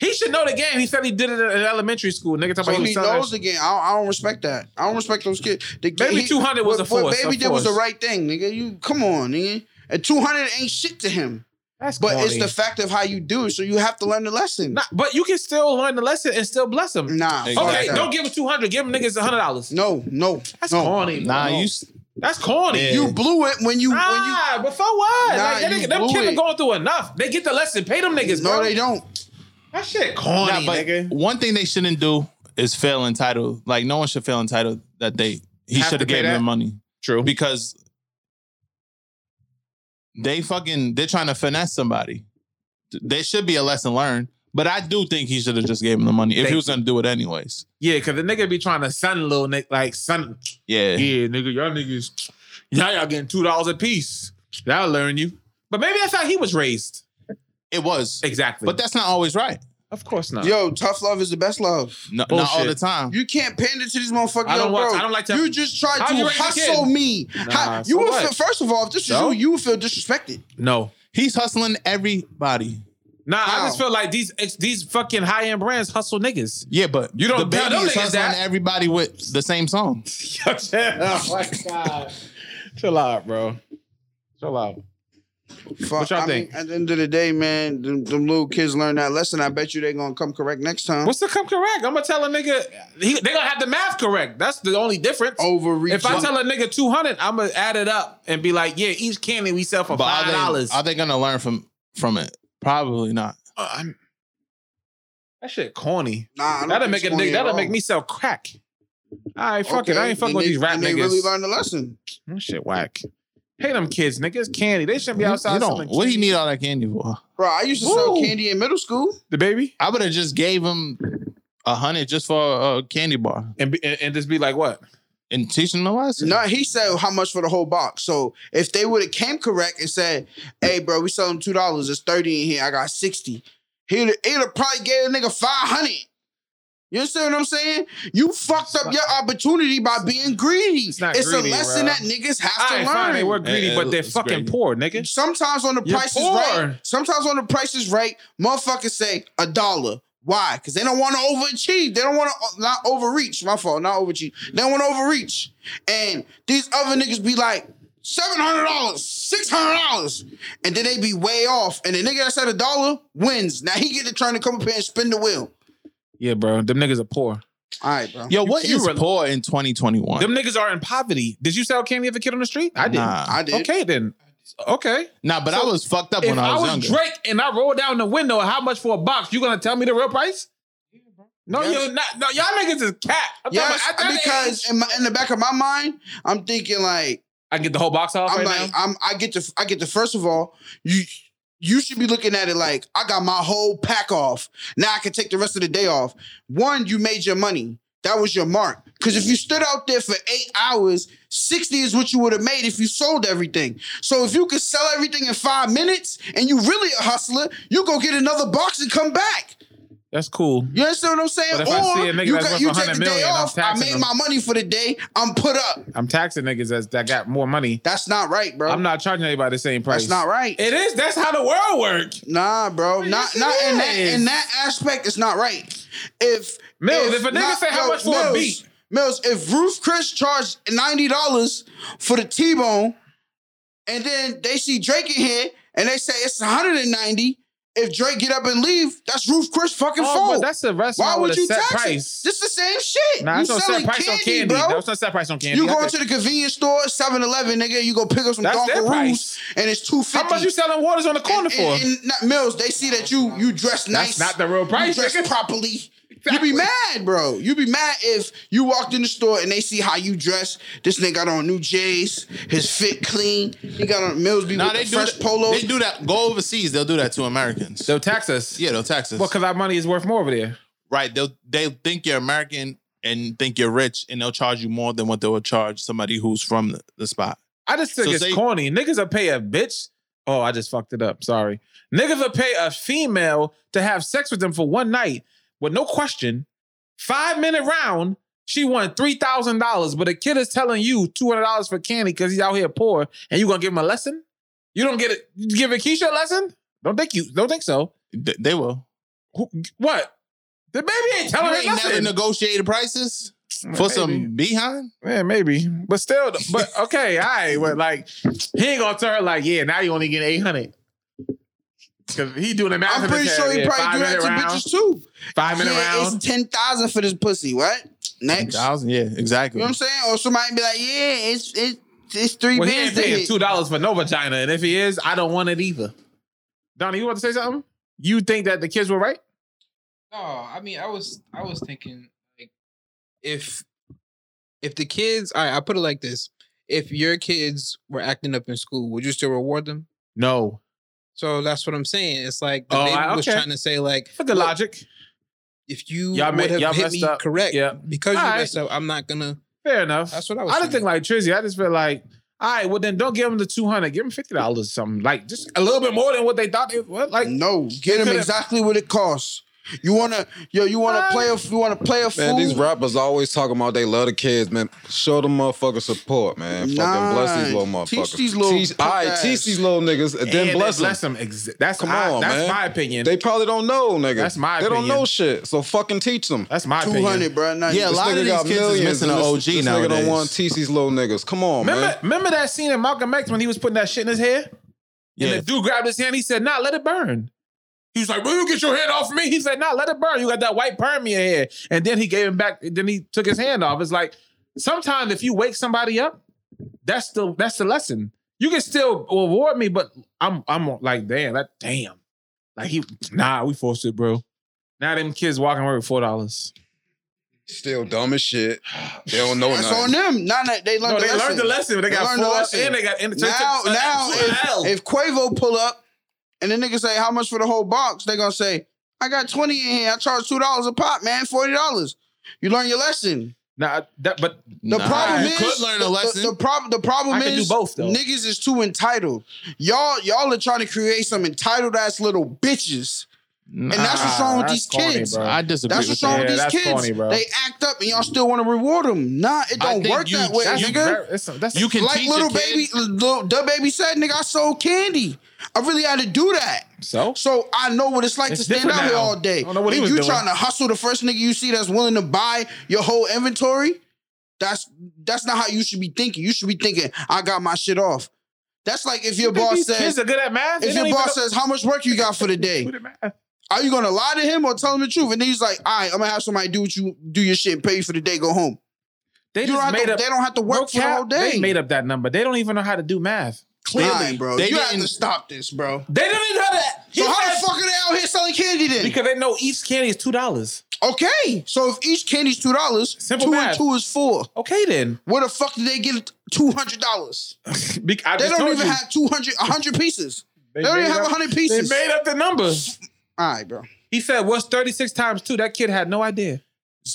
C: He should know the game. He said he did it in elementary school. Nigga, talking
E: so
C: about
E: he
C: he was
E: knows
C: selling.
E: again. I don't, I don't respect that. I don't respect those kids. The kid-
C: Maybe
E: he-
C: 200 was
E: what-
C: a force,
E: What baby
C: a
E: did was the
C: force.
E: right thing, nigga. You come on, nigga. And two hundred ain't shit to him.
C: That's
E: But
C: corny.
E: it's the fact of how you do it, so you have to learn the lesson.
C: Nah, but you can still learn the lesson and still bless him.
E: Nah,
D: Okay,
E: fuck
C: Okay,
E: that.
C: don't give him two hundred. Give him niggas hundred dollars.
E: no, no,
C: That's
E: no.
C: corny.
D: Nah,
C: bro.
D: you s-
C: That's corny.
D: Yeah.
E: You blew it when you when you.
C: nah, Ah, but for what?
E: Nah,
C: like, that
E: you
C: nigga, them
E: blew
C: kids
E: it.
C: are going through enough. They get the lesson. Pay them niggas,
E: No,
C: bro.
E: they don't.
C: That shit corny,
D: Nah, but
C: nigga.
D: one thing they shouldn't do is feel entitled. Like no one should feel entitled that they he
C: Have
D: should
C: to
D: have
C: pay
D: gave
C: that?
D: them money
C: True.
D: because they fucking they're trying to finesse somebody. There should be a lesson learned, but I do think he should have just gave him the money if
C: Thank
D: he was going to do it anyways.
C: Yeah, because the nigga be trying to sun little nigga, like sun.
D: Yeah,
C: Yeah, nigga, y'all niggas, y'all, y'all getting two dollars a piece. That'll learn you. But maybe that's how he was raised.
D: it was,
C: Exactly.
D: but that's not always right.
C: of course not.
E: Yo, tough love is the best love.
D: No, not
C: Bullshit.
D: all the time.
E: You can't pander to these motherfuckers.
C: I don't
E: Yo,
C: want-
E: bro,
C: I don't like to-
E: You just tried
C: How you
E: to
C: raise a
E: hustle
C: kid?
E: me. How-
C: Nah,
E: you
C: so
E: would
C: what?
E: feel, first of all, if this
C: So?
E: is you, you would feel disrespected.
C: No.
D: He's hustling everybody.
C: Nah, I just
E: How?
C: feel like these ex- these fucking high end brands hustle niggas.
D: Yeah, but
C: You don't
D: the
C: tell
D: baby
C: them
D: is
C: niggas
D: hustling
C: that.
D: everybody with the same song.
C: oh my god. Chill out, bro. Chill out.
E: Fuck,
C: What y'all
E: I
C: think?
E: Mean, at the end of the day, man, them, them little kids learn that lesson. I bet you they're gonna come correct next time.
C: What's the come correct? I'm gonna tell a nigga he, they gonna have the math correct. That's the only difference.
E: Overreach.
C: If I tell a nigga two hundred, I'm gonna add it up and be like, yeah, each candy we sell for
D: But
C: five
D: are
C: dollars.
D: they, are they gonna learn from from it? Probably not.
C: Uh, I'm- that shit corny.
E: nah, I don't
C: That'll
E: think
C: make a
E: it's corny
C: nigga.
E: at
C: That'll
E: all.
C: make me sell crack. All right, fuck it. I
E: Okay,
C: ain't fucking
E: then
C: with
E: they-
C: these rap
E: then
C: niggas.
E: They really learn the lesson.
C: That shit whack. Hey, them kids, niggas, candy. They shouldn't be outside.
D: You don't-
C: selling
D: what do you
C: candy.
D: need all that candy for?
E: Bro, I used to sell
C: Woo.
E: candy in middle school.
C: The baby
D: I would have just gave him a hundred just for a candy bar
C: and, be, and and just be like, what?
D: and teach him the lesson.
E: No, he said how much for the whole box. So if they would have came correct and said, "Hey, bro, we selling two dollars. It's thirty in here. I got 60. He'd he'd have probably gave a nigga five hundred. You understand what I'm saying? You fucked up your opportunity by being greedy. It's,
C: not greedy,
E: a
C: bro.
E: lesson that niggas
C: All
E: have to
C: right,
E: learn.
C: fine, they were greedy,
D: Yeah,
C: but they're
D: it's
C: fucking
D: greedy.
C: poor, nigga.
E: Sometimes on the
C: You're
E: price
C: poor.
E: is right. Sometimes on the price is right, motherfuckers say a dollar. Why? Because they don't want to overachieve. They don't want to not overreach. My fault, not overachieve. They don't want to overreach. And these other niggas be like, seven hundred dollars, six hundred dollars, and then they be way off. And the nigga that said a dollar wins. Now he get to trying to come up here and spin the wheel.
C: Yeah, bro. Them niggas are poor.
E: All right, bro.
D: Yo, what is
C: you rel-
D: poor in 2021?
C: Them niggas are in poverty. Did you sell candy of a kid on the street? I did.
D: Nah.
E: I did.
C: Okay, then. Okay.
D: nah, but I was fucked up
C: If
D: when I was, younger.
C: Drake and I rolled down the window, how much for a box? You gonna tell me the real price? No,
E: Yes.
C: you're not. No, y'all niggas is cat. I'm talking
E: Yes,
C: about at that
E: because
C: age-
E: in, my, in the back of my mind, I'm thinking like.
C: I get the whole box off
E: I'm
C: right now.
E: like, I'm, I get to, I get to. First of all, you, you should be looking at it like I got my whole pack off. Now I can take the rest of the day off. One, you made your money. That was your mark. Because if you stood out there for eight hours, sixty is what you would have made if you sold everything. So if you could sell everything in five minutes and you really a hustler, you go get another box and come back.
C: That's cool.
E: You understand what I'm saying?
C: But if I see a nigga
E: you,
C: that's
E: got-
C: worth
E: you
C: 100
E: take the day
C: million, I'm
E: off. I
C: taxing
E: made
C: him.
E: my money for the day. I'm put up.
C: I'm taxing niggas as that got more money.
E: That's not right, bro.
C: I'm not charging anybody the same price.
E: That's not right.
C: It is. That's how the world works.
E: Nah, bro.
C: yes,
E: Not
C: it
E: not in that
C: is.
E: in that aspect, it's not right. If
C: Mills, if a nigga say how much for a beat?
E: Mills, if Ruth Chris charged ninety dollars for the T Bone, and then they see Drake in here and they say it's one hundred and ninety, If Drake get up and leave, that's Ruth Chris fucking
C: Oh, but
E: fault.
C: that's a
E: Why
C: restaurant
E: would
C: with a
E: you
C: set
E: tax
C: price.
E: it? This the same shit.
C: nah,
E: you
C: it's no
E: selling
C: set price on
E: candy,
C: candy.
E: bro.
C: That's no set price on candy.
E: you
C: I
E: go
C: think-
E: to the convenience store, 7-Eleven, nigga. You go pick up some
C: That's their
E: Donkaroos,
C: price.
E: and it's two fifty.
C: How much you selling waters on the corner
E: and,
C: for?
E: and- and not Mills, they see that you you dress nice.
C: That's not the real
E: you
C: price.
E: dress
C: nigga.
E: properly. You be mad, bro. You be mad if you walked in the store and they see how you dress. This nigga got on new J's, his fit clean. He got on Millsby
D: Nah,
E: with
D: they
E: the
D: do
E: fresh
D: that.
E: polos.
D: They do that. Go overseas, they'll do that to Americans.
C: They'll tax us.
D: yeah, they'll tax us.
C: Well, because our money is worth more over there.
D: right? They'll they think you're American and think you're rich, and they'll charge you more than what they would charge somebody who's from the, the spot.
C: I just think
D: So
C: it's
D: say-
C: corny. Niggas will pay a bitch. Oh, I just fucked it up. Sorry. Niggas will pay a female to have sex with them for one night with no question. Five minute round, she won three thousand dollars, but a kid is telling you two hundred dollars for candy because he's out here poor, and you gonna give him a lesson? You don't get it. You give Akeisha a lesson? Don't think you. Don't think so.
D: They, they will.
C: Who, what? The baby ain't telling her
D: you ain't never
C: nothing. Mm,
D: negotiated prices for some behind.
C: Yeah, maybe. But still, but okay, all right. But like, he ain't gonna tell her like, yeah, now you only get eight hundred. Cause he doing the math.
E: I'm
C: in
E: pretty
C: his
E: sure
C: head.
E: he
C: Yeah,
E: probably do
C: five
E: that to
C: minute round,
E: bitches too.
C: Five minute
E: yeah,
C: round.
E: it's ten thousand for this pussy. What? Next, you
D: Thousand, yeah, exactly.
E: know what I'm saying? Or somebody be like, yeah, it's it's it's three
C: Well, he
E: bands.
C: ain't
E: to
C: paying
E: hit.
C: two dollars for no vagina, and if he is, I don't want it either. Donnie, you want to say something? You think that the kids were right?
H: No, I mean, I was I was thinking like if if the kids, all right, I put it like this: if your kids were acting up in school, would you still reward them?
C: No.
H: So that's what I'm saying. It's like the
C: Oh,
H: baby
C: I-
H: was
C: okay.
H: trying to say like,
C: For good
H: look,
C: logic.
H: if you
C: Y'all ma-
H: would
C: y'all
H: have hit
C: messed
H: me
C: up.
H: correct,
C: Yeah.
H: because you
C: All right.
H: messed up, I'm not gonna.
C: Fair enough.
H: That's what I was
C: I didn't think
H: thinking.
C: like Trizzy. I just feel like, all right, well then don't give him the two hundred. Give him fifty dollars or something. Like just a little bit more than what they thought they what like
E: No, get him
C: could've-
E: exactly what it costs. You wanna, yo, you wanna play a, you wanna play a fool.
F: Man, these rappers always talking about they love the kids, man. Show them motherfuckers support, man.
E: Nah,
F: Fucking bless these little motherfuckers.
E: teach these little
F: Teach, all right,
E: punk ass.
F: teach these little niggas, and then
C: And
F: bless
C: they
F: them.
C: them. Ex- that's
F: Come
C: my,
F: on,
C: that's
F: man.
C: my opinion.
F: They probably don't know, nigga.
C: That's my
F: They don't
C: opinion.
F: know shit, so fucking teach them.
C: that's my
E: two
C: opinion.
E: hundred, bro. Nah,
D: Yeah, a
E: you-
D: lot of
F: Nigga
D: these
F: got
D: kids
F: millions,
D: is missing
F: and
D: an
F: this-
D: OG
F: this nigga
D: nowadays.
F: don't want to teach these little niggas. Come on,
C: Remember,
F: man.
C: remember that scene in Malcolm X when he was putting that shit in his hair? And
D: Yeah.
C: the dude grabbed his hand. He said, nah, let it burn. He was like, well, you get your hand off me. He said, nah, let it burn. You got that white perm in your hair. And then he gave him back. Then he took his hand off. It's like, sometimes if you wake somebody up, that's the that's the lesson. You can still reward me, but I'm I'm like, damn, that damn. Like he nah, we forced it, bro. Now them kids walking away with four dollars.
F: Still dumb as shit. They don't know
E: That's on them.
F: nothing.
E: Nah, nah, they learned
C: No,
E: the
C: they
E: lesson.
C: learned the lesson. but They
E: They
C: got
E: learned the
C: four
E: lesson.
C: and they got and
E: Now, now,
C: hell.
E: if, if Quavo pull up and the nigga say how much for the whole box, they gonna say I got twenty in here. I charge two dollars a pop, man. Forty dollars. You learn your lesson.
C: Nah, that but
E: The
D: Nah,
E: problem
D: you
E: is
D: could learn
E: the-
D: a
E: the-
D: lesson.
E: The, problem the problem
C: I can
E: is
C: do both, though.
E: niggas is too entitled. Y'all y'all are trying to create some entitled ass little bitches.
D: and
E: And that's what's wrong with
C: Nah,
E: these
C: that's corny,
E: kids.
C: bro.
D: I disagree.
E: That's
D: with
E: what's
D: that.
E: wrong with
C: Yeah,
E: these
C: that's
E: kids.
C: corny, bro.
E: they act up and y'all still want to reward them. Nah, it
D: I
E: don't
D: think
E: work
D: you-
E: that way,
D: that's
E: nigga.
C: very- it's- that's-
D: You can
E: like
D: teach
E: little
D: a kid-
E: baby, little, the baby said, nigga, I sold candy. I really had to do that.
C: so
E: So I know what it's like
C: It's
E: to stand
C: different
E: out here
C: now.
E: all day.
C: I don't know what he
E: and
C: was
E: you
C: doing.
E: trying to hustle the first nigga you see that's willing to buy your whole inventory. That's that's not how you should be thinking. You should be thinking, I got my shit off. That's like if your boss
C: these kids
E: says,
C: are good at math. They
E: if your
C: don't even
E: boss
C: know-
E: says, how much work you got for the day?
C: good at math.
E: Are you gonna lie to him or tell him the truth? And then he's like, all right, I'm gonna have somebody do what you do your shit and pay you for the day, go home.
C: they
E: you don't
C: just
E: have
C: made
E: to,
C: up.
E: they don't have to
C: no
E: work for the
C: cap,
E: whole day.
C: They made up that number. They don't even know how to do math.
E: Lying, bro.
D: They
E: you have to
D: didn't-
E: stop this, bro.
C: They don't even know that.
E: So how the fuck are they out here selling candy then?
C: Because they know each candy is two dollars.
E: okay, so if each candy's two dollars, two
C: Simple
E: and
C: math.
E: two is four.
C: Okay then.
E: Where the fuck did they get two hundred dollars?
C: Be- I
E: They
C: just
E: don't
C: told
E: even
C: you.
E: have 200, 100 pieces. They, don't
C: made
E: even have
C: up-
E: hundred
C: They
E: pieces.
C: made up the number.
E: All right, bro.
C: He said, "What's thirty six times two? That kid had no idea.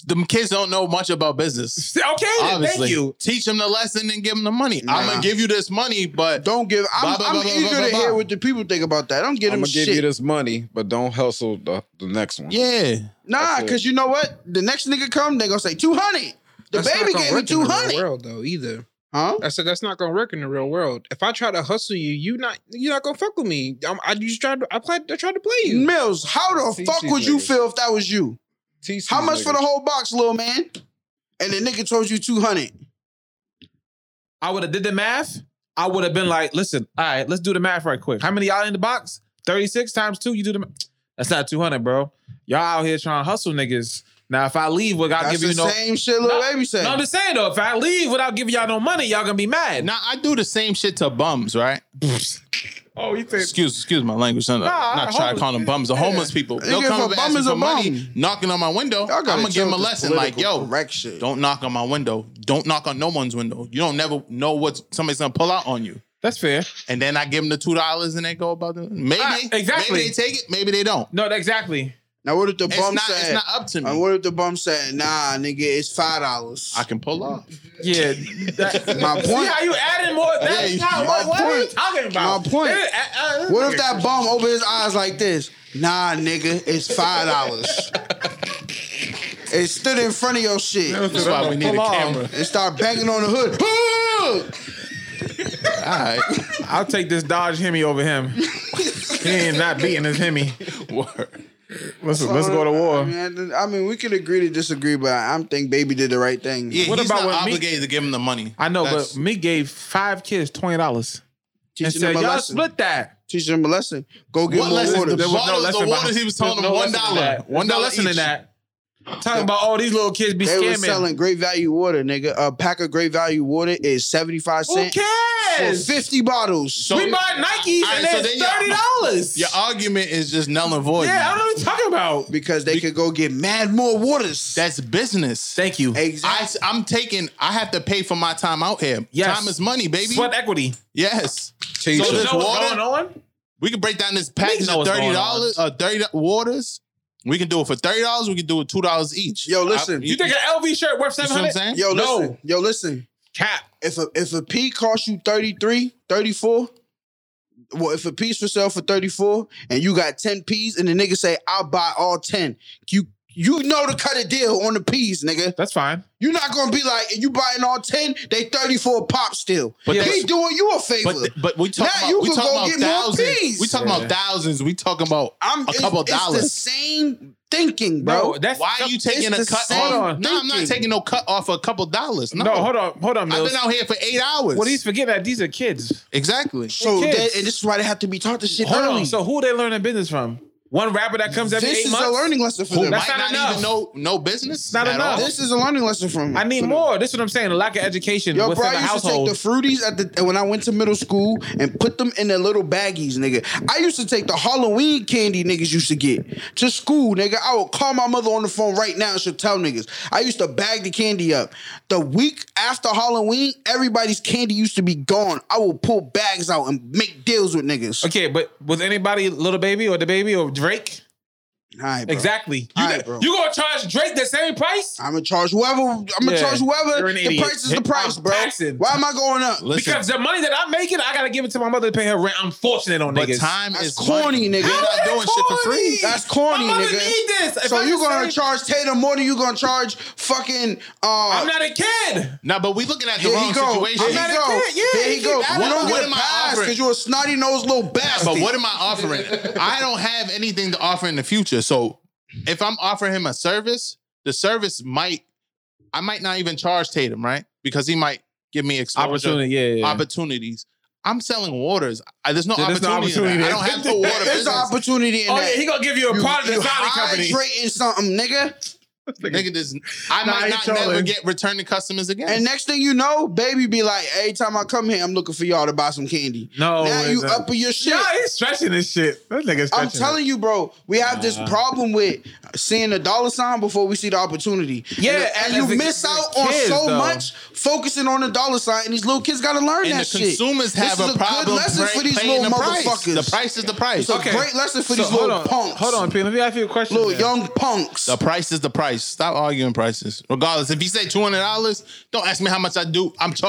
D: them kids don't know much about business.
C: Okay, then,
D: Obviously,
C: thank you.
D: teach them the lesson and give them the money. I'm
E: Nah.
D: gonna give you this money, but
E: Don't give. I'm,
D: Blah, blah,
E: I'm
D: blah, blah,
E: eager
D: blah,
E: to
D: blah,
E: hear
D: blah.
E: what the people think about that. Don't get
F: I'm
E: them
F: gonna
E: shit.
F: give you this money, but don't hustle the, the next one.
D: yeah,
E: Nah, because you know what? The next nigga come, they gonna say two hundred. The
H: That's not
E: baby
H: gonna
E: gave me
H: work in the
E: two
H: real
E: hundred.
H: World though, either.
E: Huh?
H: I said that's not gonna work in the real world. If I try to hustle you, you not you're not gonna fuck with me. I'm, I just tried to I, played, I tried to play you.
E: Mills, how the
F: See,
E: fuck
F: see,
E: would you
F: niggas.
E: feel if that was you?
F: Teach
E: How
F: these
E: much for
F: niggas.
E: the whole box, little man? And the nigga told you two hundred.
C: I would have did the math. I would have been like, listen, all right, let's do the math right quick. How many y'all in the box? 36 times two, you do the. ma- That's not 200, bro. Y'all out here trying to hustle niggas. Now, if I leave without
E: That's
C: giving
E: the
C: you no.
E: same shit Lil
C: No,
E: Baby said.
C: No, I'm just saying though, if I leave without giving y'all no money, y'all gonna be mad.
D: Now I do the same shit to bums, right?
C: Oh, you think
D: Excuse, excuse my language. Son.
C: Nah,
D: not try to
C: homeless-
D: call them bums. The homeless people. They'll
E: Nigga, if
D: come
E: a
D: up and
E: bum
D: ask me
E: is a
D: for money,
E: bum.
D: knocking on my window. I'm gonna give them a lesson. Like, yo,
E: correct shit.
D: don't knock on my window. Don't knock on no one's window. You don't never know what somebody's gonna pull out on you.
C: that's fair?
D: And then I give them the two dollars and they go about it. Maybe
C: Ah, exactly.
D: Maybe they take it. Maybe they don't.
C: No, exactly.
E: Now what if the
D: It's
E: bum
D: not. It's
E: said?
D: not up to me.
E: and what if the bum said, "Nah, nigga, it's five dollars."
D: I can pull off.
C: Yeah, that,
E: My
C: See
E: point.
C: how you adding more? That's
E: Yeah,
C: not
E: my
C: what, what are you
E: point.
C: talking about?
E: My point.
C: Yeah, uh, uh,
E: What if that bum opened his eyes like this? Nah, nigga, it's five dollars. it stood in front of your shit
D: That's why we need a
C: Pull off.
D: camera.
E: and start banging on the hood.
D: All right.
C: I'll take this Dodge Hemi over him. he ain't not beating his Hemi.
D: Word.
C: Let's let's go to
E: I
C: war.
E: mean, I- I mean, we can agree to disagree, but I am think Baby did the right thing.
D: Yeah,
C: What
D: he's
C: about
D: not
C: when me-
D: obligated to give him the money.
C: I know,
D: That's-
C: but me gave five kids twenty dollars and
E: Teaching
C: said,
E: them a
C: "Y'all
E: lesson.
C: split that."
E: Teaching them a lesson. Go get
D: What
E: more
D: lesson?
E: orders.
D: The
C: There was
D: Bottles of
C: lesson
D: waters,
C: behind-
D: he was telling
C: there's
D: them
C: lesson
D: $1.
C: in that. One
D: There's no
C: dollar in
D: each.
C: that. Talking about all these little kids be
E: They were
C: scamming.
E: selling great value water, nigga. A pack of great value water is seventy five
C: Who
E: cents for
C: cares?
E: fifty bottles.
C: we buy Nikes
D: All right,
C: and
D: so
C: it's
D: then y'all-
C: thirty dollars.
D: Your argument is just null and void.
C: Yeah, I
D: man.
C: don't know what you're talking about.
E: because they could go get mad more waters.
D: That's business.
C: Thank you.
E: exactly.
D: I, I'm taking. I have to pay for my time out here.
C: Yes.
D: Time is money, baby.
C: Sweat equity.
D: Yes.
F: Teacher.
D: So
C: You
D: this
C: know what's
D: water,
C: going on?
D: we can break down this
C: We
D: package
C: know
D: of
C: what's
D: thirty
C: going
D: dollars. Uh, thirty waters. We can do it for thirty dollars. We can do it two dollars each.
E: Yo, listen.
D: I-
C: You think an LV shirt worth
D: you see
C: seven
D: what I'm
C: hundred?
D: saying?
E: Yo,
C: No.
E: listen. Yo, listen.
C: Cap.
E: If a if a pea costs you 33, 34, well, if a piece for sale for 34 and you got 10 peas and the nigga say, I'll buy all 10, you you know to cut a deal on the peas, nigga.
C: That's fine.
E: You're not gonna be like, you buying all 10, they 34 pop still.
D: But
E: But
D: that's-
E: he doing you a favor.
D: But but we talking
E: Now
D: about
E: you
D: we
E: can
D: talking
E: go
D: about
E: get more
D: thousands.
E: peas.
D: We talking
C: Yeah.
D: about thousands. We talking about
E: I'm
D: a couple
E: it's,
D: dollars.
E: It's the same thinking, bro.
C: Bro, that's
D: Why are you taking a
E: the
D: cut
E: same
D: off? No, I'm not
E: thinking.
D: taking no cut off a couple dollars. No,
C: no, hold on, hold on,
D: I've
C: Mills.
D: been out here for eight hours.
C: What he's forgetting that these are kids.
D: exactly?
E: so
C: kids.
E: that, and this is why they have to be taught this shit
C: Hold
E: early.
C: on. So who they learning business from? One rapper that comes every
E: this
C: eight
E: is
C: months.
E: a learning lesson for
D: Who
E: them.
C: That's
D: might
C: not
D: not,
C: enough.
D: even know no business?
C: Not
D: at
C: enough.
D: all?
E: This is a learning lesson from
C: I need
E: for them.
C: more. This is what I'm saying. A lack of education
E: Yo, bro,
C: within
E: I
C: the
E: used
C: household.
E: to take the fruities at the when I went to middle school and put them in their little baggies, nigga. I used to take the Halloween candy niggas used to get to school, nigga. I would call my mother on the phone right now and she'll tell niggas. I used to bag the candy up. The week after Halloween, everybody's candy used to be gone. I will pull bags out and make deals with niggas.
C: okay, but was anybody little baby or the baby or Drake?
E: All right, bro.
C: Exactly. You,
E: Alright,
C: got-
E: bro.
C: you gonna charge Drake the same price?
E: I'm gonna charge whoever. I'm gonna
C: Yeah,
E: charge whoever.
C: you're an
E: The
C: idiot.
E: price is the
C: I'm
E: price, bro.
C: taxing.
E: Why am I going up?
D: Listen,
C: Because the money that I'm making, I gotta give it to my mother to pay her rent. I'm fortunate on
D: but
C: niggas.
D: time
E: That's
D: is
E: corny,
D: money.
E: nigga.
D: We're
C: How
D: not
C: is
D: doing
C: that
D: shit for free.
C: corny?
E: That's corny,
C: My mother
E: nigga.
C: need this. If
E: so
C: I
E: you
C: just
E: gonna
C: say-
E: charge Tatum more than you gonna charge fucking uh
C: I'm not a kid.
D: No, but we looking at the
E: here
D: wrong
E: he go.
D: situation.
E: Here
C: not
E: he
C: a
E: go.
C: kid. Yeah,
E: here
C: he
E: he go.
C: keep
E: You
D: asking.
E: don't
D: What
E: get
D: am I
E: passed
D: offering?
E: because you're a snotty nosed little bastard.
D: But what am I offering? I don't have anything to offer in the future. So if I'm offering him a service, the service might, I might not even charge Tatum, right? Because he might give me exposure,
C: yeah,
D: opportunities. I'm selling waters. I, there's no
C: Yeah, there's
D: opportunity.
C: no opportunity
D: in that. I
C: there.
D: don't have the water
E: There's an
D: business.
E: opportunity in
C: Oh
E: that.
C: yeah, he gonna give you a
E: you,
C: product
E: you
C: design company.
E: hydrating something, nigga.
D: Nigga, this, I
C: Nah,
D: might
C: he
D: not
C: trolling.
D: never get returning customers again.
E: And next thing you know, baby be like, every time I come here, I'm looking for y'all to buy some candy.
C: No,
E: now
C: it's
E: you
C: not.
E: up in your shit.
C: Yeah, he's stretching this shit. That nigga stretching.
E: I'm telling you, bro, we have
D: Uh-huh.
E: this problem with seeing the dollar sign before we see the opportunity.
C: Yeah,
E: and,
C: and
E: and
C: as
E: you
C: a-
E: miss out on
C: kids,
E: so
C: though.
E: much focusing on the dollar sign, and these little kids got to learn
D: And
E: that
D: the
E: shit.
D: consumers have
E: this
D: a
E: is
D: problem
E: good lesson
D: pay-
E: for these
D: paying
E: little
D: the price.
E: motherfuckers.
D: The price is the price.
E: It's a great lesson for these
C: hold
E: little
C: on.
E: punks.
C: Hold on, P. Let me ask you a question.
E: little
C: then.
E: young punks.
D: The price is the price. Stop arguing prices. Regardless, if you say two hundred dollars, don't ask me how much I do. I'm two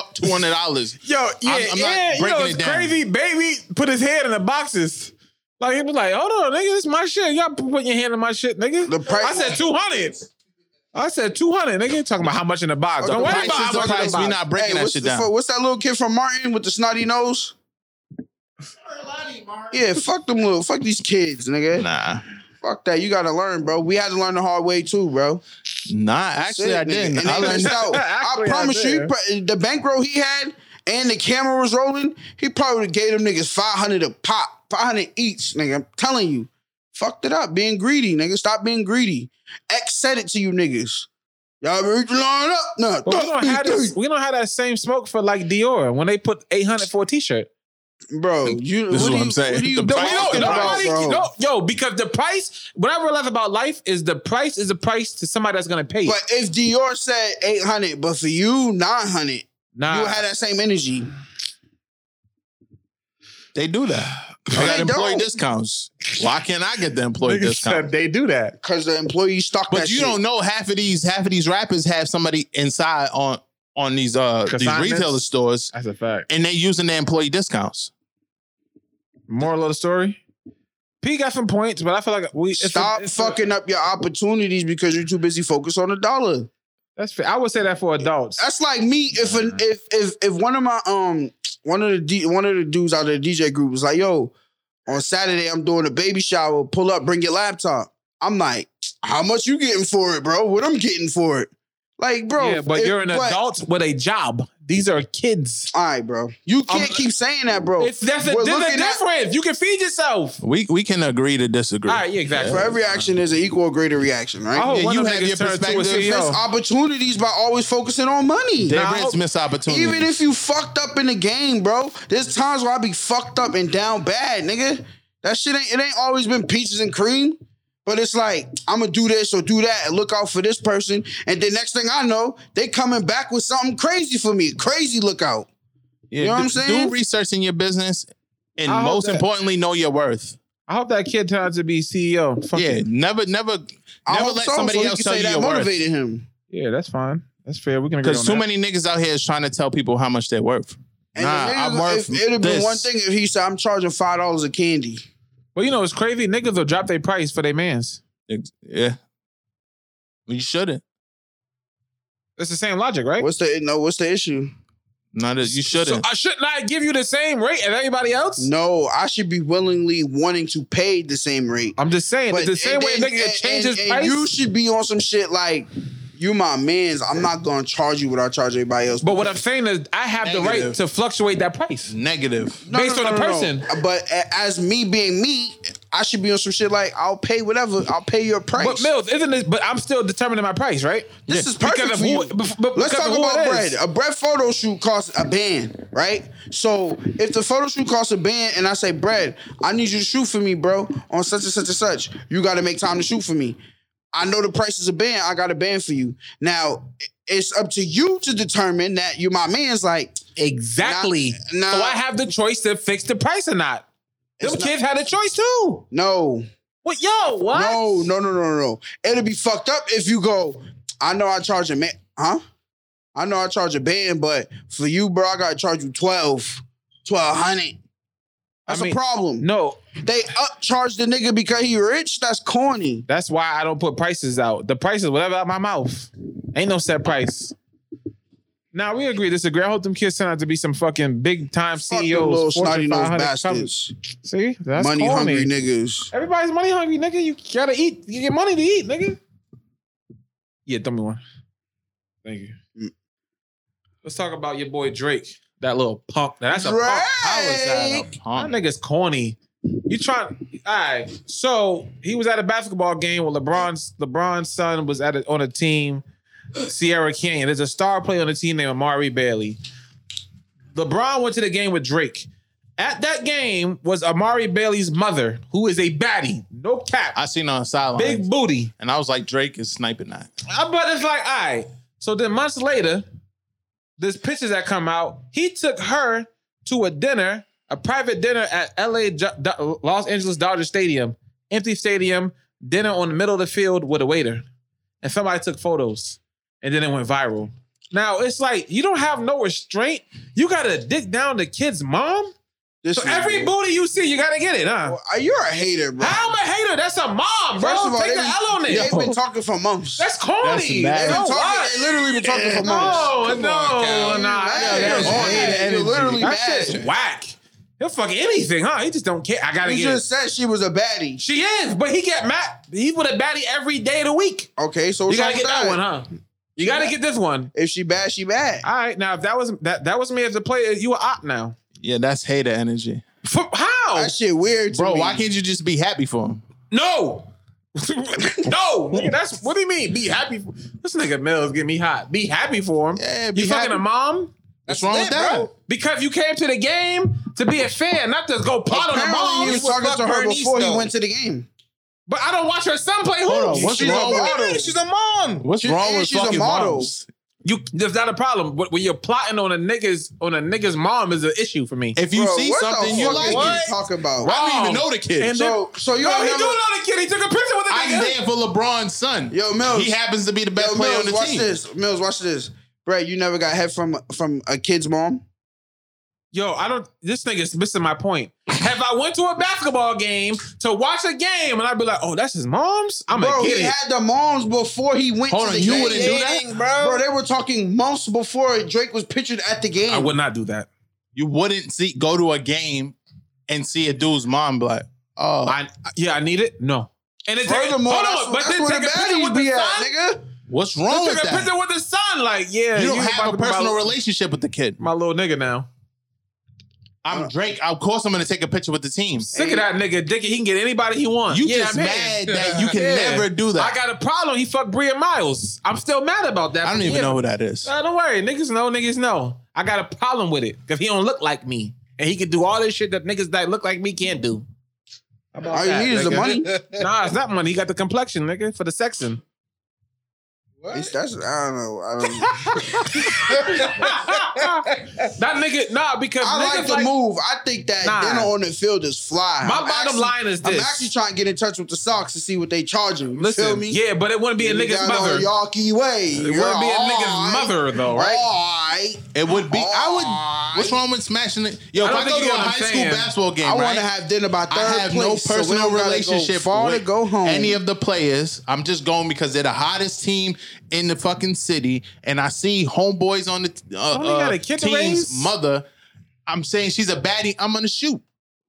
D: hundred dollars.
C: Yo, yeah,
D: I'm not
C: yeah. You
D: breaking
C: know,
D: it
C: it's
D: down.
C: crazy. Baby put his head in the boxes. Like he was like, "Hold on, nigga, this my shit. Y'all put your hand in my shit, nigga."
E: The price-
C: I said two hundred. I said two hundred. Nigga, talking about how much in the box. Don't worry
D: price
C: about
D: is
C: how
D: the
C: much in
D: price.
C: the
D: We're
C: box.
D: not
E: hey,
D: breaking that
E: what's,
D: shit
E: the,
D: down.
E: fuck- what's that little kid from Martin with the snotty nose? Yeah, fuck them little, fuck these kids, nigga.
D: Nah,
E: Fuck that. You gotta learn, bro. We had to learn the hard way too, bro.
D: nah. Actually,
E: Shit,
D: I
E: nigga.
D: didn't.
E: And
D: I
E: they
D: learned.
E: missed out. I
C: Actually, I
E: promise you,
C: did.
E: he pro- the bankroll he had and the camera was rolling, he probably would've gave them niggas 500 a pop, 500 each, nigga. I'm telling you. Fucked it up being greedy, nigga. Stop being greedy. X said it to you niggas. Y'all been reaching line up? No.
C: But we don't have this, we don't have that same smoke for like Dior when they put eight hundred for a t shirt.
E: Bro, you, what
D: This is what
E: do
D: I'm
E: you-
D: saying.
E: What are you
D: The price
C: No,
E: talking
D: is
E: about,
C: nobody,
E: bro?
C: no, yo, because the price. What I realize about life is the price is the price to somebody that's gonna pay. it.
E: But if Dior said 800, but for you, 900,
C: nah,
E: you had that same energy.
D: They do that. They
E: No,
D: got
E: they
D: employee
E: don't.
D: discounts. Why can't I get the employee discount?
C: they do that.
E: Because the employee stock
D: But
E: that
D: you
E: shit.
D: don't know half of these half of these rappers have somebody inside on on these uh these
C: Consignments?
D: retailer stores
C: That's a fact.
D: and they using their employee discounts.
C: Moral of the story. P got some points, but I feel like we it's a-
E: Stop
C: it's a-
E: fucking up your opportunities because you're too busy focused on the dollar.
C: that's fair. I would say that for adults.
E: That's like me if an, if if if one of my um one of the D, one of the dudes out of the DJ group was like, "Yo, on Saturday I'm doing a baby shower. Pull up, bring your laptop." I'm like, "How much you getting for it, bro? What I'm getting for it?" Like, bro,
C: yeah, but
E: if-
C: you're an adult with a job. These are kids.
E: All right, bro. You can't keep saying that, bro.
C: It's that's a,
E: We're
C: there's a
E: looking at-
C: difference. you can feed yourself.
D: We we can agree to disagree.
C: All right, yeah, exactly.
E: For every action, there's an equal or greater reaction, right?
C: I hope
D: Yeah,
C: one
D: you
C: of
D: have
C: niggas
D: your
C: turn to a E
D: perspective.
E: Miss
C: CEO.
E: opportunities by always focusing on money.
D: There
C: Nah,
D: is missed opportunity.
E: Even if you fucked up in the game, bro, there's times where I be fucked up and down bad, nigga. That shit ain't it ain't always been peaches and cream. But it's like, I'ma do this or do that and look out for this person. And the next thing I know, they coming back with something crazy for me. Crazy lookout.
D: Yeah,
E: You know what
D: do,
E: I'm saying?
D: Do research in your business, and
C: I hope
D: most
C: that-
D: importantly, know your worth.
C: I hope that kid turns out to be CEO. Fuck
D: yeah,
C: it.
D: never, never,
E: I
D: never
E: hope
D: let
E: so,
D: somebody
E: so he
D: else
E: can
D: tell
E: say
D: you
E: that
D: your worth.
E: motivated him.
C: yeah, that's fine. That's fair. We can agree on
D: Because too
C: that.
D: many niggas out here is trying to tell people how much they're worth.
E: And
D: nah,
E: the nigga,
D: I'm worth
E: if, it'd have been
D: this.
E: one thing if he said, I'm charging five dollars a candy.
C: But you know, it's crazy. Niggas will drop their price for their mans.
D: Ex- Yeah, Well, you shouldn't.
C: It's the same logic, right?
E: What's the no, what's the issue?
D: Not that you
C: so uh,
D: shouldn't.
C: I should not give you the same rate as everybody else.
E: No, I should be willingly wanting to pay the same rate.
C: I'm just saying, it's the same
E: and
C: way a
E: then-
C: nigga
E: and-
C: change
E: and-
C: his
E: and
C: price.
E: You should be on some shit like you my man's. I'm not gonna charge you what I charge everybody else.
C: but what I'm saying is, I have the right
D: Negative.
C: to fluctuate that price.
D: Negative.
E: No, no,
C: based
E: no,
C: on the
E: no, no.
C: person.
E: But a- as me being me, I should be on some shit like I'll pay whatever. I'll pay your price.
C: But Mills, isn't it? But I'm still determining my price, right?
E: This is perfect
C: because of
E: for
C: who.
E: you.
C: But, but
E: Let's
C: because
E: talk
C: of who
E: about
C: it
E: bread. Uh,
C: is.
E: A bread photo shoot costs a band, right? So if the photo shoot costs a band and I say, Bread, I need you to shoot for me, bro, on such and such and such, you gotta make time to shoot for me. I know the price is a band, I got a band for you. Now i- it's up to you to determine that you my man's like
C: Exactly.
E: Nah, nah.
C: So I have the choice to fix the price or not. Them
E: It's not-
C: kids had a choice too.
E: no,
C: What? Yo, what?
E: no, Oh, no, no, no, no. It'll be fucked up if you go, I know I charge a man, huh? I know I charge a band, but for you, bro, I gotta charge you 12, 1200. That's
C: I mean,
E: a problem.
C: No,
E: They upcharge the nigga because he rich. That's corny.
C: that's why I don't put prices out. The price is whatever out my mouth. Ain't no set price. Now we agree, disagree. I hope them kids turn out to be some fucking big time
E: Fuck them little
C: CEOs,
E: snotty
C: E Fortune
E: nosed
C: 500 companies.
E: bastards,
C: See, that's
E: money
C: corny.
E: hungry niggas.
C: Everybody's money hungry, nigga. You gotta eat. You get money to eat, nigga. Yeah, throw me one. Thank you. Let's talk about your boy Drake. That little punk. Now, that's a punk. How is that? a punk? That nigga's corny. You trying? All right. So he was at a basketball game where LeBron's LeBron's son was at a, on a team. Sierra Canyon. There's a star player on the team named Amari Bailey. LeBron went to the game with Drake. At that game was Amari Bailey's mother, who is a baddie, no cap,
D: I seen on the sideline,
C: big booty.
D: and I was like, Drake is sniping that.
C: I- But it's like, all right. So then months later, there's pictures that come out. He took her to a dinner, a private dinner at LA Jo- Do- Los Angeles Dodger Stadium, empty stadium, dinner on the middle of the field with a waiter. And somebody took photos. And then it went viral. Now it's like you don't have no restraint. You gotta dig down the kid's mom.
E: This
C: So
E: nigga.
C: every booty you see, you gotta get it, huh?
E: Well, You're a hater, bro.
C: How am I a hater? That's a mom, bro.
E: First of all,
C: Take
E: they
C: the L on it.
E: They've been talking for months.
C: That's corny.
D: That's
E: They've been
D: bad.
C: Yo, why?
E: talking, they literally been talking for months.
C: No,
F: Come
C: no,
F: on,
C: nah.
F: Cal.
C: nah,
E: You're
C: that's
E: mad.
C: all
E: You're
C: energy.
E: literally
C: that
E: mad.
C: shit's whack. He'll fuck anything, huh? He just don't care. I gotta
E: You
C: get.
E: just said she was a baddie.
C: it. She is, but he get mad. He with a baddie every day of the week.
E: Okay, so
C: You
E: what's
C: gotta
E: wrong
C: get
E: with
C: that one, huh? You got to get this one.
E: If she bad, she bad.
C: All right, now if that was that that was me as a player, you a op now.
D: Yeah, that's hater energy.
C: For, how?
E: That shit weird, to
D: Bro,
E: me.
D: why can't you just be happy for him?
C: No. no, nigga, that's what do you mean? Be happy. For, this nigga Mel is getting me hot. Be happy for him.
D: Yeah, be
C: you fucking
D: happy.
C: a mom
D: What's wrong with that?
C: because you came to the game to be a fan, not just go pot on the
E: Apparently,
C: mom.
E: he was talking to her before he went to the game.
C: But I don't watch her son play
D: Hold
C: hoops.
D: on, what's
C: She's
D: wrong
C: a
D: with-
C: model. She's a mom.
D: What's
E: She's-
D: wrong
E: and
D: with
E: she's a
D: fucking
E: model.
D: moms?
C: You there's not a problem. But when you're plotting on a nigga's on a nigga's mom is an issue for me.
D: If you
E: Bro,
D: see
E: what Oh. the
D: something
E: fuck
D: you
E: is
D: like,
E: you talking about?
D: I don't even
C: Wrong.
D: know the kid.
C: And then-
E: So, so you
C: no,
E: don't
C: he
E: have
C: do
E: a-
C: know the kid. He took a picture with the
D: I'm
C: nigga.
D: there for LeBron's son.
E: Yo, Mills.
D: he happens to be the best
E: Yo,
D: player
E: Mills,
D: on the
E: watch
D: team.
E: this. Mills, watch this. Brett, you never got head from from a kid's mom.
C: Yo, I don't. This nigga's missing my point. Have I went to a basketball game to watch a game and I'd be like, oh, that's his mom's? I'm
E: Bro,
C: gonna
E: he
C: get it.
E: had the moms before he went
D: Hold
E: to
D: on,
E: the
D: you
E: game.
D: wouldn't do that?
E: Bro, they were talking months before Drake was pictured at the game.
C: I would not do that.
D: You wouldn't see go to a game and see a dude's mom be like, oh,
C: I yeah, I need it. No. And it's
E: Furthermore,
C: hold
E: that's,
C: on, but
E: that's
C: then
E: where
C: take
E: the
C: a picture
E: baddies
C: with the
E: be at,
C: son.
E: nigga.
D: what's wrong
C: Took
D: with
C: a
D: that?
C: picture with the son. Like, yeah,
D: You don't
C: you about
D: have
C: to
D: a
C: be my-
D: personal relationship with the kid.
C: My little nigga now.
D: I'm Drake. Of course, I'm going to take a picture with the team.
C: Sick of that nigga, Dickie. He can get anybody he wants.
D: You
C: Yeah,
D: just
C: I'm
D: mad
C: here.
D: that you can
C: Yeah.
D: never do that.
C: I got a problem. He fucked Bria Miles. I'm still mad about that.
D: I don't even
C: Yeah.
D: know who that
E: Uh,
D: is.
C: Nah, don't worry. Niggas know, niggas know. I got a problem with it because he don't look like me. And he can do all this shit that niggas that look like me can't do.
E: All you need is the money.
C: Nah, it's not money. He got the complexion, nigga, for the sexing.
E: It's- that's, I don't know. I, don't,
C: that nigga, nah, because
E: I
C: niggas
E: like the move. I think that
C: Nah.
E: dinner on the field is fly.
C: My
E: I'm
C: bottom
E: actually-
C: line is
E: I'm
C: this.
E: actually trying to get in touch with the Sox to see what they charging. You
C: Listen,
E: feel me?
C: yeah, but it wouldn't be a
E: You
C: nigga's
E: down
C: mother.
E: on Yawkey way.
C: It wouldn't be a nigga's mother though, right?
E: All right.
D: It would be. I
E: Alright.
D: would. What's wrong with smashing it? Yo,
C: I
D: if
C: don't
D: I
C: think
D: go to
C: you
D: a
C: get what I'm
D: high school
C: saying.
D: basketball game,
E: I
D: right?
E: want to have dinner by
D: I
E: third
D: have no
E: place, so we
D: personal
E: don't gotta go
D: relationship
E: far
D: with
E: to go home.
D: any of the players. I'm just going because they're the hottest team in the fucking city, and I see homeboys on the uh,
E: Oh,
C: Don't they got
D: uh,
C: a kid to
D: team's
C: raise?
D: mother. I'm saying she's a baddie. I'm gonna shoot.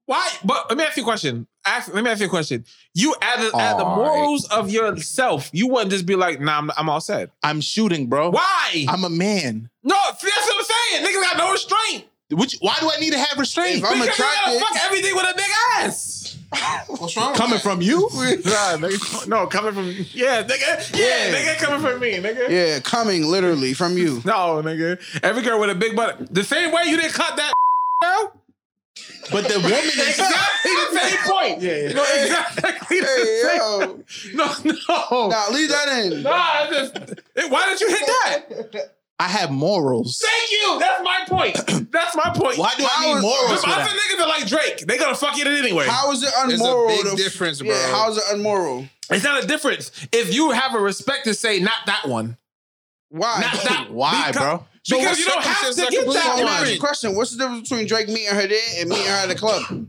C: Why? But let me ask you a question. Ask, let me ask you a question. You at the, at the
F: All
C: morals of yourself, you wouldn't just be like, nah, I'm, I'm all set.
D: I'm shooting, bro.
C: Why?
D: I'm a man.
C: no, that's what I'm saying. Niggas got no restraint.
D: Which, why do I need to have restraint?
E: If I'm
C: because you
E: attracted-
C: gotta fuck everything with a big ass.
E: What's wrong?
D: Coming from you?
C: No, coming from yeah, nigga. Yeah, nigga, coming from me, nigga.
E: Yeah, coming literally from you.
C: No, nigga. Every girl with a big butt. The same way you didn't cut that girl.
D: But the woman is.
C: Exactly the same point. Yeah, yeah. No, exactly
E: Hey,
C: the
E: yo.
C: same. No, no.
E: Nah, leave that in.
C: Nah, I just. It, why did you hit that?
D: I have morals.
C: Thank you. That's my point. That's my point.
D: Why do
E: How
D: I
E: is-
D: need morals?
C: Because
D: For
C: other
D: that?
C: niggas are like Drake. They gonna fuck it anyway.
E: How is it
H: There's
E: unmoral?
H: a big
E: to-
H: difference, bro.
E: Yeah, how is it unmoral?
C: it's not a difference. If you have a respect to say not that one,
E: Why?
C: not that
D: Why,
C: because,
D: bro?
H: So
C: Because
H: what
C: you don't have
H: circumstances
C: to
H: are
C: get
H: completely
C: that
E: Let me ask you a
C: one.
E: question. What's the difference between Drake meeting her there and meeting her at the club?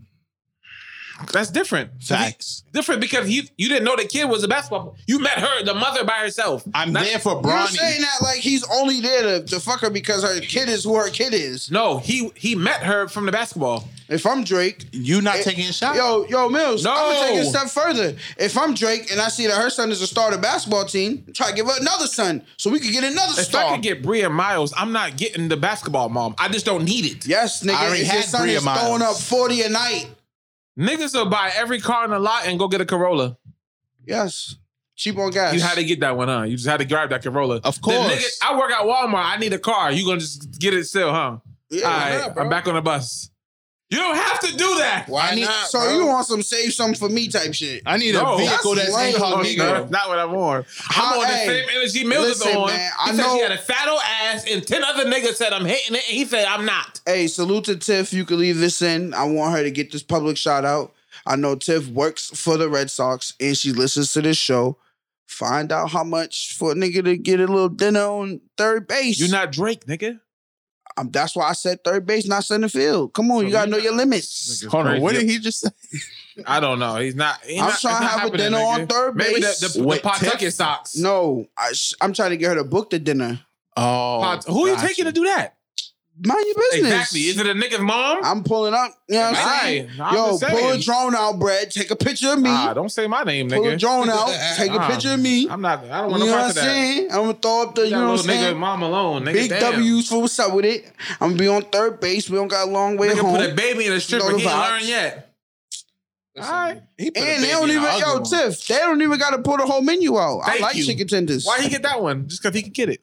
C: That's different.
D: Facts.
C: Different because you you didn't know the kid was a basketball. player. You met her, the mother by herself.
D: I'm
C: Not-
D: there for
E: You're
D: Bronny.
E: saying that like he's only there to, to fuck her because her kid is who her kid is.
C: No, he he met her from the basketball.
E: If I'm Drake,
D: You not taking a shot?
E: Yo, yo, Mills.
C: No.
E: I'm gonna take it a step further. If I'm Drake and I see that her son is a star of the basketball team, try to give her another son so we could get another
C: If I
E: star.
C: could get Bria Miles, I'm not getting the basketball mom. I just don't need it.
E: yes,
D: I
E: nigga.
D: already
E: If your
D: had
E: son
D: Bria
E: is throwing up
D: Miles.
E: forty a night,
C: Niggas will buy every car in the lot and go get a Corolla.
E: yes, cheap on gas.
C: You had to get that one, huh? You just had to grab that Corolla.
D: Of
C: The
D: course.
C: I work at Walmart. I need a car. You gonna just get it still, huh?
E: Yeah,
C: All right, I'm back on the bus. You don't have to do that.
E: Why
D: not,
E: So you want some save some for me type shit?
D: I need
C: No,
D: a vehicle
E: that's
D: that's,
E: lame.
D: incognito.
C: That's Oh, not what I'm on. I'm
E: How-
C: on
E: hey,
C: the same energy Mills is
E: listen,
C: on. he
E: man, I
C: said she
E: know-
C: had a fat old ass, and ten other niggas said I'm hitting it, and he said I'm not.
E: Hey, salute to Tiff. You can leave this in. I want her to get this public shout out. I know Tiff works for the Red Sox and she listens to this show. Find out how much for a nigga to get a little dinner on third base.
C: You're not Drake, nigga.
E: Um, that's why I said third base, not center field. Come on, you gotta know your limits.
D: Hold on, what
C: Crazy.
D: did he just say?
C: I don't know. He's not. He's
E: I'm
C: not,
E: trying
C: it's
E: to
C: not
E: have a
C: happening,
E: dinner on
C: nigga.
E: third
C: Maybe
E: base.
C: the, the,
D: Wait,
C: the Pawtucket
D: Tiff?
C: socks.
E: No, I sh- I'm trying to get her to book the dinner.
D: Oh,
C: Pot- who are you taking to do that?
E: mind your business.
C: Exactly. Is it a nigga's mom?
E: I'm pulling up. You know what I'm saying?
C: Aye, I'm
E: Yo,
C: just
E: pull a
C: saying.
E: drone out, Brad. Take a picture of me.
C: Nah, don't say my name,
E: pull a
C: nigga.
E: drone out. Take a
C: Nah.
E: picture of me.
C: I'm not. I don't
E: you
C: want
E: know
C: to
E: what
C: part
E: I'm
C: of that.
E: saying? I'm gonna throw up the.
C: You
E: You know
C: little
E: what I'm
C: nigga,
E: saying?
C: mom alone, nigga.
E: Big
C: damn.
E: W's for what's up with it. I'm gonna be on third base. We don't got a long way
C: Nigga
E: home.
C: put a baby in a stripper.
E: Know the
C: He ain't
E: vibes.
C: learned yet. All right.
D: He put a
E: and they
D: baby
E: don't
D: in
E: even,
D: an ugly
E: yo,
D: one.
E: Tiff, they don't even got to pull the whole menu out.
C: Thank
E: I like
C: you.
E: chicken tenders.
C: Why he get that one? Just because he could get it.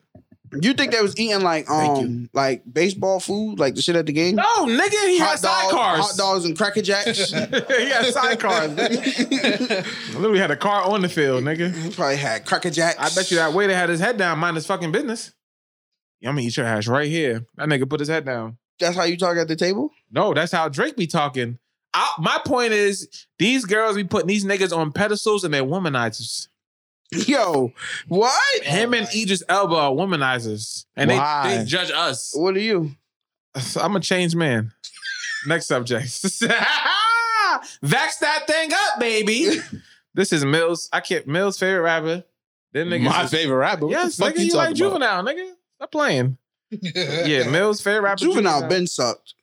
E: You think they was eating like um like baseball food, like the shit at the game?
C: No, nigga, he
E: hot
C: has
E: dog-
C: sidecars.
E: hot dogs, and cracker jacks.
C: he had sidecars. nigga. Literally had a car on the field, nigga.
E: You probably had cracker jacks.
C: I bet you that waiter had his head down, mind his fucking business. Yeah, I'm gonna eat your ass right here. That nigga put his head down.
E: That's how you talk at the table.
C: No, that's how Drake be talking. I, my point is, these girls be putting these niggas on pedestals and they're womanizers.
E: Yo, what?
C: Him and Idris Elba are womanizers, and
D: Why?
C: they, they judge us.
E: What are you?
C: I'm a changed man. Next subject. Vax that thing up, baby. this is Mills. I can't Mills' favorite rapper. Then niggas
D: My
C: is-
D: favorite rapper. What
C: Yes,
D: the fuck
C: nigga, you,
D: you
C: like
D: talking
C: juvenile,
D: about?
C: nigga. Stop playing. yeah, Mills' favorite rapper.
E: Juvenile been sucked.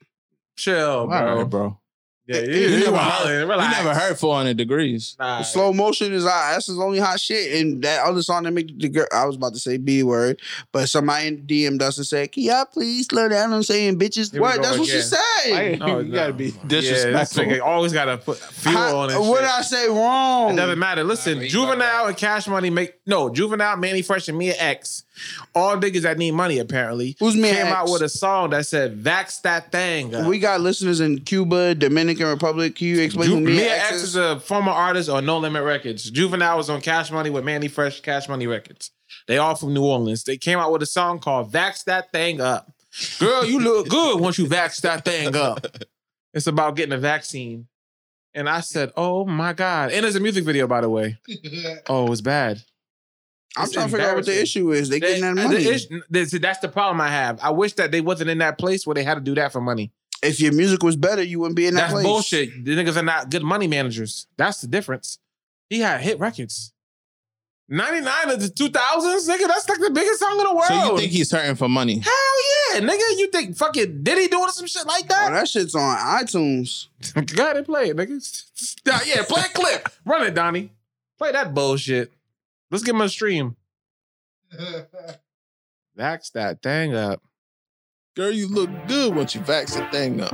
C: Chill,
D: All
C: bro.
D: right, bro.
C: Yeah, you,
D: You
C: you
D: never
C: wildin',
D: heard. You
C: relax.
D: never heard 400 degrees.
C: Nah.
E: Slow motion is our that's his only hot shit. And that other song that make the girl I was about to say B word, but somebody DM'd us and said, Can y'all please slow down? I'm saying bitches.
C: Here we
E: what?
C: go
E: That's what she
C: again.
E: said.
C: No,
D: you gotta be
C: no.
D: disrespectful.
C: Yeah, this nigga always gotta put fuel
E: How-
C: on it.
E: what
C: shit.
E: I say wrong?
C: It doesn't matter. Listen,
H: Nah, he fucked
C: Juvenile
H: up.
C: and Cash Money make no Juvenile, Manny Fresh, and Mia X, all niggas that need money apparently,
E: Who's Mia
C: came
E: X?
C: out with a song that said "Vax that thing." up."
E: We got listeners in Cuba, Dominican Republic. Can you explain
C: Ju-
E: who Mia,
C: Mia
E: X
C: X
E: is?
C: is a former artist on No Limit Records. Juvenile was on Cash Money with Manny Fresh, Cash Money Records. They all from New Orleans. They came out with a song called "Vax That Thing Up." Girl, Oh, you look good once you vax that thing up. It's about getting a vaccine. And I said, "Oh my god!" And there's a music video, by the way. Oh, it's bad.
E: I'm
C: It's
E: trying to figure out what the
C: embarrassing.
E: issue is. They getting that
C: They-
E: money.
C: the ish- th- see, that's the problem I have. I wish that they wasn't in that place where they had to do that for money.
E: if your music was better, you wouldn't be in that
C: that's
E: place.
C: bullshit. The niggas are not good money managers. That's the difference. He had hit records. 99 of the 2000s, nigga, that's like the biggest song in the world.
D: So you think he's hurting for money?
C: Hell yeah, nigga. You think fucking Diddy doing some shit like
E: Oh,
C: that?
E: that shit's on iTunes.
C: God, they play it, nigga. Nah, yeah, play a clip. Run it, Donnie. Play that bullshit. Let's give him a stream. Vax that thing up.
D: Girl, you look good once you vax the thing up.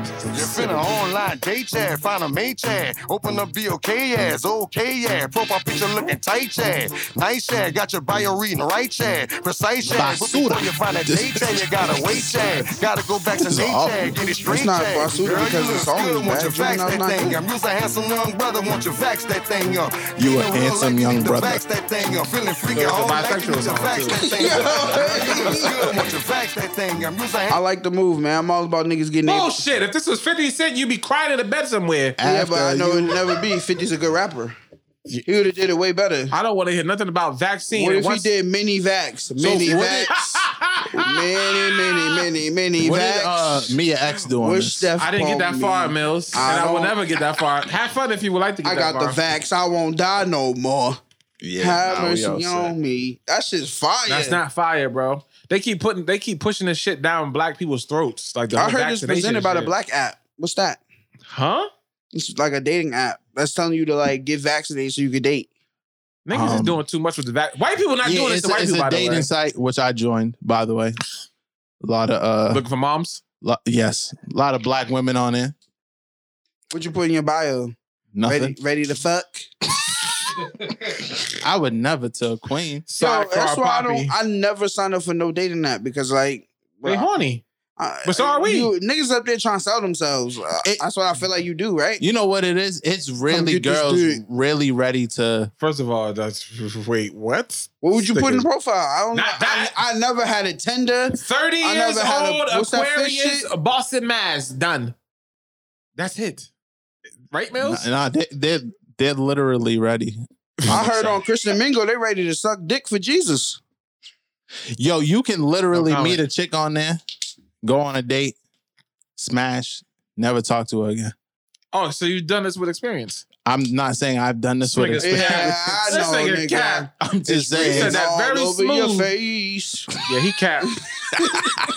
J: You finna online gay chat, find a mate chat. Open up VOK ass, okay yeah. Profile picture looking tight chat. Nice chat, got your bio reading right chat. Precise chat, but
D: Basura.
J: before you find a date chat, you gotta wait chat. Gotta go back to
D: This is
J: date
D: awful.
J: chat, get it straight
E: It's not
J: chat.
E: basura
J: Girl,
E: because
J: you
E: the
J: look
E: song is
J: good, won't
E: bad.
J: you vax
E: Juvenile
J: that thing
E: Nothing.
J: up. You's a handsome young brother, won't you vax that thing up.
D: You a
J: know real
D: handsome
J: life,
D: young
J: need to
D: brother.
J: Vax that thing up, feeling freaky,
C: No, it's a
J: all like you
C: bisexual
J: need to
C: song,
J: vax
C: too.
J: that thing up. Girl, you look good, won't you vax that thing up. You's a
E: I
J: handsome
E: like the move, man. I'm all about niggas getting their
C: Bullshit. If this was 50 Cent, you'd be crying in the bed somewhere.
E: Yeah,
D: After
E: but I know
D: you-
E: it'd never be. 50's a good rapper. He would have did it way better.
C: I don't want to hear nothing about vaccine.
E: What
C: And
E: if he
C: once-
E: did mini vax? Mini
D: what did-
E: vax. many, many, many, many
D: What
E: vax.
D: did uh, Mia X do on
E: Wish
D: this?
E: Steph
C: I didn't get that
E: Paul
C: far,
E: me.
C: Mills,
E: I
C: and I will
E: don't-
C: never get that far. Have fun if you would like to get
E: I
C: that
E: got the
C: far.
E: vax. I won't die no more.
D: Yeah,
E: Have
D: nah, we all
E: mercy
D: set.
E: on me. That shit's fire.
C: That's not fire, bro. They keep putting, they keep pushing this shit down black people's throats. Like the
E: I
C: whole
E: heard this
C: vaccination
E: presented by the
C: shit.
E: black app. What's that?
C: Huh?
E: It's like a dating app that's telling you to like get vaccinated so you can date.
C: Niggas is
D: Um,
C: doing too much with the vac. White people not
D: Yeah,
C: doing this
D: it's,
C: to
D: a,
C: white
D: it's
C: people.
D: a
C: By the
D: dating
C: way.
D: site which I joined, by the way. A lot of uh,
C: Looking for moms.
D: lo- yes, a lot of black women on there.
E: What you put in your bio?
D: Nothing.
E: Ready, ready to fuck?
D: I would never tell Queen.
E: Yo,
C: Sidecar
E: that's why I
C: poppy.
E: don't. I never signed up for no dating app because like,
C: They horny.
E: I-
C: But so are we.
E: you- niggas up there trying to sell themselves. Uh,
D: It-
E: that's what I feel like you do, right?
D: You know what it is? It's really
E: get this
D: girls
E: dick.
D: really ready to.
C: First of all, that's wait, what?
E: what would you put in the
C: Stickers.
E: profile? I don't. know.
C: Not
E: I,
C: that.
E: I never had a Tinder.
C: Thirty
E: I
C: years
E: never had a-
C: old
E: what's that fish
C: Aquarius
E: shit?
C: Boston Mass done. That's it, right, Mills?
D: Nah, they, they're they're literally ready.
E: I heard on Christian Mingo they ready to suck dick for Jesus.
D: Yo, you can literally
C: No comment.
D: meet a chick on there, go on a date, smash, never talk to her again.
C: Oh, so you've done this with experience?
D: I'm not saying I've done this with
C: Swing
D: a
C: is-
E: Yeah, I
C: This
E: know,
C: nigga
E: nigga.
C: cap.
D: I'm just
E: It's
D: saying.
C: that
E: all
C: very
E: over your
C: smooth.
E: face.
C: Yeah, he capped.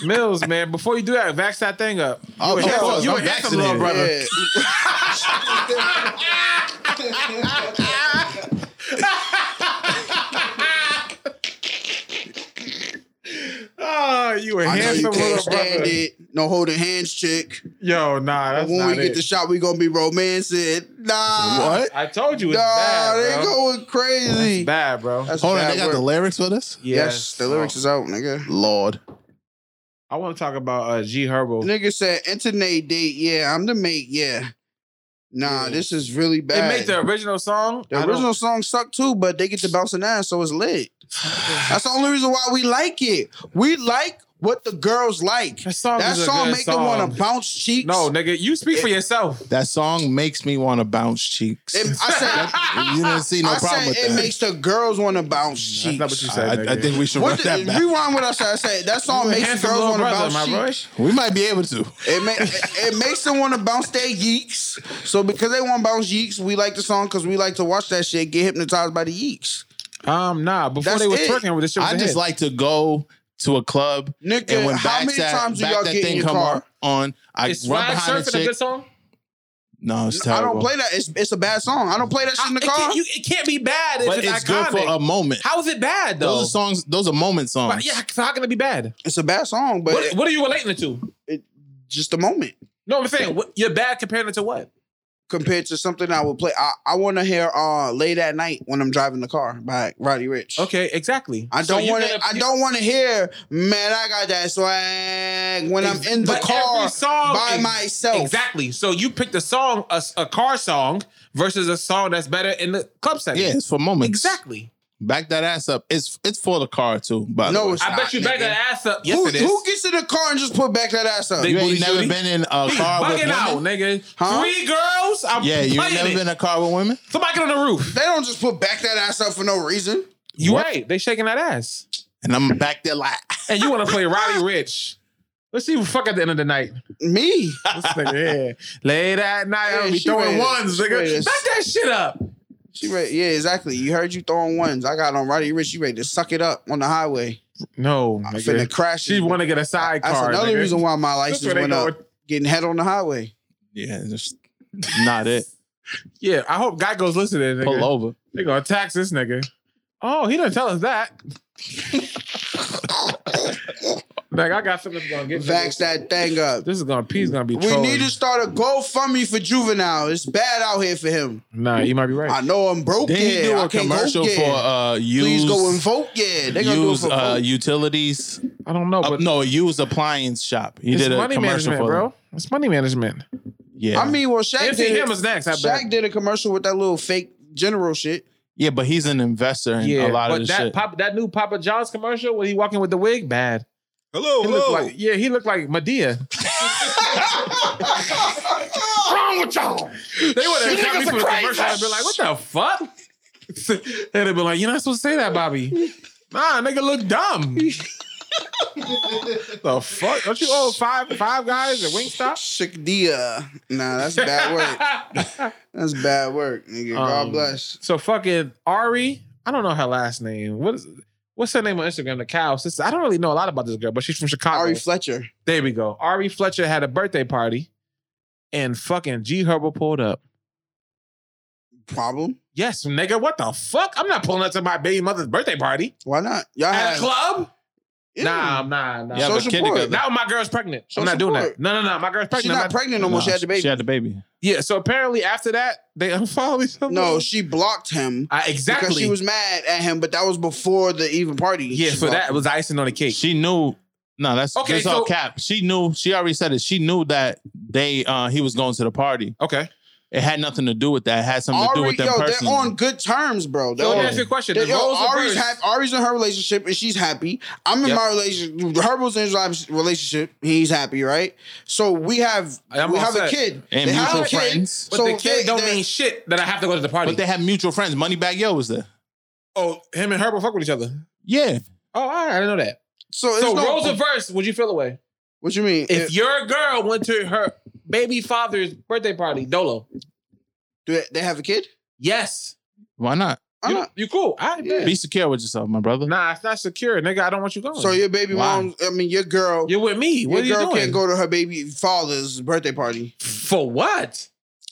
C: Mills, man, before you do that, vax that thing up. You
F: Oh,
C: a
F: of
C: handsome-
F: course,
C: you a
F: I'm
C: handsome little brother.
F: vaccinated.
C: Ah, you a
E: I know you
C: handsome
E: can't
C: little
E: stand
C: brother.
E: it. No holding hands, chick.
C: Yo, nah, that's
E: when
C: not
E: we
C: it.
E: get the shot, we gonna be romancing. Nah,
F: What?
C: I told you
E: Nah,
C: it's
E: they
C: bad, bro.
E: going crazy.
C: It's bad, bro.
E: That's
F: Hold on,
E: bad
F: they got
E: work.
F: the lyrics for this?
E: Yes, the lyrics is out, nigga.
F: Lord.
C: I want to talk about uh, G Herbo.
E: Nigga said internet date. Yeah, I'm the mate. Yeah. Nah, this is really bad.
C: They make the original song. I
E: The
C: don't-
E: original song sucked too, but they get to bounce an ass, so it's lit. That's the only reason why we like it. We like what the girls like.
C: That song,
E: That
C: is a
E: song
C: good
E: make them
C: song.
E: want to bounce cheeks.
C: No, nigga, you speak for yourself.
D: That song makes me want to bounce cheeks.
E: It- I said,
D: you didn't see no
E: I
D: problem
E: said
D: with
E: it
D: that.
E: makes the girls want to bounce
C: That's
E: cheeks.
C: not what you
D: I,
C: said. nigga.
D: I think we should
E: What
D: run
E: the,
D: that back.
E: rewind what I said. I said that song
C: You a
E: makes the
C: handsome
E: girls
C: little
E: want to
C: brother,
E: bounce
C: my boy.
E: cheeks.
D: We might be able to.
E: It, ma- it, it makes them want to bounce their yeeks. So because they want to bounce yeeks, we like the song because we like to watch that shit get hypnotized by the yeeks.
C: Um, nah. Before
E: That's
C: they was
E: it.
C: twerking with this shit. Was
D: I
C: a
D: just
C: hit.
D: like to go to a club and
E: Nigga,
D: when
E: how
D: back
E: many
D: that,
E: times do
D: back
E: y'all
D: that
E: get in
D: thing
E: your
D: come
E: car?
D: on, I
C: Is
D: run
C: Swag
D: behind the
C: Surfing a
D: chick.
C: good song?
D: No, it's
E: I
D: terrible.
E: don't play that. It's, it's a bad song. I don't play that shit in the
C: It
E: car.
C: can't, you, it can't be bad if
D: but
C: it's,
D: it's, good
C: iconic.
D: for a moment.
C: how is it bad though?
D: Those are songs. Those are moment songs.
C: But yeah, so how can it be bad?
E: It's a bad song, but
C: What,
E: it-
C: what are you relating it to?
E: just a moment
C: No, I'm saying what, you're bad compared to what?
E: compared to something I would play. I, I want to hear uh, "Late at Night" when I'm driving the car by Roddy Rich.
C: Okay, exactly.
E: I
C: So
E: don't
C: you're
E: want to.
C: gonna-
E: I don't want to hear, man. I got that swag when I'm in the
C: But
E: car
C: every song
E: by
C: is-
E: myself.
C: Exactly. So you picked a song, a, a car song, versus a song that's better in the club setting.
D: Yeah, it's for moments.
C: Exactly.
D: Back that ass up. It's it's for the car too. By
E: No,
D: the way.
E: it's-
C: I bet you
E: Nah,
C: back
E: nigga.
C: that ass up. Yes,
E: Who,
C: it is.
E: who gets in the car and just put back that ass up?
C: They-
D: you
C: Booty
D: ain't never
C: shooting?
D: been in a
C: He's
D: car with
C: bugging
D: women.
C: out, nigga.
E: Huh?
C: Three girls. I'm
D: Yeah, you ain't
C: playing
D: never
C: it.
D: been in a car with women.
C: Somebody get on the roof.
E: they don't just put back that ass up for no reason.
C: You
D: What?
C: right? They shaking that ass,
D: And I'm back there like
C: and you want to play Roddy Rich. Let's see who fuck at the end of the night.
E: Me,
C: This nigga, yeah. Late at night,
E: Yeah,
C: I'll be
E: she
C: throwing
E: ready.
C: ones,
E: She ready.
C: nigga. Back that shit up.
E: she ready. Yeah, exactly. You heard you throwing ones. I got on Roddy Rich. You ready to suck it up on the highway?
C: No,
E: I'm
C: nigga.
E: finna crash.
C: She
E: you.
C: want to get a side
E: That's
C: car.
E: another
C: nigga.
E: reason why my
C: That's
E: license
C: where they
E: went up.
C: going.
E: Getting head on the highway.
D: Yeah, just not it.
C: Yeah, I hope Geico's listening. Nigga.
D: Pull over.
C: They gonna tax this nigga. Oh, he didn't tell us that. like I got something that's gonna get
E: Vax that thing up.
C: This is gonna P's gonna be.
E: We
C: Trolling.
E: need to start a GoFundMe for juvenile. It's bad out here for him.
C: Nah, you might be right.
E: I know I'm broke.
D: Then he
E: yeah,
D: do
E: I
D: a
E: can't vote
D: commercial
E: yeah.
D: for uh use
E: Please go and vote. Yeah, they gonna
D: use
E: do it for
D: uh
E: vote.
D: utilities.
C: I don't know,
D: Uh,
C: but
D: no, use appliance shop. He
C: it's
D: did a
C: money
D: commercial
C: management,
D: for them.
C: bro. It's money management.
D: Yeah,
E: I mean, well, Shaq
C: MC
E: did.
C: Hammer's next. I bet.
E: Shaq did a commercial with that little fake general shit.
D: yeah, but he's an investor in
C: Yeah,
D: a lot
C: but
D: of the
C: that
D: shit.
C: Papa, that new Papa John's commercial when he walking with the wig, bad.
F: Hello,
C: He looked like yeah, he looked like Medea.
E: Wrong with y'all?
C: They would have got me for the commercial and been like, "What the fuck?" They'd have been like, "You're not supposed to say that, Bobby." Nah, nigga, look dumb. the fuck? Don't you owe five five guys at Wingstop?
E: Shakdia. Nah, that's bad work. That's bad work, nigga.
C: Um,
E: God bless.
C: So fucking Ari, I don't know her last name. What is what's her name on Instagram? The cow sister. I don't really know a lot about this girl, but she's from Chicago.
E: Ari Fletcher.
C: there we go. Ari Fletcher had a birthday party, and fucking G Herbo pulled up.
E: Problem?
C: Yes, nigga. What the fuck? I'm not pulling up to my baby mother's birthday party
E: Why not? Y'all
C: at
E: had
C: a club.
E: Yeah.
C: Nah, nah, nah.
D: Yeah,
C: So-
D: but
E: Social
D: kid
E: support.
D: together.
C: now my girl's pregnant.
E: So
C: I'm not doing
E: support.
C: that. No, no, no. My girl's pregnant.
E: She's
C: I'm
E: not pregnant no more.
D: Nah,
E: she had the baby.
D: She had the baby.
C: Yeah. So apparently after that, they unfollowed me. somewhere.
E: no, she blocked him
C: I, exactly.
E: because she was mad at him. But that was before the even party.
C: yeah.
E: She
C: So
E: blocked
C: that was icing on the cake.
D: She knew. No, that's
C: Okay,
D: okay. all
C: so-
D: cap. She knew. She already said it. She knew that they uh he was going to the party.
C: okay.
D: It had nothing to do with that. It had something to do
E: Ari,
D: with them
E: yo,
D: personally.
E: they're on good terms, bro. They're
C: So let me
E: on-
C: ask you a question.
E: they-
C: The
E: yo,
C: roles
E: Ari's,
C: reversed.
E: hap- Ari's in her relationship and she's happy. I'm in
D: Yep.
E: my relationship. Herbal's in his lives- relationship. He's happy, right? So we have
C: I'm
E: we
C: all
E: have a
C: set.
E: kid.
D: And
E: they have a
D: mutual
E: kid.
D: friends.
C: but
E: so
C: the kid
E: they-
C: don't
E: they-
C: mean shit that I have to go to the party.
D: But they had mutual friends. Moneybag Yo was there.
C: oh, him and her will fuck with each other.
D: Yeah.
C: Oh, all right. I didn't know that.
E: So, it's
C: So
E: no-
C: roles reversed. Would you feel away
E: What you mean?
C: if your girl went to her baby father's birthday party? Dolo.
E: Do they, they have a kid?
C: Yes.
D: Why not?
E: I'm
C: you,
E: not-
C: you cool. I bet.
D: Be secure with yourself, my brother.
C: Nah, it's not secure, nigga. I don't want you going.
E: So your baby
D: Why?
E: mom, I mean your girl,
C: You're with me. What are you
E: your girl
C: doing?
E: can't go to her baby father's birthday party.
C: For what?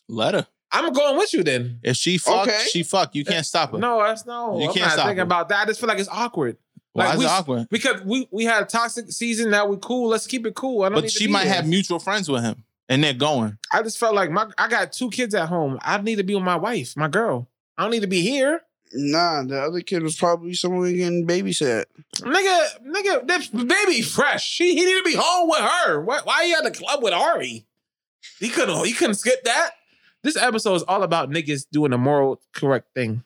D: Let her.
C: I'm going with you then.
D: If she fuck,
E: Okay.
D: she fuck. You can't stop her.
C: No, that's no.
D: You
C: I'm
D: can't
C: not
D: stop
C: thinking
D: her.
C: about that. I just feel like it's awkward.
D: Why
C: Like,
D: is
C: we-
D: it awkward?
C: Because we we had a toxic season. Now we cool. Let's keep it cool. I don't. need
D: But
C: to
D: she
C: be
D: might
C: here.
D: have mutual friends with him, and they're going.
C: I just felt like my I got two kids at home. I need to be with my wife, my girl. I don't need to be here,
E: Nah, the other kid was probably somewhere getting babysat.
C: nigga. Nigga, this baby fresh. She he need to be home with her. Why, why you at the club with Ari? He couldn't. He couldn't skip that. This episode is all about niggas doing the moral correct thing.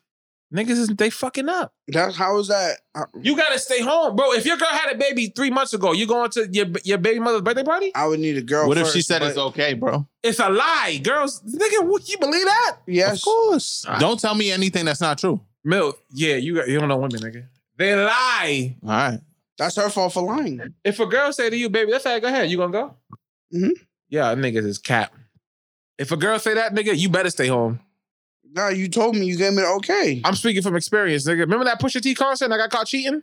C: Niggas is they fucking up.
E: That's how is that? I,
C: You gotta stay home, bro. If your girl had a baby three months ago, you going to your your baby mother's birthday party?
E: I would need a girl.
D: what if
E: first,
D: she said
E: but-
D: it's okay, bro?
C: It's a lie, girls. Nigga, what, you believe that?
E: Yes,
D: course. Don't tell me anything that's not true.
C: Milk. Yeah, you got- you don't know women, nigga. They lie.
D: All right.
E: that's her fault for lying.
C: If a girl say to you, baby, that's how go ahead, you gonna go?
E: Mhm.
C: Yeah, niggas is cap. If a girl say that, nigga, you better stay home.
E: Nah, you told me you gave me the okay.
C: I'm speaking from experience, nigga. Remember that Pusha T concert and I got caught cheating?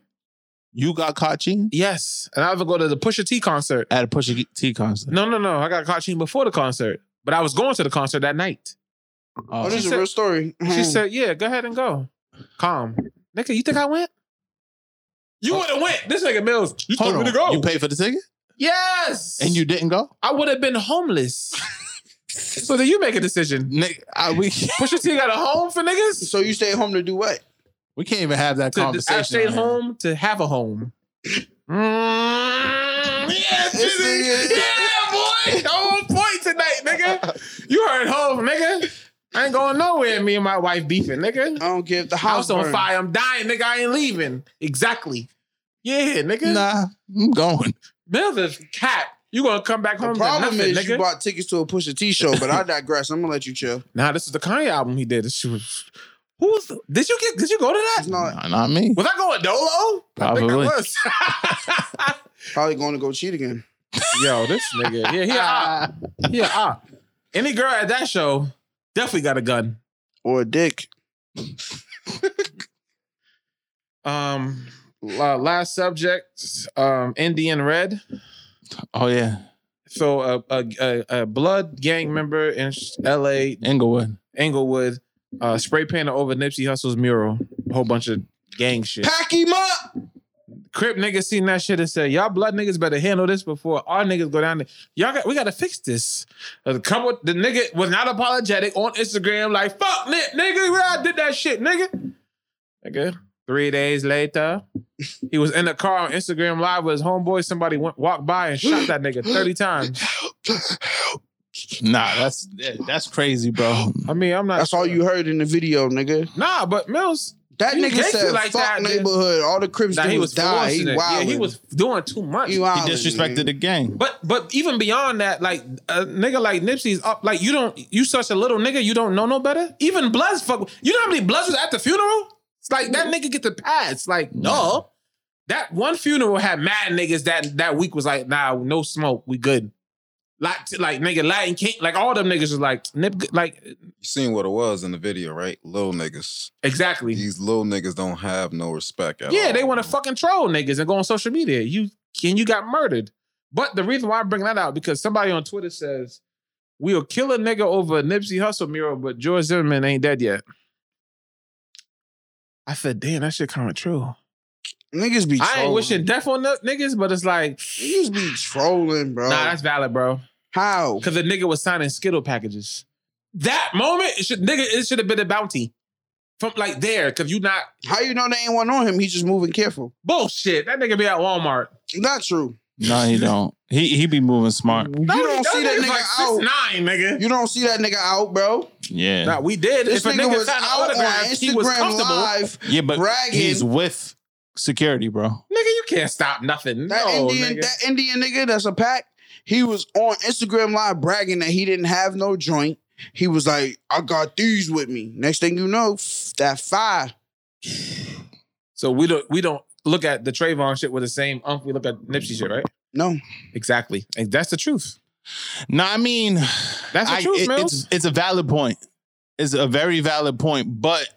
D: You got caught cheating
C: Yes. And I even go to the Pusha T concert.
D: at a Pusha T concert.
C: No, no, no. I got caught cheating before the concert. But I was going to the concert that night.
E: Oh,
D: Oh,
E: this
C: she
E: is
C: said-
E: a real story.
C: She said, yeah, go ahead and go. Calm. Nigga, you think I went? You would have went. This nigga Mills, you
D: Hold
C: told
D: on.
C: me to go.
D: You paid for the ticket
C: yes.
D: and you didn't go.
C: I would have been homeless. so then you make a decision.
D: Nigga, I, we
C: Pusha T got a home for niggas?
E: So you stay home to do what?
D: we can't even have that
C: To,
D: conversation.
C: I stayed
D: on here.
C: home to have a home. Mm, yeah, Jizzy. Yeah, boy. I'm on uh, point tonight, nigga. You heard home, nigga. I ain't going nowhere. Me and my wife beefing, nigga.
H: Uh,
E: I don't give the house,
C: House on
E: burn.
C: fire. I'm dying, nigga. I ain't leaving. Exactly. Yeah, nigga.
D: Nah, I'm going.
C: Mills is cap. You gonna come back home
E: The
C: to
E: problem
C: nothing,
E: is
C: nigga.
E: you bought tickets to a Pusha T show, but I digress. I'm gonna let you chill.
C: Nah, this is the Kanye album he did. This was, who was did you get did you go to that?
E: It's not
D: Nah, not me.
C: Was I going dolo?
D: Probably.
C: I think I
E: probably going to go cheat again.
C: was. Yo, this nigga. Yeah, he a op. He a op. Any girl at that show definitely got a gun.
E: Or a dick.
C: Um la- last subject, um, Indian Red.
D: Oh yeah,
C: So uh, a, a, a blood gang member in L.A.
D: Inglewood.
C: Englewood uh, spray painted over Nipsey Hussle's mural. A whole bunch of gang shit.
E: Pack him up.
C: Crip niggas seen that shit and said, "Y'all blood niggas better handle this before our niggas go down there. Y'all got we gotta fix this." A couple, the nigga was not apologetic on Instagram, like "fuck Nip, nigga, where I did that shit, nigga." Nigga, three days later, he was in the car on Instagram Live with his homeboy. Somebody went, walked by and shot that nigga thirty times.
D: Nah, that's that's crazy, bro.
C: I mean, I'm not.
E: That's all Oh, you heard in the video, nigga.
C: Nah, but Mills,
E: That
C: You
E: nigga
C: gangster
E: said,
C: like
E: "Fuck
C: that, man."
E: neighborhood." All the Crips
C: nah,
E: did
C: he
E: was
C: was
E: die. He
C: forcing it.
E: wild.
C: Yeah, he was doing too much.
E: He wildin',
D: He disrespected
E: nigga.
D: the gang.
C: But but even beyond that, like a nigga like Nipsey's up, like you don't you such a little nigga, you don't know no better. Even Bloods fuck. You know how many Bloods was at the funeral? It's like that nigga get the pass. Like no, that one funeral had mad niggas that that week was like nah, no smoke, we good. Like like nigga Latin King, like all them niggas was like nip like
F: You seen what it was in the video, right? Little niggas.
C: exactly.
F: These little niggas don't have no respect at all.
C: Yeah, they want to fucking troll niggas and go on social media. You and you got murdered. But the reason why I bring that out because somebody on Twitter says we'll kill a nigga over a Nipsey Hussle mural, but George Zimmerman ain't dead yet. I said, damn, that shit kind of true.
E: Niggas be. Trolling.
C: I ain't wishing death on the niggas, but it's like,
E: Niggas be trolling, bro.
C: nah, that's valid, bro.
E: How?
C: Because the nigga was signing Skittle packages. That moment, it should nigga, it should have been a bounty from like there, because you not
E: How you know they ain't one on him? He just moving careful.
C: bullshit. That nigga be at Walmart.
E: Not true.
D: No, he don't. He he be moving smart.
E: You don't see that
C: nigga's
E: nigga
C: like
E: out.
C: six nine, nigga.
E: You don't see that nigga out, bro.
D: Yeah.
C: Nah, we did.
E: This
C: if a
E: nigga,
C: nigga
E: was
C: signed an
E: out on
C: autograph, he was
E: Instagram
C: comfortable.
E: live.
D: yeah, but
E: bragging.
D: he's with security, bro.
C: Nigga, you can't stop nothing.
E: That
C: no,
E: Indian,
C: nigga.
E: that Indian nigga, that's a pack. He was on Instagram live bragging that he didn't have no joint. He was like, "I got these with me." Next thing you know, f- that fire.
C: so we don't we don't look at the Trayvon shit with the same umph we look at Nipsey shit, right?
E: No,
C: Exactly. And that's the truth.
D: No, I mean
C: That's the
D: I-
C: truth,
D: it-
C: Mills.
D: it's it's a valid point. It's a very valid point, but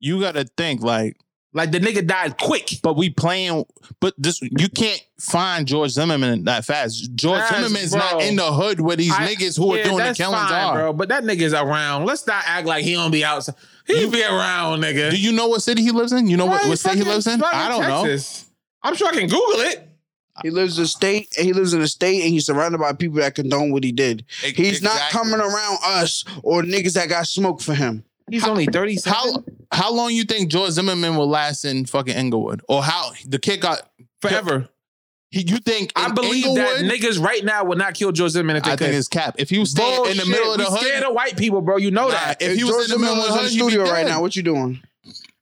D: you gotta think like like the nigga died quick. But we playing but this you can't find George Zimmerman that fast. George
C: That's-
D: Zimmerman's
C: bro.
D: not in the hood where these
C: I-
D: niggas who
C: yeah,
D: are doing the
C: that's
D: killings
C: fine,
D: are.
C: bro. But that nigga's around. Let's not act like he don't be outside. He be around, nigga.
D: Do you know what city he lives in? You know what,
C: Why
D: what state he
C: fucking-
D: lives in?
C: fucking
D: I don't
C: Texas? I'm sure I can Google it.
E: He lives in a state. He lives in a state, and he's surrounded by people that condone what he did.
D: know.
E: E, He's not
D: Exactly.
E: coming around us or niggas that got smoked for him.
C: He's only 30
D: How how long you think George Zimmerman will last in fucking Englewood? Or how the kid got
C: forever.
D: he, you think
C: I
D: in
C: believe that
D: Englewood-
C: niggas right now would not kill George Zimmerman if they
D: I
C: could.
D: think it's cap. If you stay in the
C: Bullshit.
D: middle of the
C: we scared
D: hood,
C: of white people, bro. You know
D: Nah,
C: that.
D: if he was in the
E: Zimmerman
D: middle of
E: was
D: the
E: in
D: hood,
E: the
D: he'd be
E: studio
D: dead.
E: right now, what you doing?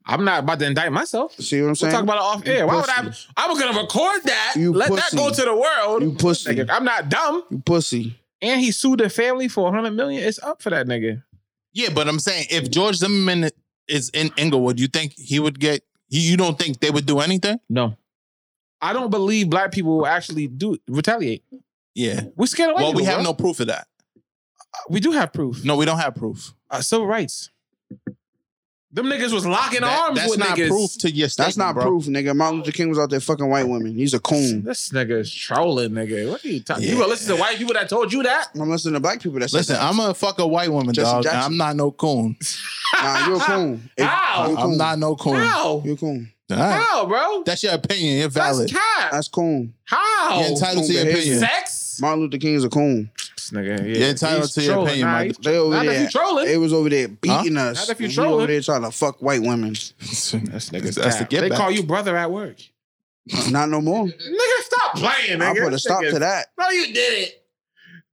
C: I'm not about to indict myself.
E: See what I'm
C: We'll
E: saying?
C: talk about it off air. Why would I?
E: pussy.
C: I'm gonna record that.
E: You
C: let that
E: pussy.
C: go to the world.
E: you pussy.
C: Nigga, I'm not dumb.
E: You pussy.
C: And he sued the family for 100 million. It's up for that nigga.
D: yeah, but I'm saying if George Zimmerman is in Englewood, you think he would get? You you don't think they would do anything?
C: No, I don't believe black people will actually do retaliate.
D: Yeah.
C: We're scared of white
D: Well, we
C: people,
D: have
C: bro.
D: no proof of that.
C: We do have proof.
D: No, we don't have proof.
C: Uh, civil rights. Them niggas was locking
D: That-
C: arms
D: that's
C: with
D: not
C: niggas.
D: proof to your statement,
E: That's not
D: bro.
E: proof, nigga. Martin Luther King was out there fucking white women. He's a coon.
C: This nigga is trolling, nigga. What are you talking? You
D: Yeah.
C: gonna listen to white people that told you that?
E: I'm listening to black people that said
D: Listen,
E: that.
D: I'm a fuck a white woman,
E: Jesse
D: dog. and
E: Jackson.
D: I'm not no coon.
E: Nah, you're a coon. If-
C: Ow.
E: You're a
D: I'm
E: coon.
D: not no coon.
C: How?
E: You're a coon.
D: All right.
C: How, bro?
D: That's your opinion. You're
C: That's
D: valid.
C: cap.
E: That's coon.
C: How?
D: You're entitled to your
E: Behavior.
D: opinion.
C: Sex?
E: Martin Luther King is a coon.
C: This nigga, yeah.
D: You're entitled
C: He's
D: to your
C: trolling,
D: opinion,
C: nah,
D: my
C: he's-
D: dude.
E: They over
C: Not if
E: there.
C: you trolling.
E: They was over there beating us.
C: Not if you
E: and he
C: trolling.
E: over there trying to fuck white women.
C: This nigga's
D: That's the
C: cap.
D: get
C: They
D: back.
C: call you brother at work.
E: Not no more.
C: Nigga, stop playing, nigga.
E: I put a
C: This
E: stop
C: nigga-
E: to that.
C: No, you did it.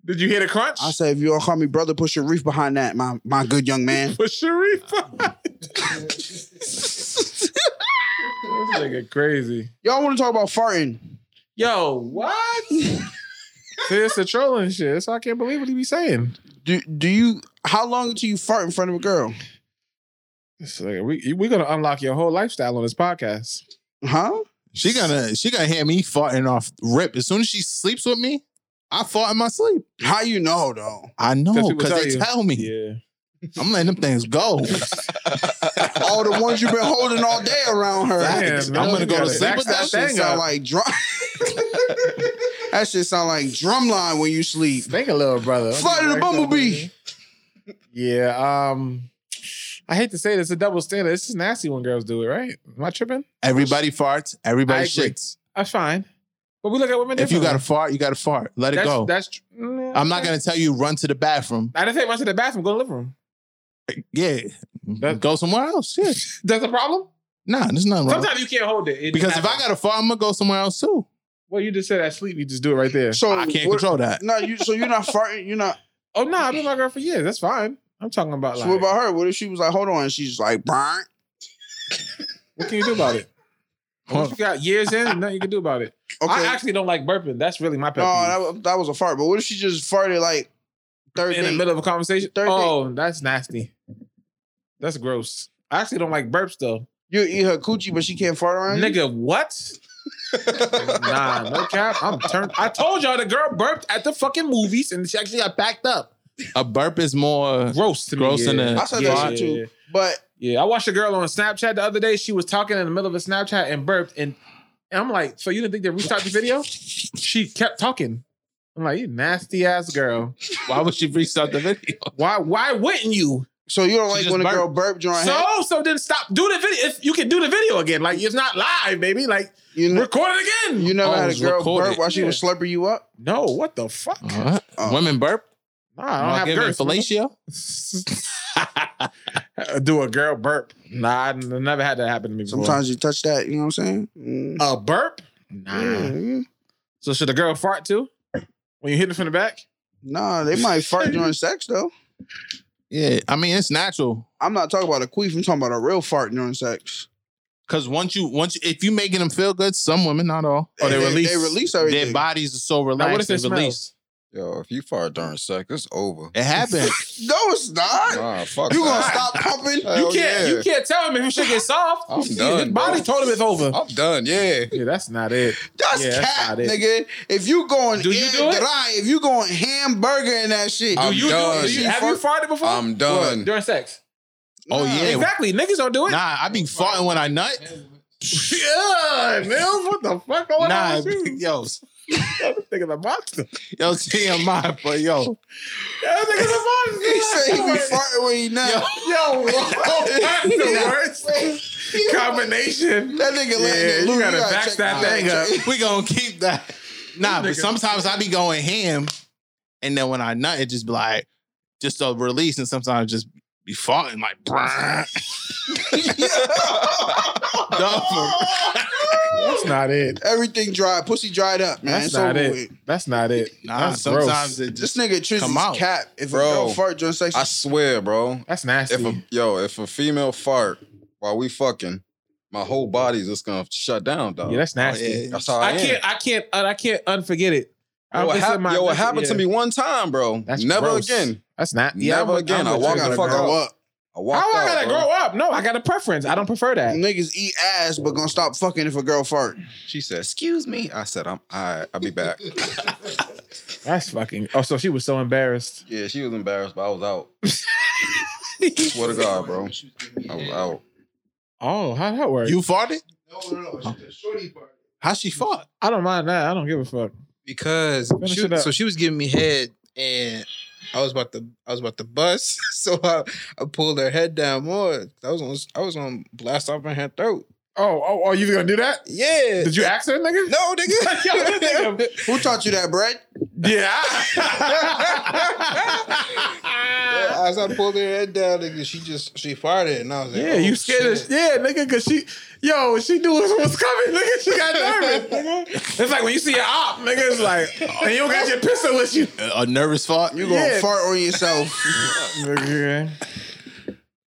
C: Did you hear the crunch?
E: I said, if you don't call me brother, put your reef behind that, my my good young man.
C: For Sharifa. this nigga crazy.
E: Y'all want to talk about farting?
C: Yo, what? See, it's the trolling shit. So I can't believe what he be saying.
E: Do do you? How long until you fart in front of a girl?
C: This nigga, we we gonna unlock your whole lifestyle on this podcast.
E: Huh?
D: She gonna she gonna hear me farting off rip. As soon as she sleeps with me, I fart in my sleep.
E: How you know though?
D: I know
C: people
D: because
C: tell
D: they
C: you.
D: tell me.
C: Yeah.
D: I'm letting them things go.
E: All the ones you've been holding all day around her.
C: Damn,
E: that
D: I'm
C: man,
D: gonna
C: you
D: go to
C: gotta
D: sleep
C: back
D: with
C: that
E: shit
C: thing
E: sound
C: up.
E: like drum. that shit sound like drumline when you sleep.
C: Think a little brother.
E: Flight of the bumblebee.
C: Yeah. Um, I hate to say this, it's a double standard. It's just nasty when girls do it, right? Am I tripping?
D: Everybody farts. Everybody
C: I agree.
D: shits.
C: That's fine. But we look at women
D: If you
C: differently.
D: gotta fart, you gotta fart. Let it
C: that's,
D: go.
C: That's. tr- mm,
D: I'm not gonna tell you run to the bathroom.
C: I didn't say run to the bathroom. Go to the living room.
D: Yeah,
C: That-
D: go somewhere else. Yeah,
C: That's a problem.
D: nah, there's nothing wrong.
C: Sometimes you can't hold it. It
D: Because if
C: happens.
D: I gotta fart, I'm gonna go somewhere else too.
C: well, you just said that sleep, you just do it right there.
E: So
D: I can't
E: what-
D: control that.
E: No, you. So you're not farting. You're not.
C: Oh no, I've been my girl for years. That's fine. I'm talking about
E: So
C: like,
E: what
C: what,
E: about her? What if she was like, hold on? And she's like, Burn.
C: can you do about it? Once you got years in, nothing you can do about it.
E: Okay.
C: I actually don't like burping. That's really my
E: no,
C: pet peeve.
E: that, wa- that was a fart. But what if she just farted like third
C: in the
E: date?
C: middle of a conversation.
E: Third date.
C: oh, that's nasty. That's gross. I actually don't like burps though.
E: You eat her coochie, but she can't fart around. you?
C: Nigga, what? nah, no cap. I'm turned. I told y'all the girl burped at the fucking movies and she actually got backed up.
D: A burp is more.
C: Gross to me.
D: Gross in the-
E: I said
C: Yeah,
E: that shit
C: yeah,
E: too.
C: yeah.
E: But
C: Yeah, I watched a girl on Snapchat the other day. She was talking in the middle of a Snapchat and burped, and, and I'm like, "So you didn't think they restocked the video?" She kept talking. I'm like, "You nasty ass girl.
D: Why would she restart the video?
C: Why? Why wouldn't you?"
E: so you don't
D: She
E: like
D: just
E: when a
D: burped.
E: girl burp during head?
C: So, so then stop. Do the video. If you can do the video again, like it's not live, baby. Like
E: You, ne-
C: record it again.
E: you never
D: Oh,
E: had a
D: it's
E: girl
D: recorded.
E: burp while she
C: Yeah.
E: was slurping you up.
C: no, what the fuck?
D: What?
E: Uh,
D: Women burp.
C: Nah, Oh. I
D: Am
C: don't
D: giving
C: have girls.
D: fellatio.
C: do a girl burp? Nah, I n- never had that happen to me. Before.
E: Sometimes you touch that. You know what I'm saying? Mm.
C: a burp. Nah.
E: Yeah.
C: So should a girl fart too? When you hit it from the back?
E: Nah, they might fart during sex though.
D: Yeah, I mean it's natural.
E: I'm not talking about a queef. I'm talking about a real fart during sex.
D: Cause once you once you, if you making them feel good, some women, not all,
C: Oh, they release.
E: They release
D: their
E: everything.
D: bodies are so relaxed.
C: Now, what if it
D: and released.
C: smells?
F: Yo, if you fart during sex, it's over.
D: It happened.
E: No, it's not.
F: Nah, fuck.
E: You gonna
F: that.
E: stop pumping?
F: Hell
C: you can't.
F: yeah.
C: You can't tell him if his shit gets soft.
F: I'm
C: His
F: done, bro.
C: body told him it's over.
F: I'm done. Yeah.
C: Yeah, that's not it.
E: That's
C: Yeah, that's
E: cat,
C: not it.
E: nigga. If you going
C: Do you
E: in
C: do it?
E: dry, if you going hamburger in that shit,
F: I'm
C: Do you do
F: done.
C: it? Do you- have you farted before?
F: I'm done.
C: What, during sex?
D: Oh yeah,
C: Exactly. Niggas don't do it.
D: Nah, I be farting when I nut.
C: Yeah, Mills, what the fuck going
D: Nah,
C: on with you?
D: yo,
C: That nigga's a monster.
D: yo, TMI, but yo,
C: That nigga's a monster.
E: He said he be farting when he not.
C: Yo, that's the worst combination.
E: That nigga
C: Yeah,
E: letting it
C: you
E: loose.
C: gotta
E: gotta
C: back
E: check
C: that
E: it out.
C: thing up.
D: we gonna keep that. Nah, but
C: Nigga.
D: sometimes I be going ham, and then when I nut, it just be like just a release, and sometimes just be farting like. Dumb for-
C: That's not it.
E: Everything dried, pussy dried up, man.
C: That's
E: it's
C: not
E: over
C: it.
E: with.
C: That's not it.
D: nah,
C: That's
D: sometimes
C: gross.
D: it just
E: This nigga
D: Come out.
E: Trizzy's cap. If
F: Bro.
E: a girl fart during sex,
F: I swear, bro.
C: That's nasty.
F: If a yo, if a female fart while we fucking, my whole body's just gonna shut down, dog.
C: yeah, that's nasty.
F: That's how I,
C: I
F: am.
C: can't. I can't. Uh, I can't unforget it.
F: Yo,
C: I'm-
F: what,
C: it's in
F: hap-
C: my-
F: yo, what
C: that's-
F: happened to
C: yeah.
F: me one time, bro?
C: That's
F: Never
C: gross.
F: again.
C: That's not. Yeah,
F: Never
C: with-
F: again. I
C: with
F: walk
C: you.
F: out
E: gotta
F: the fuck
E: grow
F: out.
E: up.
F: I walked
C: How I
F: out,
C: gotta
F: bro.
C: grow up? No, I got a preference. I don't prefer that.
E: Niggas eat ass, but gonna stop fucking if a girl fart.
F: She said, "Excuse me." I said, "I'm all right. I'll be back."
C: That's fucking. Oh, so she was so embarrassed.
F: yeah, she was embarrassed, but I was out. Swear to God, bro, I was out.
C: Oh, how that work?
D: you farted.
B: No, no, no. Shorty part.
D: How she fought?
C: I don't mind that. I don't give a fuck.
H: because
C: Finish
H: she,
C: it up.
H: so she was giving me head and I was about to I was about to bust so I, I pulled her head down more I was on I was on blast off in her throat
C: Oh, oh, oh, you gonna do that?
H: yeah
C: Did you ask her, nigga?
H: no
C: Yo, this
H: nigga
C: nigga-
E: Who taught you that, Brett?
C: yeah.
H: as I pulled her head down nigga she just she farted and I was like
C: Yeah,
H: oh,
C: you scared
H: shit.
C: as yeah, nigga, cause she yo, she knew what was coming, nigga. She got nervous, nigga. It's like when you see your op, nigga, it's like, and you don't got your pistol with you.
D: A, a nervous fart?
E: You gonna
C: Yeah.
E: fart on yourself.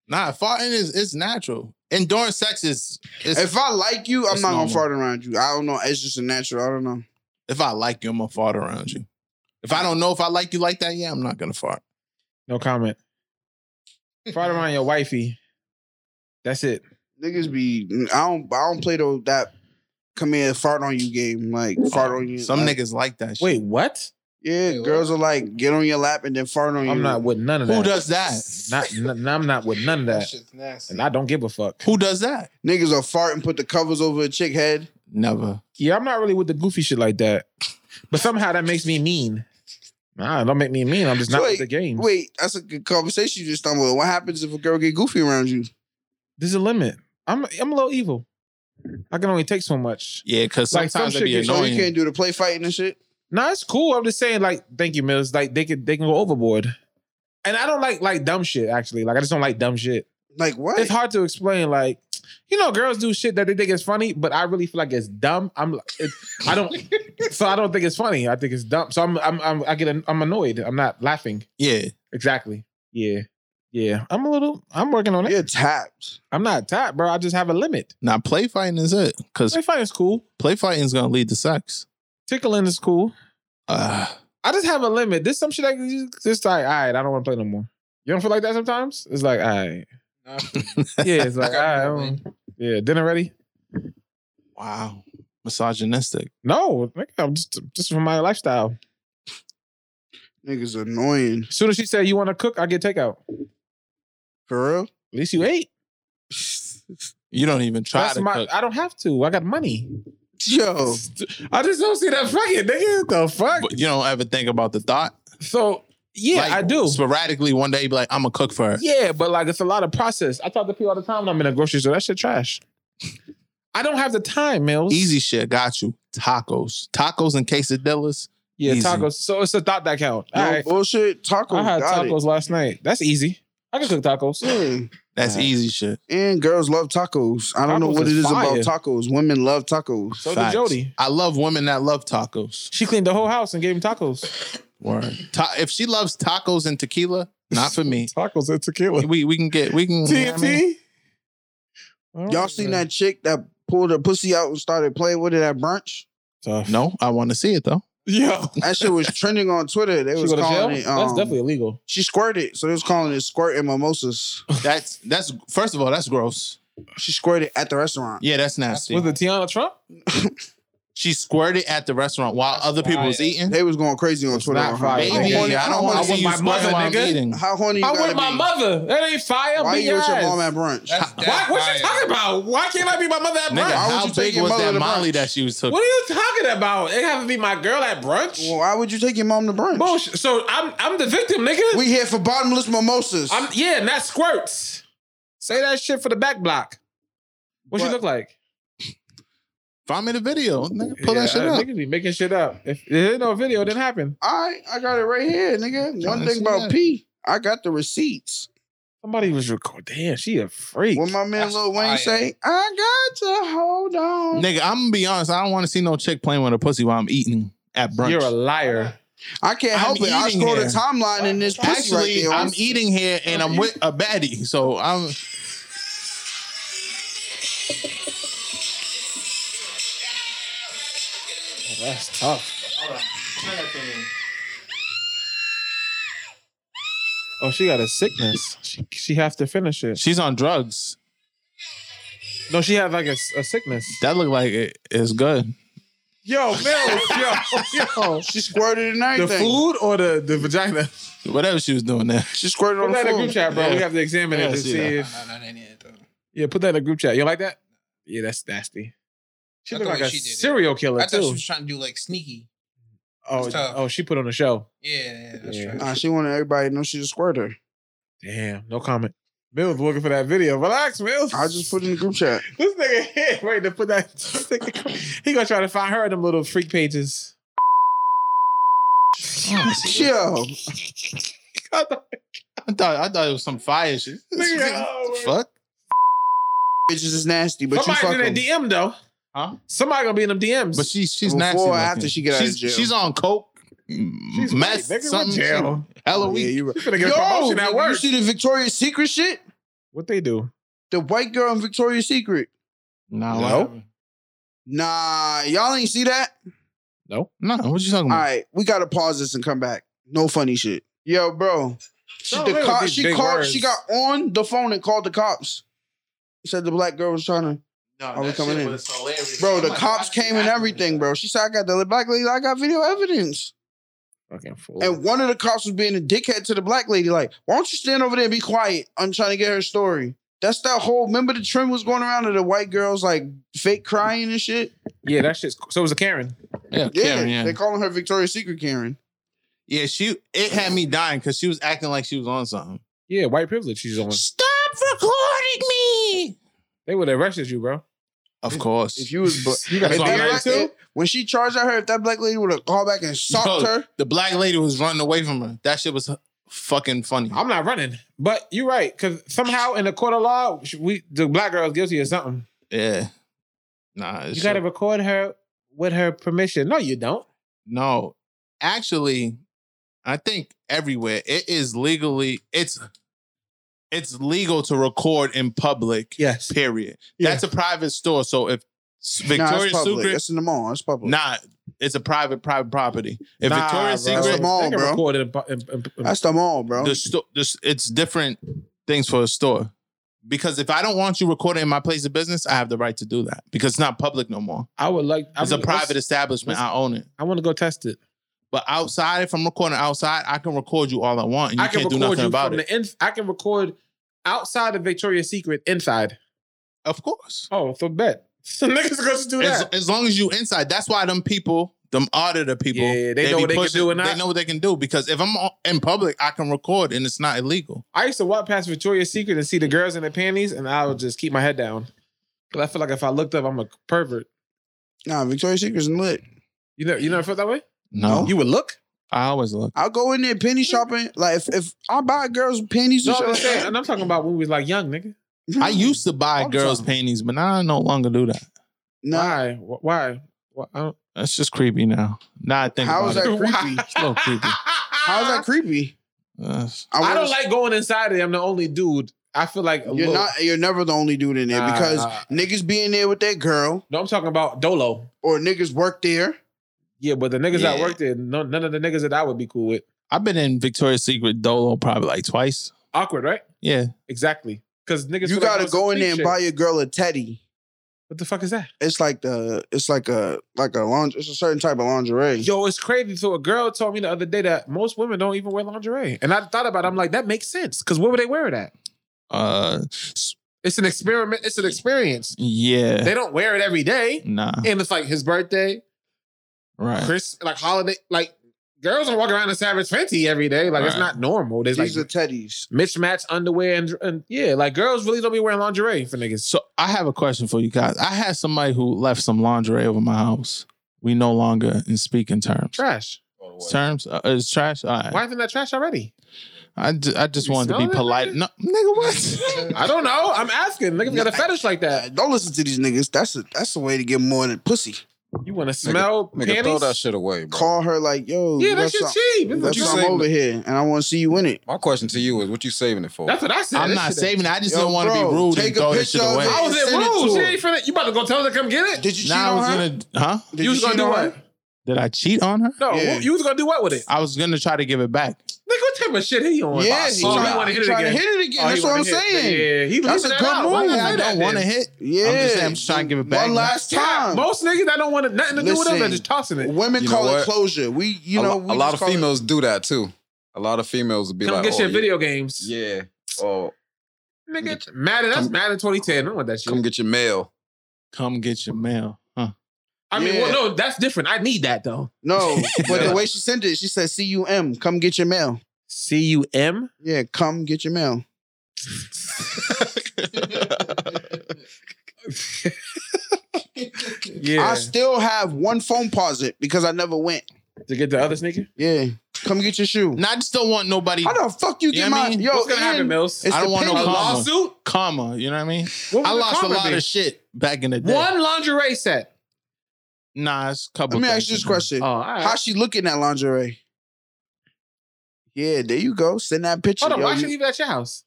D: Nah, farting is it's natural. And during sex is it's,
E: if
D: if,
E: I like you, I'm
D: It's
E: not
D: normal.
E: gonna fart around you. I don't know. It's just a natural. I don't know.
D: I like you, I'm gonna fart around you. If I don't know if I like you like that, yeah, I'm not gonna fart.
C: No comment. Fart around your wifey. That's it.
E: Niggas be. I don't. I don't play those that. Come here, fart on you game. Like fart on you.
D: Some
E: like,
D: niggas like that shit.
C: Wait, what?
E: Yeah, girls are like get on your lap and then fart on you.
C: I'm not with none of that.
D: who does that?
C: Not, n- I'm not with none of
H: that
C: that,
H: shit's nasty
C: and I don't give a fuck.
D: Who does that?
E: Niggas are fart and put the covers over a chick head.
D: Never.
C: Yeah, I'm not really with the goofy shit like that. But somehow that makes me mean. Nah, don't make me mean. I'm just not
E: Wait,
C: with the game.
E: Wait, that's a good conversation you just stumbled. on. What happens if a girl get goofy around you?
C: There's a limit. I'm I'm a little evil. I can only take so much.
D: Yeah, because
C: Like,
D: sometimes
C: some shit
D: it be
C: gets- so
E: So you
D: annoying.
E: can't do the play fighting and shit.
C: Nah, it's cool. I'm just saying, like, thank you, Mills. Like they can they can go overboard. And I don't like like dumb shit, actually. Like I just don't like dumb shit.
E: Like what?
C: It's hard to explain, like, you know, girls do shit that they think is funny, but I really feel like it's dumb. I'm like, it, I don't so I don't think it's funny. I think it's dumb. So I'm I'm, I'm I get an, I'm annoyed. I'm not laughing.
D: yeah.
C: Exactly. Yeah. Yeah. I'm a little I'm working on it.
E: You're tapped.
C: I'm not tired, bro. I just have a limit.
D: Now play fighting is it. Because
C: I find it's cool.
D: play fighting is gonna lead to sex.
C: Tickling is cool.
D: Uh,
C: I just have a limit. There's some shit I can just, just like, all right, I don't want to play no more. You don't feel like that sometimes? It's like, all right.
H: Nah.
C: Yeah, it's like, all right.
H: I got
C: I don't- Yeah, dinner ready?
D: wow. Misogynistic.
C: No, nigga, I'm just, just for my lifestyle.
E: Niggas annoying.
C: As soon as she said, you want to cook, I get takeout. At
E: For real?
C: least you ate.
D: You don't even try
C: That's
D: to
C: my,
D: cook.
C: I don't have to. I got money.
E: Yo.
C: I just don't see that fucking nigga. The fuck?
D: But you don't ever think about the thought.
C: So, yeah,
D: Like,
C: I do.
D: Sporadically, one day you be like, I'm gonna cook for her.
C: Yeah, but like it's a lot of process. I talk to people all the time when I'm in a grocery store. That shit trash. I don't have the time, Mills.
D: Easy shit, got you. Tacos. Tacos and quesadillas.
C: Yeah,
D: Easy.
C: tacos. So it's a thought that count.
E: No
C: All right.
E: bullshit. Taco.
C: I had
E: got
C: tacos last night. That's easy. I can cook tacos.
E: It.
D: That's
C: Right.
D: easy shit.
E: Yeah. And girls love tacos. I don't know
C: Tacos
E: what
C: is
E: it is about
C: fire.
E: tacos. Women love tacos.
C: So
D: Facts.
C: did Jody.
D: I love women that love tacos.
C: She cleaned the whole house and gave him tacos.
D: Word. Ta- if she loves tacos and tequila, not for me.
C: Tacos and tequila.
D: We we can get we can you know what I mean?
C: TNT.
E: Y'all seen that chick that pulled her pussy out and started playing with it at brunch?
C: Tough.
D: No, I want to see it though.
C: Yeah.
E: That shit was trending on Twitter. They
C: She
E: was
C: go to jail?
E: calling it. Um,
C: That's definitely illegal.
E: She squirted, so they was calling it squirt and mimosas.
D: That's that's first of all, that's gross.
E: She squirted at the restaurant.
D: Yeah, that's nasty.
C: Was it Tiana Trump?
D: She squirted at the restaurant while other people was eating.
E: They was going crazy on Twitter.
D: not
E: on
D: fire.
E: her.
D: Baby,
E: How horny-
D: I don't
E: how
D: wanna
E: horny-
D: see you
C: my mother,
D: squirting while I'm
C: nigga.
D: eating.
E: How horny you
C: I
E: gotta
C: went my
E: be?
C: mother. That ain't fire.
E: Why
C: beat
E: you
C: your
E: with your
C: ass.
E: mom at brunch?
H: That's
C: Why,
H: that
C: what you
H: fire.
C: talking about? Why can't I be my mother at
D: Nigga,
C: brunch?
E: would
D: how
E: you take
D: big
E: your
D: was
E: mother
D: that
E: to
D: Molly
E: brunch?
D: that she was took?
C: What are you talking about? It have to be my girl at brunch.
E: Well, why would you take your mom to brunch?
C: Bullshit. So I'm I'm the victim, nigga.
E: We here for bottomless mimosas.
C: I'm yeah, not squirts. Say that shit for the back block. What, she
E: What?
C: look like?
D: Find me the video. Nigga, pull
C: Yeah,
D: that shit
C: uh,
D: up.
C: Niggas be making shit up. If there ain't no video, it didn't happen.
E: All right, I got it right here, nigga.
D: Tryna
E: One thing
D: see
E: about
D: that.
E: P, I got the receipts.
C: Somebody was recording. Damn, she a freak.
E: What my man
H: That's
E: Lil Wayne
H: fire.
E: say? I got to hold on.
D: Nigga, I'm gonna be honest. I don't want to see no chick playing with a pussy while I'm eating at brunch.
C: You're a liar.
E: I can't
D: I'm
E: help it. I
D: eating
E: scroll the
D: here.
E: timeline in this pussy right
D: Actually,
E: there.
D: I'm eating here and I'm with a baddie, so I'm.
C: That's tough. Oh, she got a sickness. She, she have to finish it.
D: She's on drugs.
C: No, she have like a, a sickness.
D: That look like it is good.
C: Yo, Mills, yo, yo.
E: She squirted and
C: The
E: everything.
C: food or the, the vagina?
D: Whatever she was doing there.
E: She squirted on
C: Put that in a
E: the
C: group
E: food.
C: chat, bro. We
D: Yeah.
C: have to examine
D: Yeah,
C: it to
D: see
C: see
D: that.
C: if. Yeah, put that in a group chat. You like that? Yeah, that's nasty. She
H: I
C: looked
H: thought
C: like a
H: she did it.
C: serial killer
H: I thought
C: too.
H: she was trying to do like sneaky.
C: oh,
H: tough.
C: oh, she put on a show.
H: Yeah, yeah that's
C: Yeah.
H: right.
E: Nah, she wanted everybody to know she's a squirter.
C: Damn, no comment. Mills looking for that video. Relax, Mills.
E: I just put it in the group chat.
C: this nigga here waiting to put that. this nigga- he gonna try to find her in them little freak pages.
E: Yo,
C: God, the-
D: I thought I thought it was some fire shit.
C: nigga, oh,
D: Fuck.
E: bitches is nasty, but you
C: Somebody's
E: fuck
C: in that
E: them.
C: DM though.
D: Huh?
C: Somebody gonna be in them DMs.
D: But she she's
E: Before
D: nasty.
E: or
D: looking.
E: after she get out of
D: she's,
E: jail?
D: She's on coke.
C: She's
D: She's
C: mess,
D: mess.
C: nigga, something
D: something.
C: jail.
E: Oh, yeah,
D: Halloween.
E: you right.
C: She's gonna get a
E: Yo,
C: promotion at
E: you
C: work.
E: see the Victoria's Secret shit?
C: What they do?
E: The white girl in Victoria's Secret.
D: No.
C: No.
E: Nah, y'all ain't see that?
C: No.
D: No. What you talking
E: All
D: about?
E: right, we gotta pause this and come back. No funny shit. Yo, bro. She,
C: Don't
E: the
C: live with
E: cop,
C: these
E: she
C: big
E: called.
C: words.
E: She got on the phone and called the cops. Said the black girl was trying to.
D: No,
E: Are we
D: that
E: coming
D: shit
E: in?
D: was hilarious.
E: Bro,
D: I'm
C: Oh
E: the
D: like,
E: cops
D: why she
E: came and
D: acting
E: everything,
D: like
E: bro. She said, "I got the black lady. I got video evidence."
C: Fucking fool.
E: And one of the cops was being a dickhead to the black lady. Like, why don't you stand over there and be quiet? I'm trying to get her story. That's that whole. Remember the trend was going around of the white girls like fake crying and shit.
C: yeah, that shit's. So it was a Karen.
D: that? Yeah,
E: Yeah,
D: Karen, yeah.
E: they calling her Victoria's Secret Karen.
D: Yeah, she it had me dying because she was acting like she was on something.
C: Yeah, white privilege. She's on.
D: Stop recording me.
C: They would have arrested you, bro.
D: Of course.
E: If you was, bu-
C: You got
E: if
D: That's
E: that
D: all
E: black-
D: right, too?
E: when she charged at her, if that black lady would have called back and socked
D: Yo,
E: her,
D: The black lady was running away from her. That shit was h- fucking funny.
C: I'm not running, but you're right because somehow in the court of law, sh- we the black girl's guilty of something.
D: yeah. Nah. it's
C: You got to
D: shit-
C: record her with her permission. No, you don't.
D: no. Actually, I think everywhere it is legally it's it's legal to record in public.
C: Yes.
D: Period.
C: Yeah.
D: That's a private store. So if s- Victoria's
E: nah, it's public.
D: Secret,
E: It's in the mall. It's public.
D: nah, it's a private private property. If
C: Nah,
D: Victoria's
C: bro.
D: Secret
E: That's a mall,
C: they can
E: bro.
C: record it in pu- in- in- in-
E: That's the mall, bro.
D: the store this it's different things for a store because if i don't want you recording in my place of business i have the right to do that because it's not public no more
C: I would like. I
D: it's
C: would-
D: a private
C: let's-
D: establishment i own it
C: I want to go test it.
D: but outside if i'm recording outside i can record you all i want and you
C: I can
D: can't do
C: record
D: nothing
C: you
D: about
C: from
D: it
C: the in, I can record outside of Victoria's Secret inside.
D: of course
C: Oh, so bet. So niggas are gonna do
D: as,
C: that.
D: as long as you inside that's why them people them auditor people
C: Yeah, they know
D: be
C: what they can do and
D: they
C: not.
D: know what they can do because if i'm o- in public i can record and it's not illegal
C: I used to walk past Victoria's Secret and see the girls in their panties, and I would just keep my head down. Cause I feel like if I looked up, I'm a pervert.
E: nah, Victoria's Secret's lit.
C: You know, you never felt that way.
E: Oh.
D: no
C: You would look.
D: i always look
E: I'll go in there penny shopping. Like if, if I buy girls panties
C: No,
E: and
C: I'm
E: shit
C: just
E: like
C: saying,
E: that.
C: and I'm talking about when we was like young, nigga.
D: i used to buy
E: All the
D: girls
E: time.
D: paintings but now i no longer do that
C: Why?
E: Nah,
C: Wh- Why? Why? I don't.
D: That's just creepy now. Now I think
E: How
D: about
E: is
D: it.
E: that creepy?
D: It's a little creepy.
E: How's that creepy?
D: Uh,
C: I
E: wanna-
C: don't like going inside it. I'm the only dude. I feel like a
E: You're
C: little-
E: not. You're never the only dude in there
C: Nah,
E: because
C: nah.
E: niggas be in there with that girl
C: No, I'm talking about Dolo.
E: or niggas work there.
C: Yeah, but the niggas that
D: Yeah.
C: worked there, no, none of the niggas that I would be cool with.
D: I've been in Victoria's Secret Dolo probably like twice.
C: Awkward, right?
D: Yeah.
C: Exactly. Because niggas,
E: You
C: feel like
E: gotta
C: doing some
E: go in
C: freak
E: there and
C: shit.
E: buy your girl a teddy.
C: What the fuck is that?
H: It's like the it's like a like a lingerie. It's a certain type of lingerie.
C: Yo, it's crazy. So a girl told me the other day that most women don't even wear lingerie, and I thought about. it. I'm like, that makes sense because where would they wear it at?
D: Uh,
C: It's an experiment. It's an experience.
D: yeah.
C: They don't wear it every day,
D: nah.
C: and it's like his birthday,
D: Right.
C: Chris, like holiday, like girls don't walk around in Savage Fenty every day. Like it's
D: Right.
C: not normal. There's like
H: These are teddies.
C: mismatched underwear and, and yeah, like girls really don't be wearing lingerie for niggas.
D: So I have a question for you guys. I had somebody who left some lingerie over my house. We no longer in speaking terms.
C: Trash.
H: Oh,
D: Terms uh, it's trash. All right.
C: Why isn't that trash already?
D: I, ju- I just
C: You
D: wanted to be
C: smell it,
D: polite.
C: nigga?
D: No, nigga, what?
C: I don't know. I'm asking. Niggas got a fetish like
H: Uh,
C: that.
H: don't listen to these niggas. That's a that's a way to get more than pussy.
C: You want to smell
E: Nigga, throw
C: panties?
E: that shit away, bro.
H: Call her like, yo,
C: yeah,
H: you
C: that
H: left
C: shit
H: some- you
C: cheap.
H: left
C: That's what,
E: you
C: you
H: some
E: saying.
H: over here, and I want to see you in it.
E: My question to you is, what you saving it for?
C: that's what I said.
D: I'm
C: That
D: not
C: shit-
D: saving it. I just
H: Yo,
D: don't want to
H: bro,
D: be rude and
H: take a
D: throw this
H: picture
D: shit
H: of
D: away.
H: it.
C: I was in
H: Send it to
C: rules. She
H: her.
C: ain't finna. You about to go tell her to come get it?
H: Did you cheat
D: Now I was
H: on her?
D: gonna, huh?
H: Did
C: you was gonna
H: cheat
C: do
H: on her?
C: what?
D: Did I cheat on her?
C: No,
H: Yeah.
C: wh- you was gonna do what with it?
D: I was gonna try to give it back.
C: Nigga, what type of shit he on?
H: Yeah, he
C: oh,
H: trying-
C: he want to
H: he
C: hit it
H: trying to
C: again.
H: hit it again.
C: Oh, he
H: That's what
C: wanna
H: I'm
C: hit it.
H: saying.
C: Yeah, he
H: That's
C: leaving
H: a
C: that
H: good
C: out. Why
H: move.
C: you
H: I
C: say
D: I
C: that
D: don't want to
C: then?
D: hit.
H: Yeah,
D: I'm just saying I'm just trying to give it back.
H: One last
C: Top.
H: time.
C: Most niggas that don't want to, nothing to do with them.
H: Listen.
C: They're just tossing it.
H: Women
E: You know
H: call it
E: what?
H: closure. We, you
E: a,
H: know,
E: lo-
H: we
E: a lot
H: just
E: of
H: call it-
E: females do that too. A lot of females would be
C: Come
E: like,
C: get
E: oh,
C: your
E: yeah,
C: video games.
E: Yeah. Oh,
C: Nigga, Madden, that's
E: Come-
C: Madden 2010. I don't want that shit.
E: come get your mail.
D: Come get your mail. Huh.
C: I mean,
H: Yeah.
C: well, no, that's different. I need that though.
H: No, but the way she sent it, she said, "C-U-M, come get your mail."
C: C U M.
H: Yeah, come get your mail.
C: Yeah.
H: I still have one phone posit because I never went.
C: to get the other sneaker.
H: Yeah, come get your shoe.
D: No, I just don't want nobody
H: How the fuck you
D: You
H: get
D: know what I
H: my
D: mean?
H: yo?
C: What's gonna happen,
H: and
C: Mills?
H: It's
D: I don't
H: the
D: want no
H: penny.
C: a
D: karma.
C: lawsuit.
D: comma. You know what I mean?
C: What would
D: I
C: the
D: lost a
C: karma
D: lot
C: be?
D: of shit back in the day.
C: One lingerie set.
D: Nah, it's a couple.
H: Let me ask
D: things.
H: you this question:
C: Oh, all right.
H: How she looking at lingerie? Yeah, there you go. Send that picture,
C: Hold on,
H: yo.
C: why should you leave it at your house?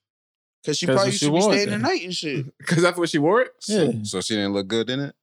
H: Because she
D: 'Cause
H: probably
D: she
H: should be
D: wore it
H: staying the
D: then.
H: night and shit.
C: Because that's what she wore it.
D: Yeah.
E: So she didn't look good in it.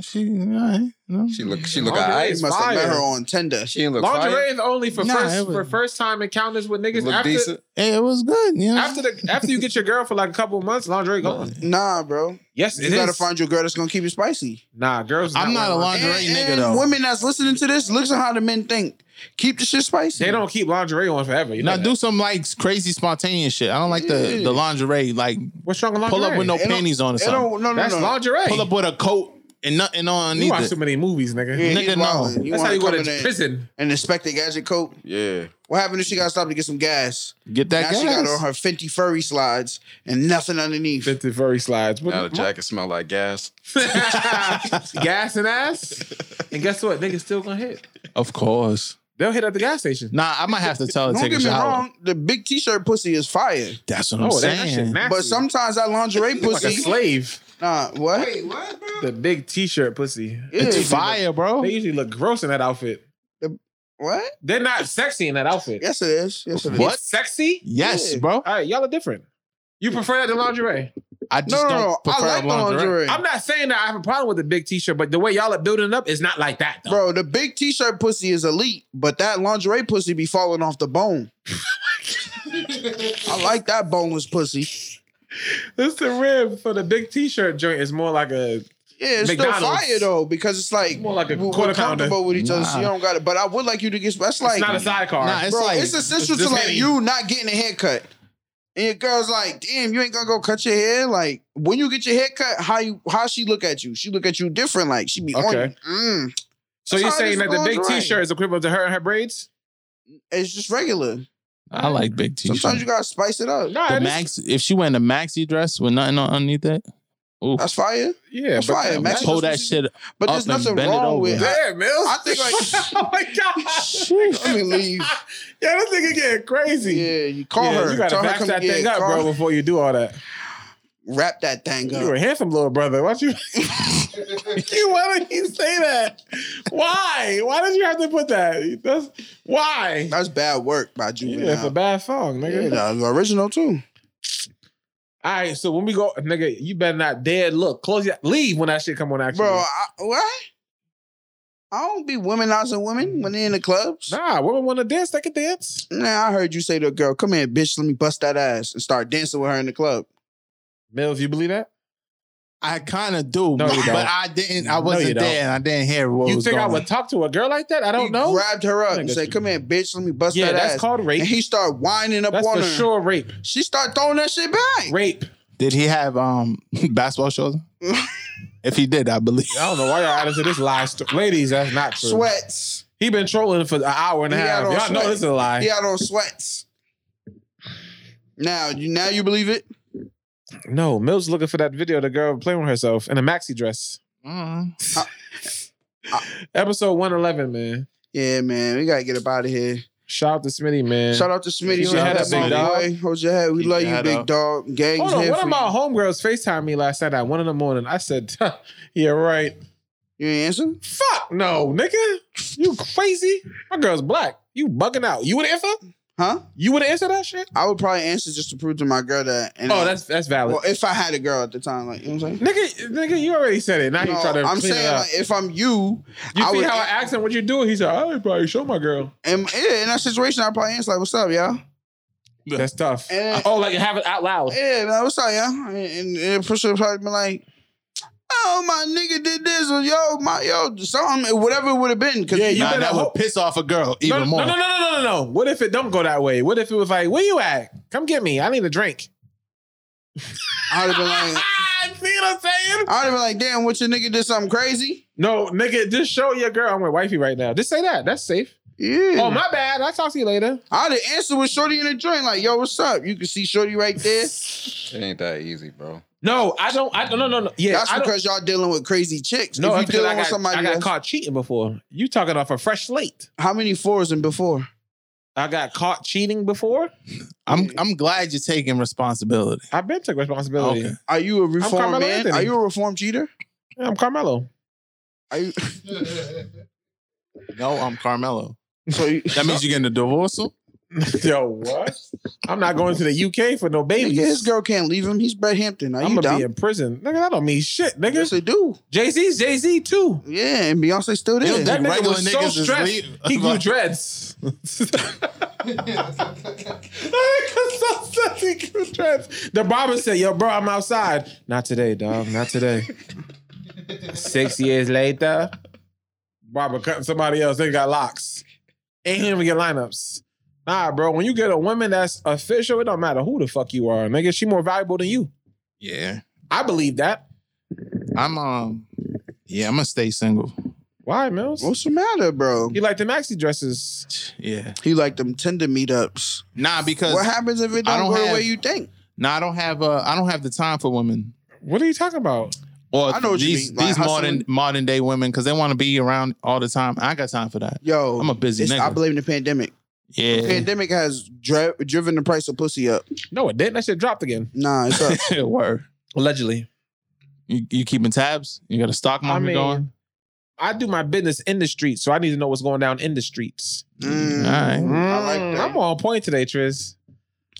D: She, all right, no.
E: She look, she look
C: Lingerie
E: alright.
H: He
C: Ah, It's
H: must have met
C: fire.
H: her on Tinder.
E: She didn't look
C: Lingerie
E: fire.
C: is only for
D: Nah, it
C: first
D: was-
C: for first time encounters with niggas.
E: Look
C: After
E: decent.
D: Hey, it was good. You know?
C: after the after you get your girl for like a couple of months, lingerie gone.
H: Nah, bro.
C: Yes,
H: You
C: it
H: gotta
C: is.
H: find your girl that's gonna keep you spicy.
C: nah, girls.
D: I'm not
C: wearing
D: a lingerie
H: And,
D: nigga
H: and
D: though.
H: women that's listening to this, looks at how the men think. Keep the shit spicy.
C: They don't keep lingerie on forever. You
D: now
C: know
D: do some like crazy spontaneous shit. I don't like the,
H: Yeah.
D: the lingerie. Like
C: what's wrong with lingerie?
D: pull up with no
H: It don't-
D: panties on or
H: They
D: something.
H: don't. No, no,
C: That's
H: no.
C: lingerie.
D: Pull up with a coat and nothing on
C: you watch
D: either.
C: too many movies, nigga.
H: Yeah,
D: Nigga,
H: he's
D: no.
H: wildin'. You
C: That's how
H: wanna
C: you go
H: come
C: to
H: in there
C: prison.
H: And inspect the gadget coat.
E: Yeah.
H: What happened if she got stopped to get some gas?
D: Get that
H: now she got on
D: gas.
H: her Fenty furry slides and nothing underneath.
C: Fifty furry slides. What
E: Now the
C: the-
E: jacket smell like gas.
C: gas and ass. And guess what? Niggas still gonna hit.
D: Of course.
C: They'll hit at the gas station.
D: Nah, I might have to tell her to
H: Don't
D: take a
H: get me
D: shower.
H: wrong. The big T-shirt pussy is fire,
D: That's what I'm
C: oh, that- that shit
D: saying.
C: nasty.
H: but sometimes that lingerie
C: like a
H: pussy.
C: slave.
H: nah, what?
K: Wait, what, bro?
C: The big t-shirt pussy.
H: Yeah,
D: it's fire, bro.
C: They usually look gross in that outfit.
H: What?
C: They're not sexy in that outfit.
H: Yes, it is. Yes, it is.
D: What?
C: It's sexy?
D: Yes,
H: Yeah.
D: bro.
C: All right, y'all are different. You prefer that to lingerie.
D: I just
H: No, no,
D: don't
H: no. I
D: prefer
H: like the
D: lingerie.
H: lingerie.
C: I'm not saying that I have a problem with the big t-shirt, but the way y'all are building it up is not like that, though.
H: Bro, the big T-shirt pussy is elite, but that lingerie pussy be falling off the bone. I like that boneless pussy.
C: It's the rib for the big t-shirt joint is more like a
H: Yeah, it's still
C: McDonald's.
H: fire though because it's like,
C: More like a
H: we're,
C: quarter
H: we're comfortable with each other. So you
D: Nah.
H: don't got it. But I would like you to get. That's
C: it's
H: like,
C: not a sidecar.
D: Nah, it's
H: bro,
D: like
H: it's essential
C: it's just
H: to like
C: hitting.
H: you not getting a haircut. And your girl's like, damn, you ain't gonna go cut your hair. Like when you get your hair cut, how you how she look at you? She look at you different. Like she be on
C: Okay.
H: you. Mm.
C: so
H: that's
C: you're
H: how it
C: saying
H: is
C: that the
H: with
C: big
H: lingerie.
C: t-shirt is equivalent to her and her braids?
H: It's just regular.
D: I like big t-shirts.
H: Sometimes you gotta spice it up.
C: Nah,
D: the
C: it is-
D: max if she wearing a maxi dress with nothing on underneath it. Ooh,
H: That's fire.
C: yeah,
H: That's fire. Maxi
D: pull that
H: dress-
D: shit.
H: But
D: up
H: there's
D: and
H: nothing
D: bend it
H: wrong
D: over.
H: with. I,
C: Damn, Mills.
H: I think like,
C: oh my god.
H: let me leave.
C: Yeah, this nigga getting crazy.
H: Yeah, you call
C: Yeah,
H: her.
C: You gotta
H: Tell her
C: back
H: come
C: that
H: get
C: thing up,
H: call
C: bro,
H: her.
C: before you do all that.
H: Wrap that thing
C: You were
H: up.
C: a handsome little brother. Why don't you? you why did you say that? Why? Why did you have to put that? That's why.
H: That's bad work by
C: Yeah, it's a
H: Juvenile.
C: bad song,
H: Yeah,
C: nigga.
H: the original too.
C: All right, so when we go, nigga, you better not dead. Look, close your leave when that shit come on. Actually,
H: Bro, I, what? I don't be womenizing women when they in the clubs.
C: nah, women want to dance, they can dance.
H: Nah, I heard you say to a girl, come here, bitch, let me bust that ass and start dancing with her in the club.
C: Mills, you believe that?
D: I kind of do,
C: No, you don't.
D: but I didn't. I
C: No, you
D: wasn't
C: don't.
D: there, and I didn't hear what
C: You
D: was
C: think
D: going.
C: I would talk to a girl like that? I don't
H: he
C: know.
H: grabbed her up and
C: Nigga.
H: said, "Come here, bitch. Let me bust
C: Yeah,
H: that
C: that's
H: ass."
C: called rape.
H: And he started winding up
C: That's
H: on
C: for
H: her.
C: sure rape.
H: She started throwing that shit back.
C: Rape.
D: Did he have um basketball shorts? if he did, I believe.
C: I don't know why y'all added to this lie. St- Ladies, that's not true.
H: Sweats.
C: He been trolling for an hour and a
H: He
C: half.
H: had on
C: Y'all know
H: sweat.
C: this is a lie.
H: He out on sweats. Now you now you believe it?
C: No, Mills looking for that video. The girl playing with herself in a maxi dress.
D: Mm.
C: Episode one eleven, man.
H: Yeah, man. We gotta get up out of here.
C: Shout out to Smitty, man.
H: Shout out to Smitty.
C: Keep your
H: Shout out
C: head up,
H: to
C: big
H: my
C: dog.
H: boy. Hold your head. We
D: Keep
H: love
D: your
H: you,
D: head
H: big
D: up.
H: dog. Gang's
C: Hold on,
H: here
C: one
H: for
C: of my
H: you.
C: homegirls FaceTimed me last night at one in the morning. I said, "Yeah, right."
H: You ain't answer?
C: Fuck no, nigga. You crazy? My girl's black. You bugging out. You would answer?
H: Huh?
C: You would answer that shit?
H: I would probably answer just to prove to my girl that. And
C: Oh, that's that's valid.
H: well, if I had a girl at the time, like you know what I'm saying.
C: Nigga, nigga, you already said it. Now you
H: No,
C: try to
H: I'm
C: clean it
H: saying
C: up.
H: like, if I'm you,
C: you
H: I
C: see
H: would-
C: how I asked him what you doing? He said, I would probably show my girl.
H: and yeah, in that situation, I'd probably answer like, "What's up, y'all?"
C: That's tough.
H: And-
C: oh, like have it out loud.
H: Yeah, man, what's up, y'all? And, and, and Pusha would probably been like, "Oh, my nigga did this," or "Yo, my yo, something, whatever it would have been." Cause
C: Yeah, you
D: Nah,
C: better
D: that
C: hope-
D: would piss off a girl
C: No,
D: even
C: no,
D: more.
C: No, no, no, no, no, no. What if it don't go that way? What if it was like, where you at? Come get me. I need a drink.
H: I'd have been like,
C: See what I'm saying?
H: I'd have been like, "Damn, what your nigga did something crazy?"
C: No, nigga, just show your girl I'm with wifey right now. Just say that. That's safe.
H: Yeah.
C: Oh, my bad. I'll talk to you later.
H: I'd have answered with Shorty in the joint, like, "Yo, what's up?" You can see Shorty right there.
L: It ain't that easy, bro.
C: No, I don't. I don't. No, no, no. Yeah,
H: That's
C: I don't.
H: because y'all dealing with crazy chicks.
C: No,
H: if
C: that's
H: you
C: because
H: dealing
C: I got,
H: with somebody
C: I got
H: else-
C: caught cheating before. You talking off a fresh slate.
H: how many fours and before?
C: I got caught cheating before.
D: I'm I'm glad you're taking responsibility.
C: I've been took responsibility.
D: Okay.
H: Are you a reformed
C: Carmelo
H: man?
C: Anthony.
H: Are you a reformed cheater?
C: Yeah, I'm Carmelo.
H: Are you
D: No, I'm Carmelo.
H: so you,
D: That means you're getting a divorce.
C: Yo, what? I'm not going to the UK for no
H: nigga, his
C: babies.
H: girl can't leave him. He's Brett Hampton. Are
C: I'm
H: you
C: gonna
H: dumb?
C: be in prison. Nigga, that don't mean shit,
H: yes,
C: nigga.
H: they do.
C: Jay Z's Jay Z too.
H: Yeah, and Beyonce still there.
C: That nigga
D: regular
C: was so
D: niggas is
C: stressed.
D: leave-
C: He grew dreads. That nigga so stressed, he grew dreads. The barber said, "Yo, bro, I'm outside. Not today, dog. Not today." Six years later, barber cutting somebody else. They got locks. Ain't even get lineups. Nah, bro. When you get a woman that's official, it don't matter who the fuck you are, nigga. She more valuable than you.
D: Yeah,
C: I believe that.
D: I'm um, yeah, I'm gonna stay single.
C: Why, Mills?
H: What's the matter, bro?
C: You like the maxi dresses?
D: Yeah,
H: He like them tender meetups.
D: nah, because
H: What happens if it
D: I
H: don't, go
D: don't
H: the
D: have-
H: way you think?
D: nah, I don't have uh, I don't have the time for women.
C: What are you talking about?
D: Or
H: I know what you
D: these
H: mean, like
D: these modern
H: hustling.
D: modern day women because they want to be around all the time. I ain't got time for that.
H: Yo,
D: I'm a busy
H: it's-
D: nigga.
H: I blame the pandemic.
D: yeah,
H: Pandemic has dri- driven the price of pussy up.
C: No, it didn't. That shit dropped again.
H: Nah, it's up.
D: word.
C: Allegedly.
D: You, you keeping tabs? You got a stock
C: I
D: market
C: mean,
D: going?
C: I do my business in the streets, so I need to know what's going down in the streets.
H: Mm.
D: All right.
H: I like
C: Mm,
H: that.
C: I'm on point today, Tris.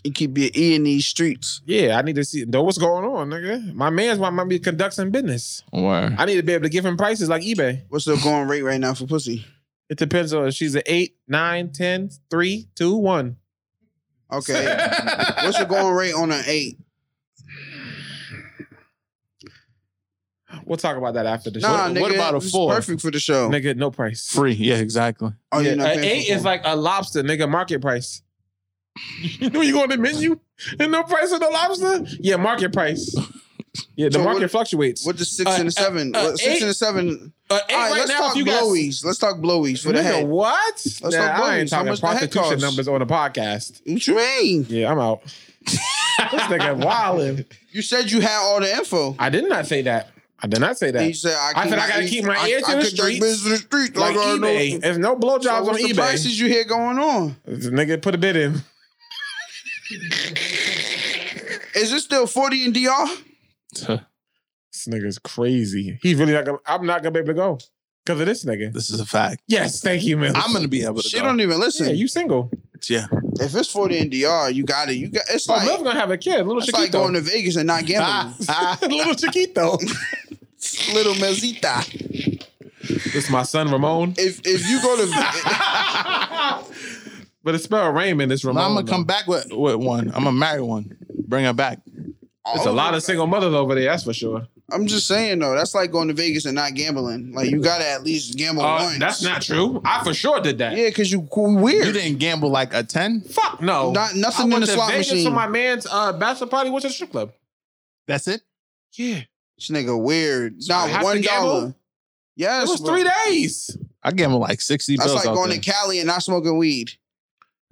H: You keep your E in these streets.
C: Yeah, I need to see know what's going on, nigga. My man's why might be conducting business.
D: Word.
C: I need to be able to give him prices like eBay.
H: What's the going rate right now for pussy?
C: It depends on if she's an eight, nine, ten, three, two, one.
H: Okay. What's the going rate on an eight?
C: We'll talk about that after the show.
H: Nah,
D: What-
H: nigga,
D: what about a
H: it's
D: four?
H: Perfect for the show.
C: Nigga, no price.
D: Free. Yeah, exactly.
H: Oh,
C: Yeah,
H: you're not
C: a
H: paying
C: eight
H: for
C: is
H: four.
C: like a lobster, nigga, market price. you know you go on the menu and no price of the lobster? Yeah, market price. Yeah, the
H: So
C: market
H: what-
C: fluctuates.
H: What the six
C: Uh,
H: and a
C: uh,
H: seven?
C: uh,
H: what, six
C: eight-
H: and a seven.
C: Uh, eight
H: All right,
C: right
H: let's
C: now,
H: talk
C: if you got-
H: blowies. let's talk blowies for the
C: Nigga,
H: head.
C: What?
H: Let's
C: nah,
H: talk
C: I ain't
H: blowies. How
C: talking
H: much the head
C: prostitution
H: costs?
C: numbers on a podcast.
H: What you mean?
C: Yeah, I'm out. this nigga wildin'.
H: You said you had all the info.
C: I did not say that. I did not say
H: And you
C: that.
H: said I,
C: I said I gotta keep my ear to the
H: could drink
C: streets.
H: business in the streets.
C: Like
H: I don't know.
C: eBay. There's no
H: So
C: blowjobs on
H: what's the
C: eBay.
H: prices you hear going on?
C: This nigga put a bid in.
H: Is it still forty in DR?
C: This nigga's crazy. He's really not gonna I'm not gonna be able to go. Because of this nigga.
D: This is a fact.
C: Yes, thank you, man.
D: I'm gonna be able to.
H: She
D: Go.
H: don't even listen.
C: Yeah, you single.
D: yeah.
H: if it's forty in DR, you got it. You got it's
C: Oh,
H: like
C: Mills gonna have a kid. Little
H: it's like going
C: Chiquito.
H: to Vegas and not gambling.
C: Little Chiquito.
H: Little Melzita.
C: It's my son Ramon.
H: If if you go to
C: But it's spelled Raymond. It's
D: I'm
C: Ramon.
D: gonna come back with, with one. I'm gonna marry one. Bring her back.
C: It's a
H: All
C: lot of single mothers over there, that's for sure.
H: I'm just saying though, that's like going to Vegas and not gambling. Like you gotta at least gamble
C: Uh,
H: once.
C: that's not true. I for sure did that.
H: Yeah, because you cool weird.
D: You didn't gamble like a 10?
C: Fuck no.
H: Not- nothing
C: I
H: in
C: went
H: the
C: to
H: slot
C: Vegas
H: machine.
C: To my man's uh, bachelor party, went to the strip club.
D: That's it?
C: Yeah,
H: This nigga weird. Not
C: I have to
H: one
C: gamble?
H: dollar.
C: it
H: Yes,
C: was
H: bro.
C: three days.
D: I gambled like 60
H: That's
D: bills
H: like
D: out
H: going
D: there.
H: to Cali and not smoking weed.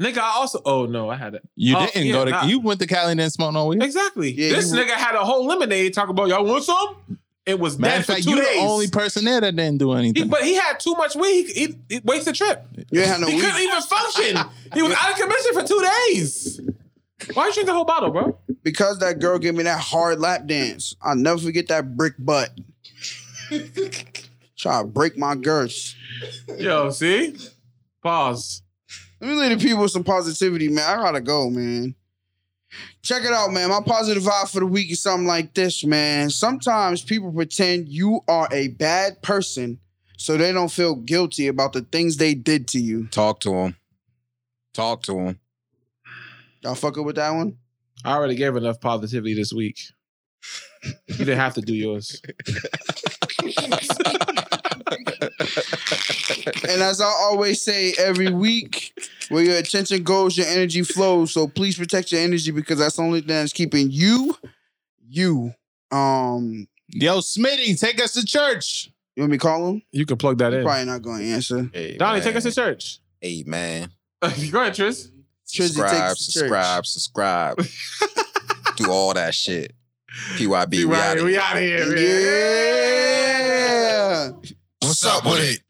C: Nigga, I also. Oh no, I had it.
D: you
C: Oh,
D: didn't
C: yeah,
D: go to
C: nah.
D: you went to Cali and didn't smoke no weed.
C: Exactly.
H: Yeah,
C: this
H: you-
C: nigga had a whole lemonade talking about y'all want some. It was
D: Matter
C: dead
D: of
C: for
D: fact,
C: two
D: you
C: days.
D: the only person there that didn't do
C: He-
D: anything.
C: but he had too much weed. He, he, he wasted trip.
H: You ain't had no
C: he
H: weed.
C: couldn't even function. He was out of commission for two days. Why you drink the whole bottle, bro?
H: Because that girl gave me that hard lap dance. I'll never forget that brick butt. Try to break my girth.
C: Yo, see? Pause.
H: Let me leave the people with some positivity, man. I gotta go, man. Check it out, man. My positive vibe for the week is something like this, man. Sometimes people pretend you are a bad person so they don't feel guilty about the things they did to you.
E: Talk to him. Talk to him.
H: Y'all fucking with that one?
C: I already gave enough positivity this week. You didn't have to do yours.
H: And as I always say every week, where your attention goes, your energy flows. So please protect your energy because that's the only thing that's keeping you, you. Um,
D: Yo, Smitty, take us to church.
H: you want me to call him?
C: You can plug that in.
H: Probably not going to answer.
E: Hey,
C: Donnie,
E: man.
C: take us to church.
E: Hey, man.
C: Go ahead, Tris.
H: Trizzy
E: subscribe,
H: takes the church.
E: subscribe, subscribe. Do all that shit. PYB, we out
C: out of here. man.
H: Yeah.
E: What's up with it?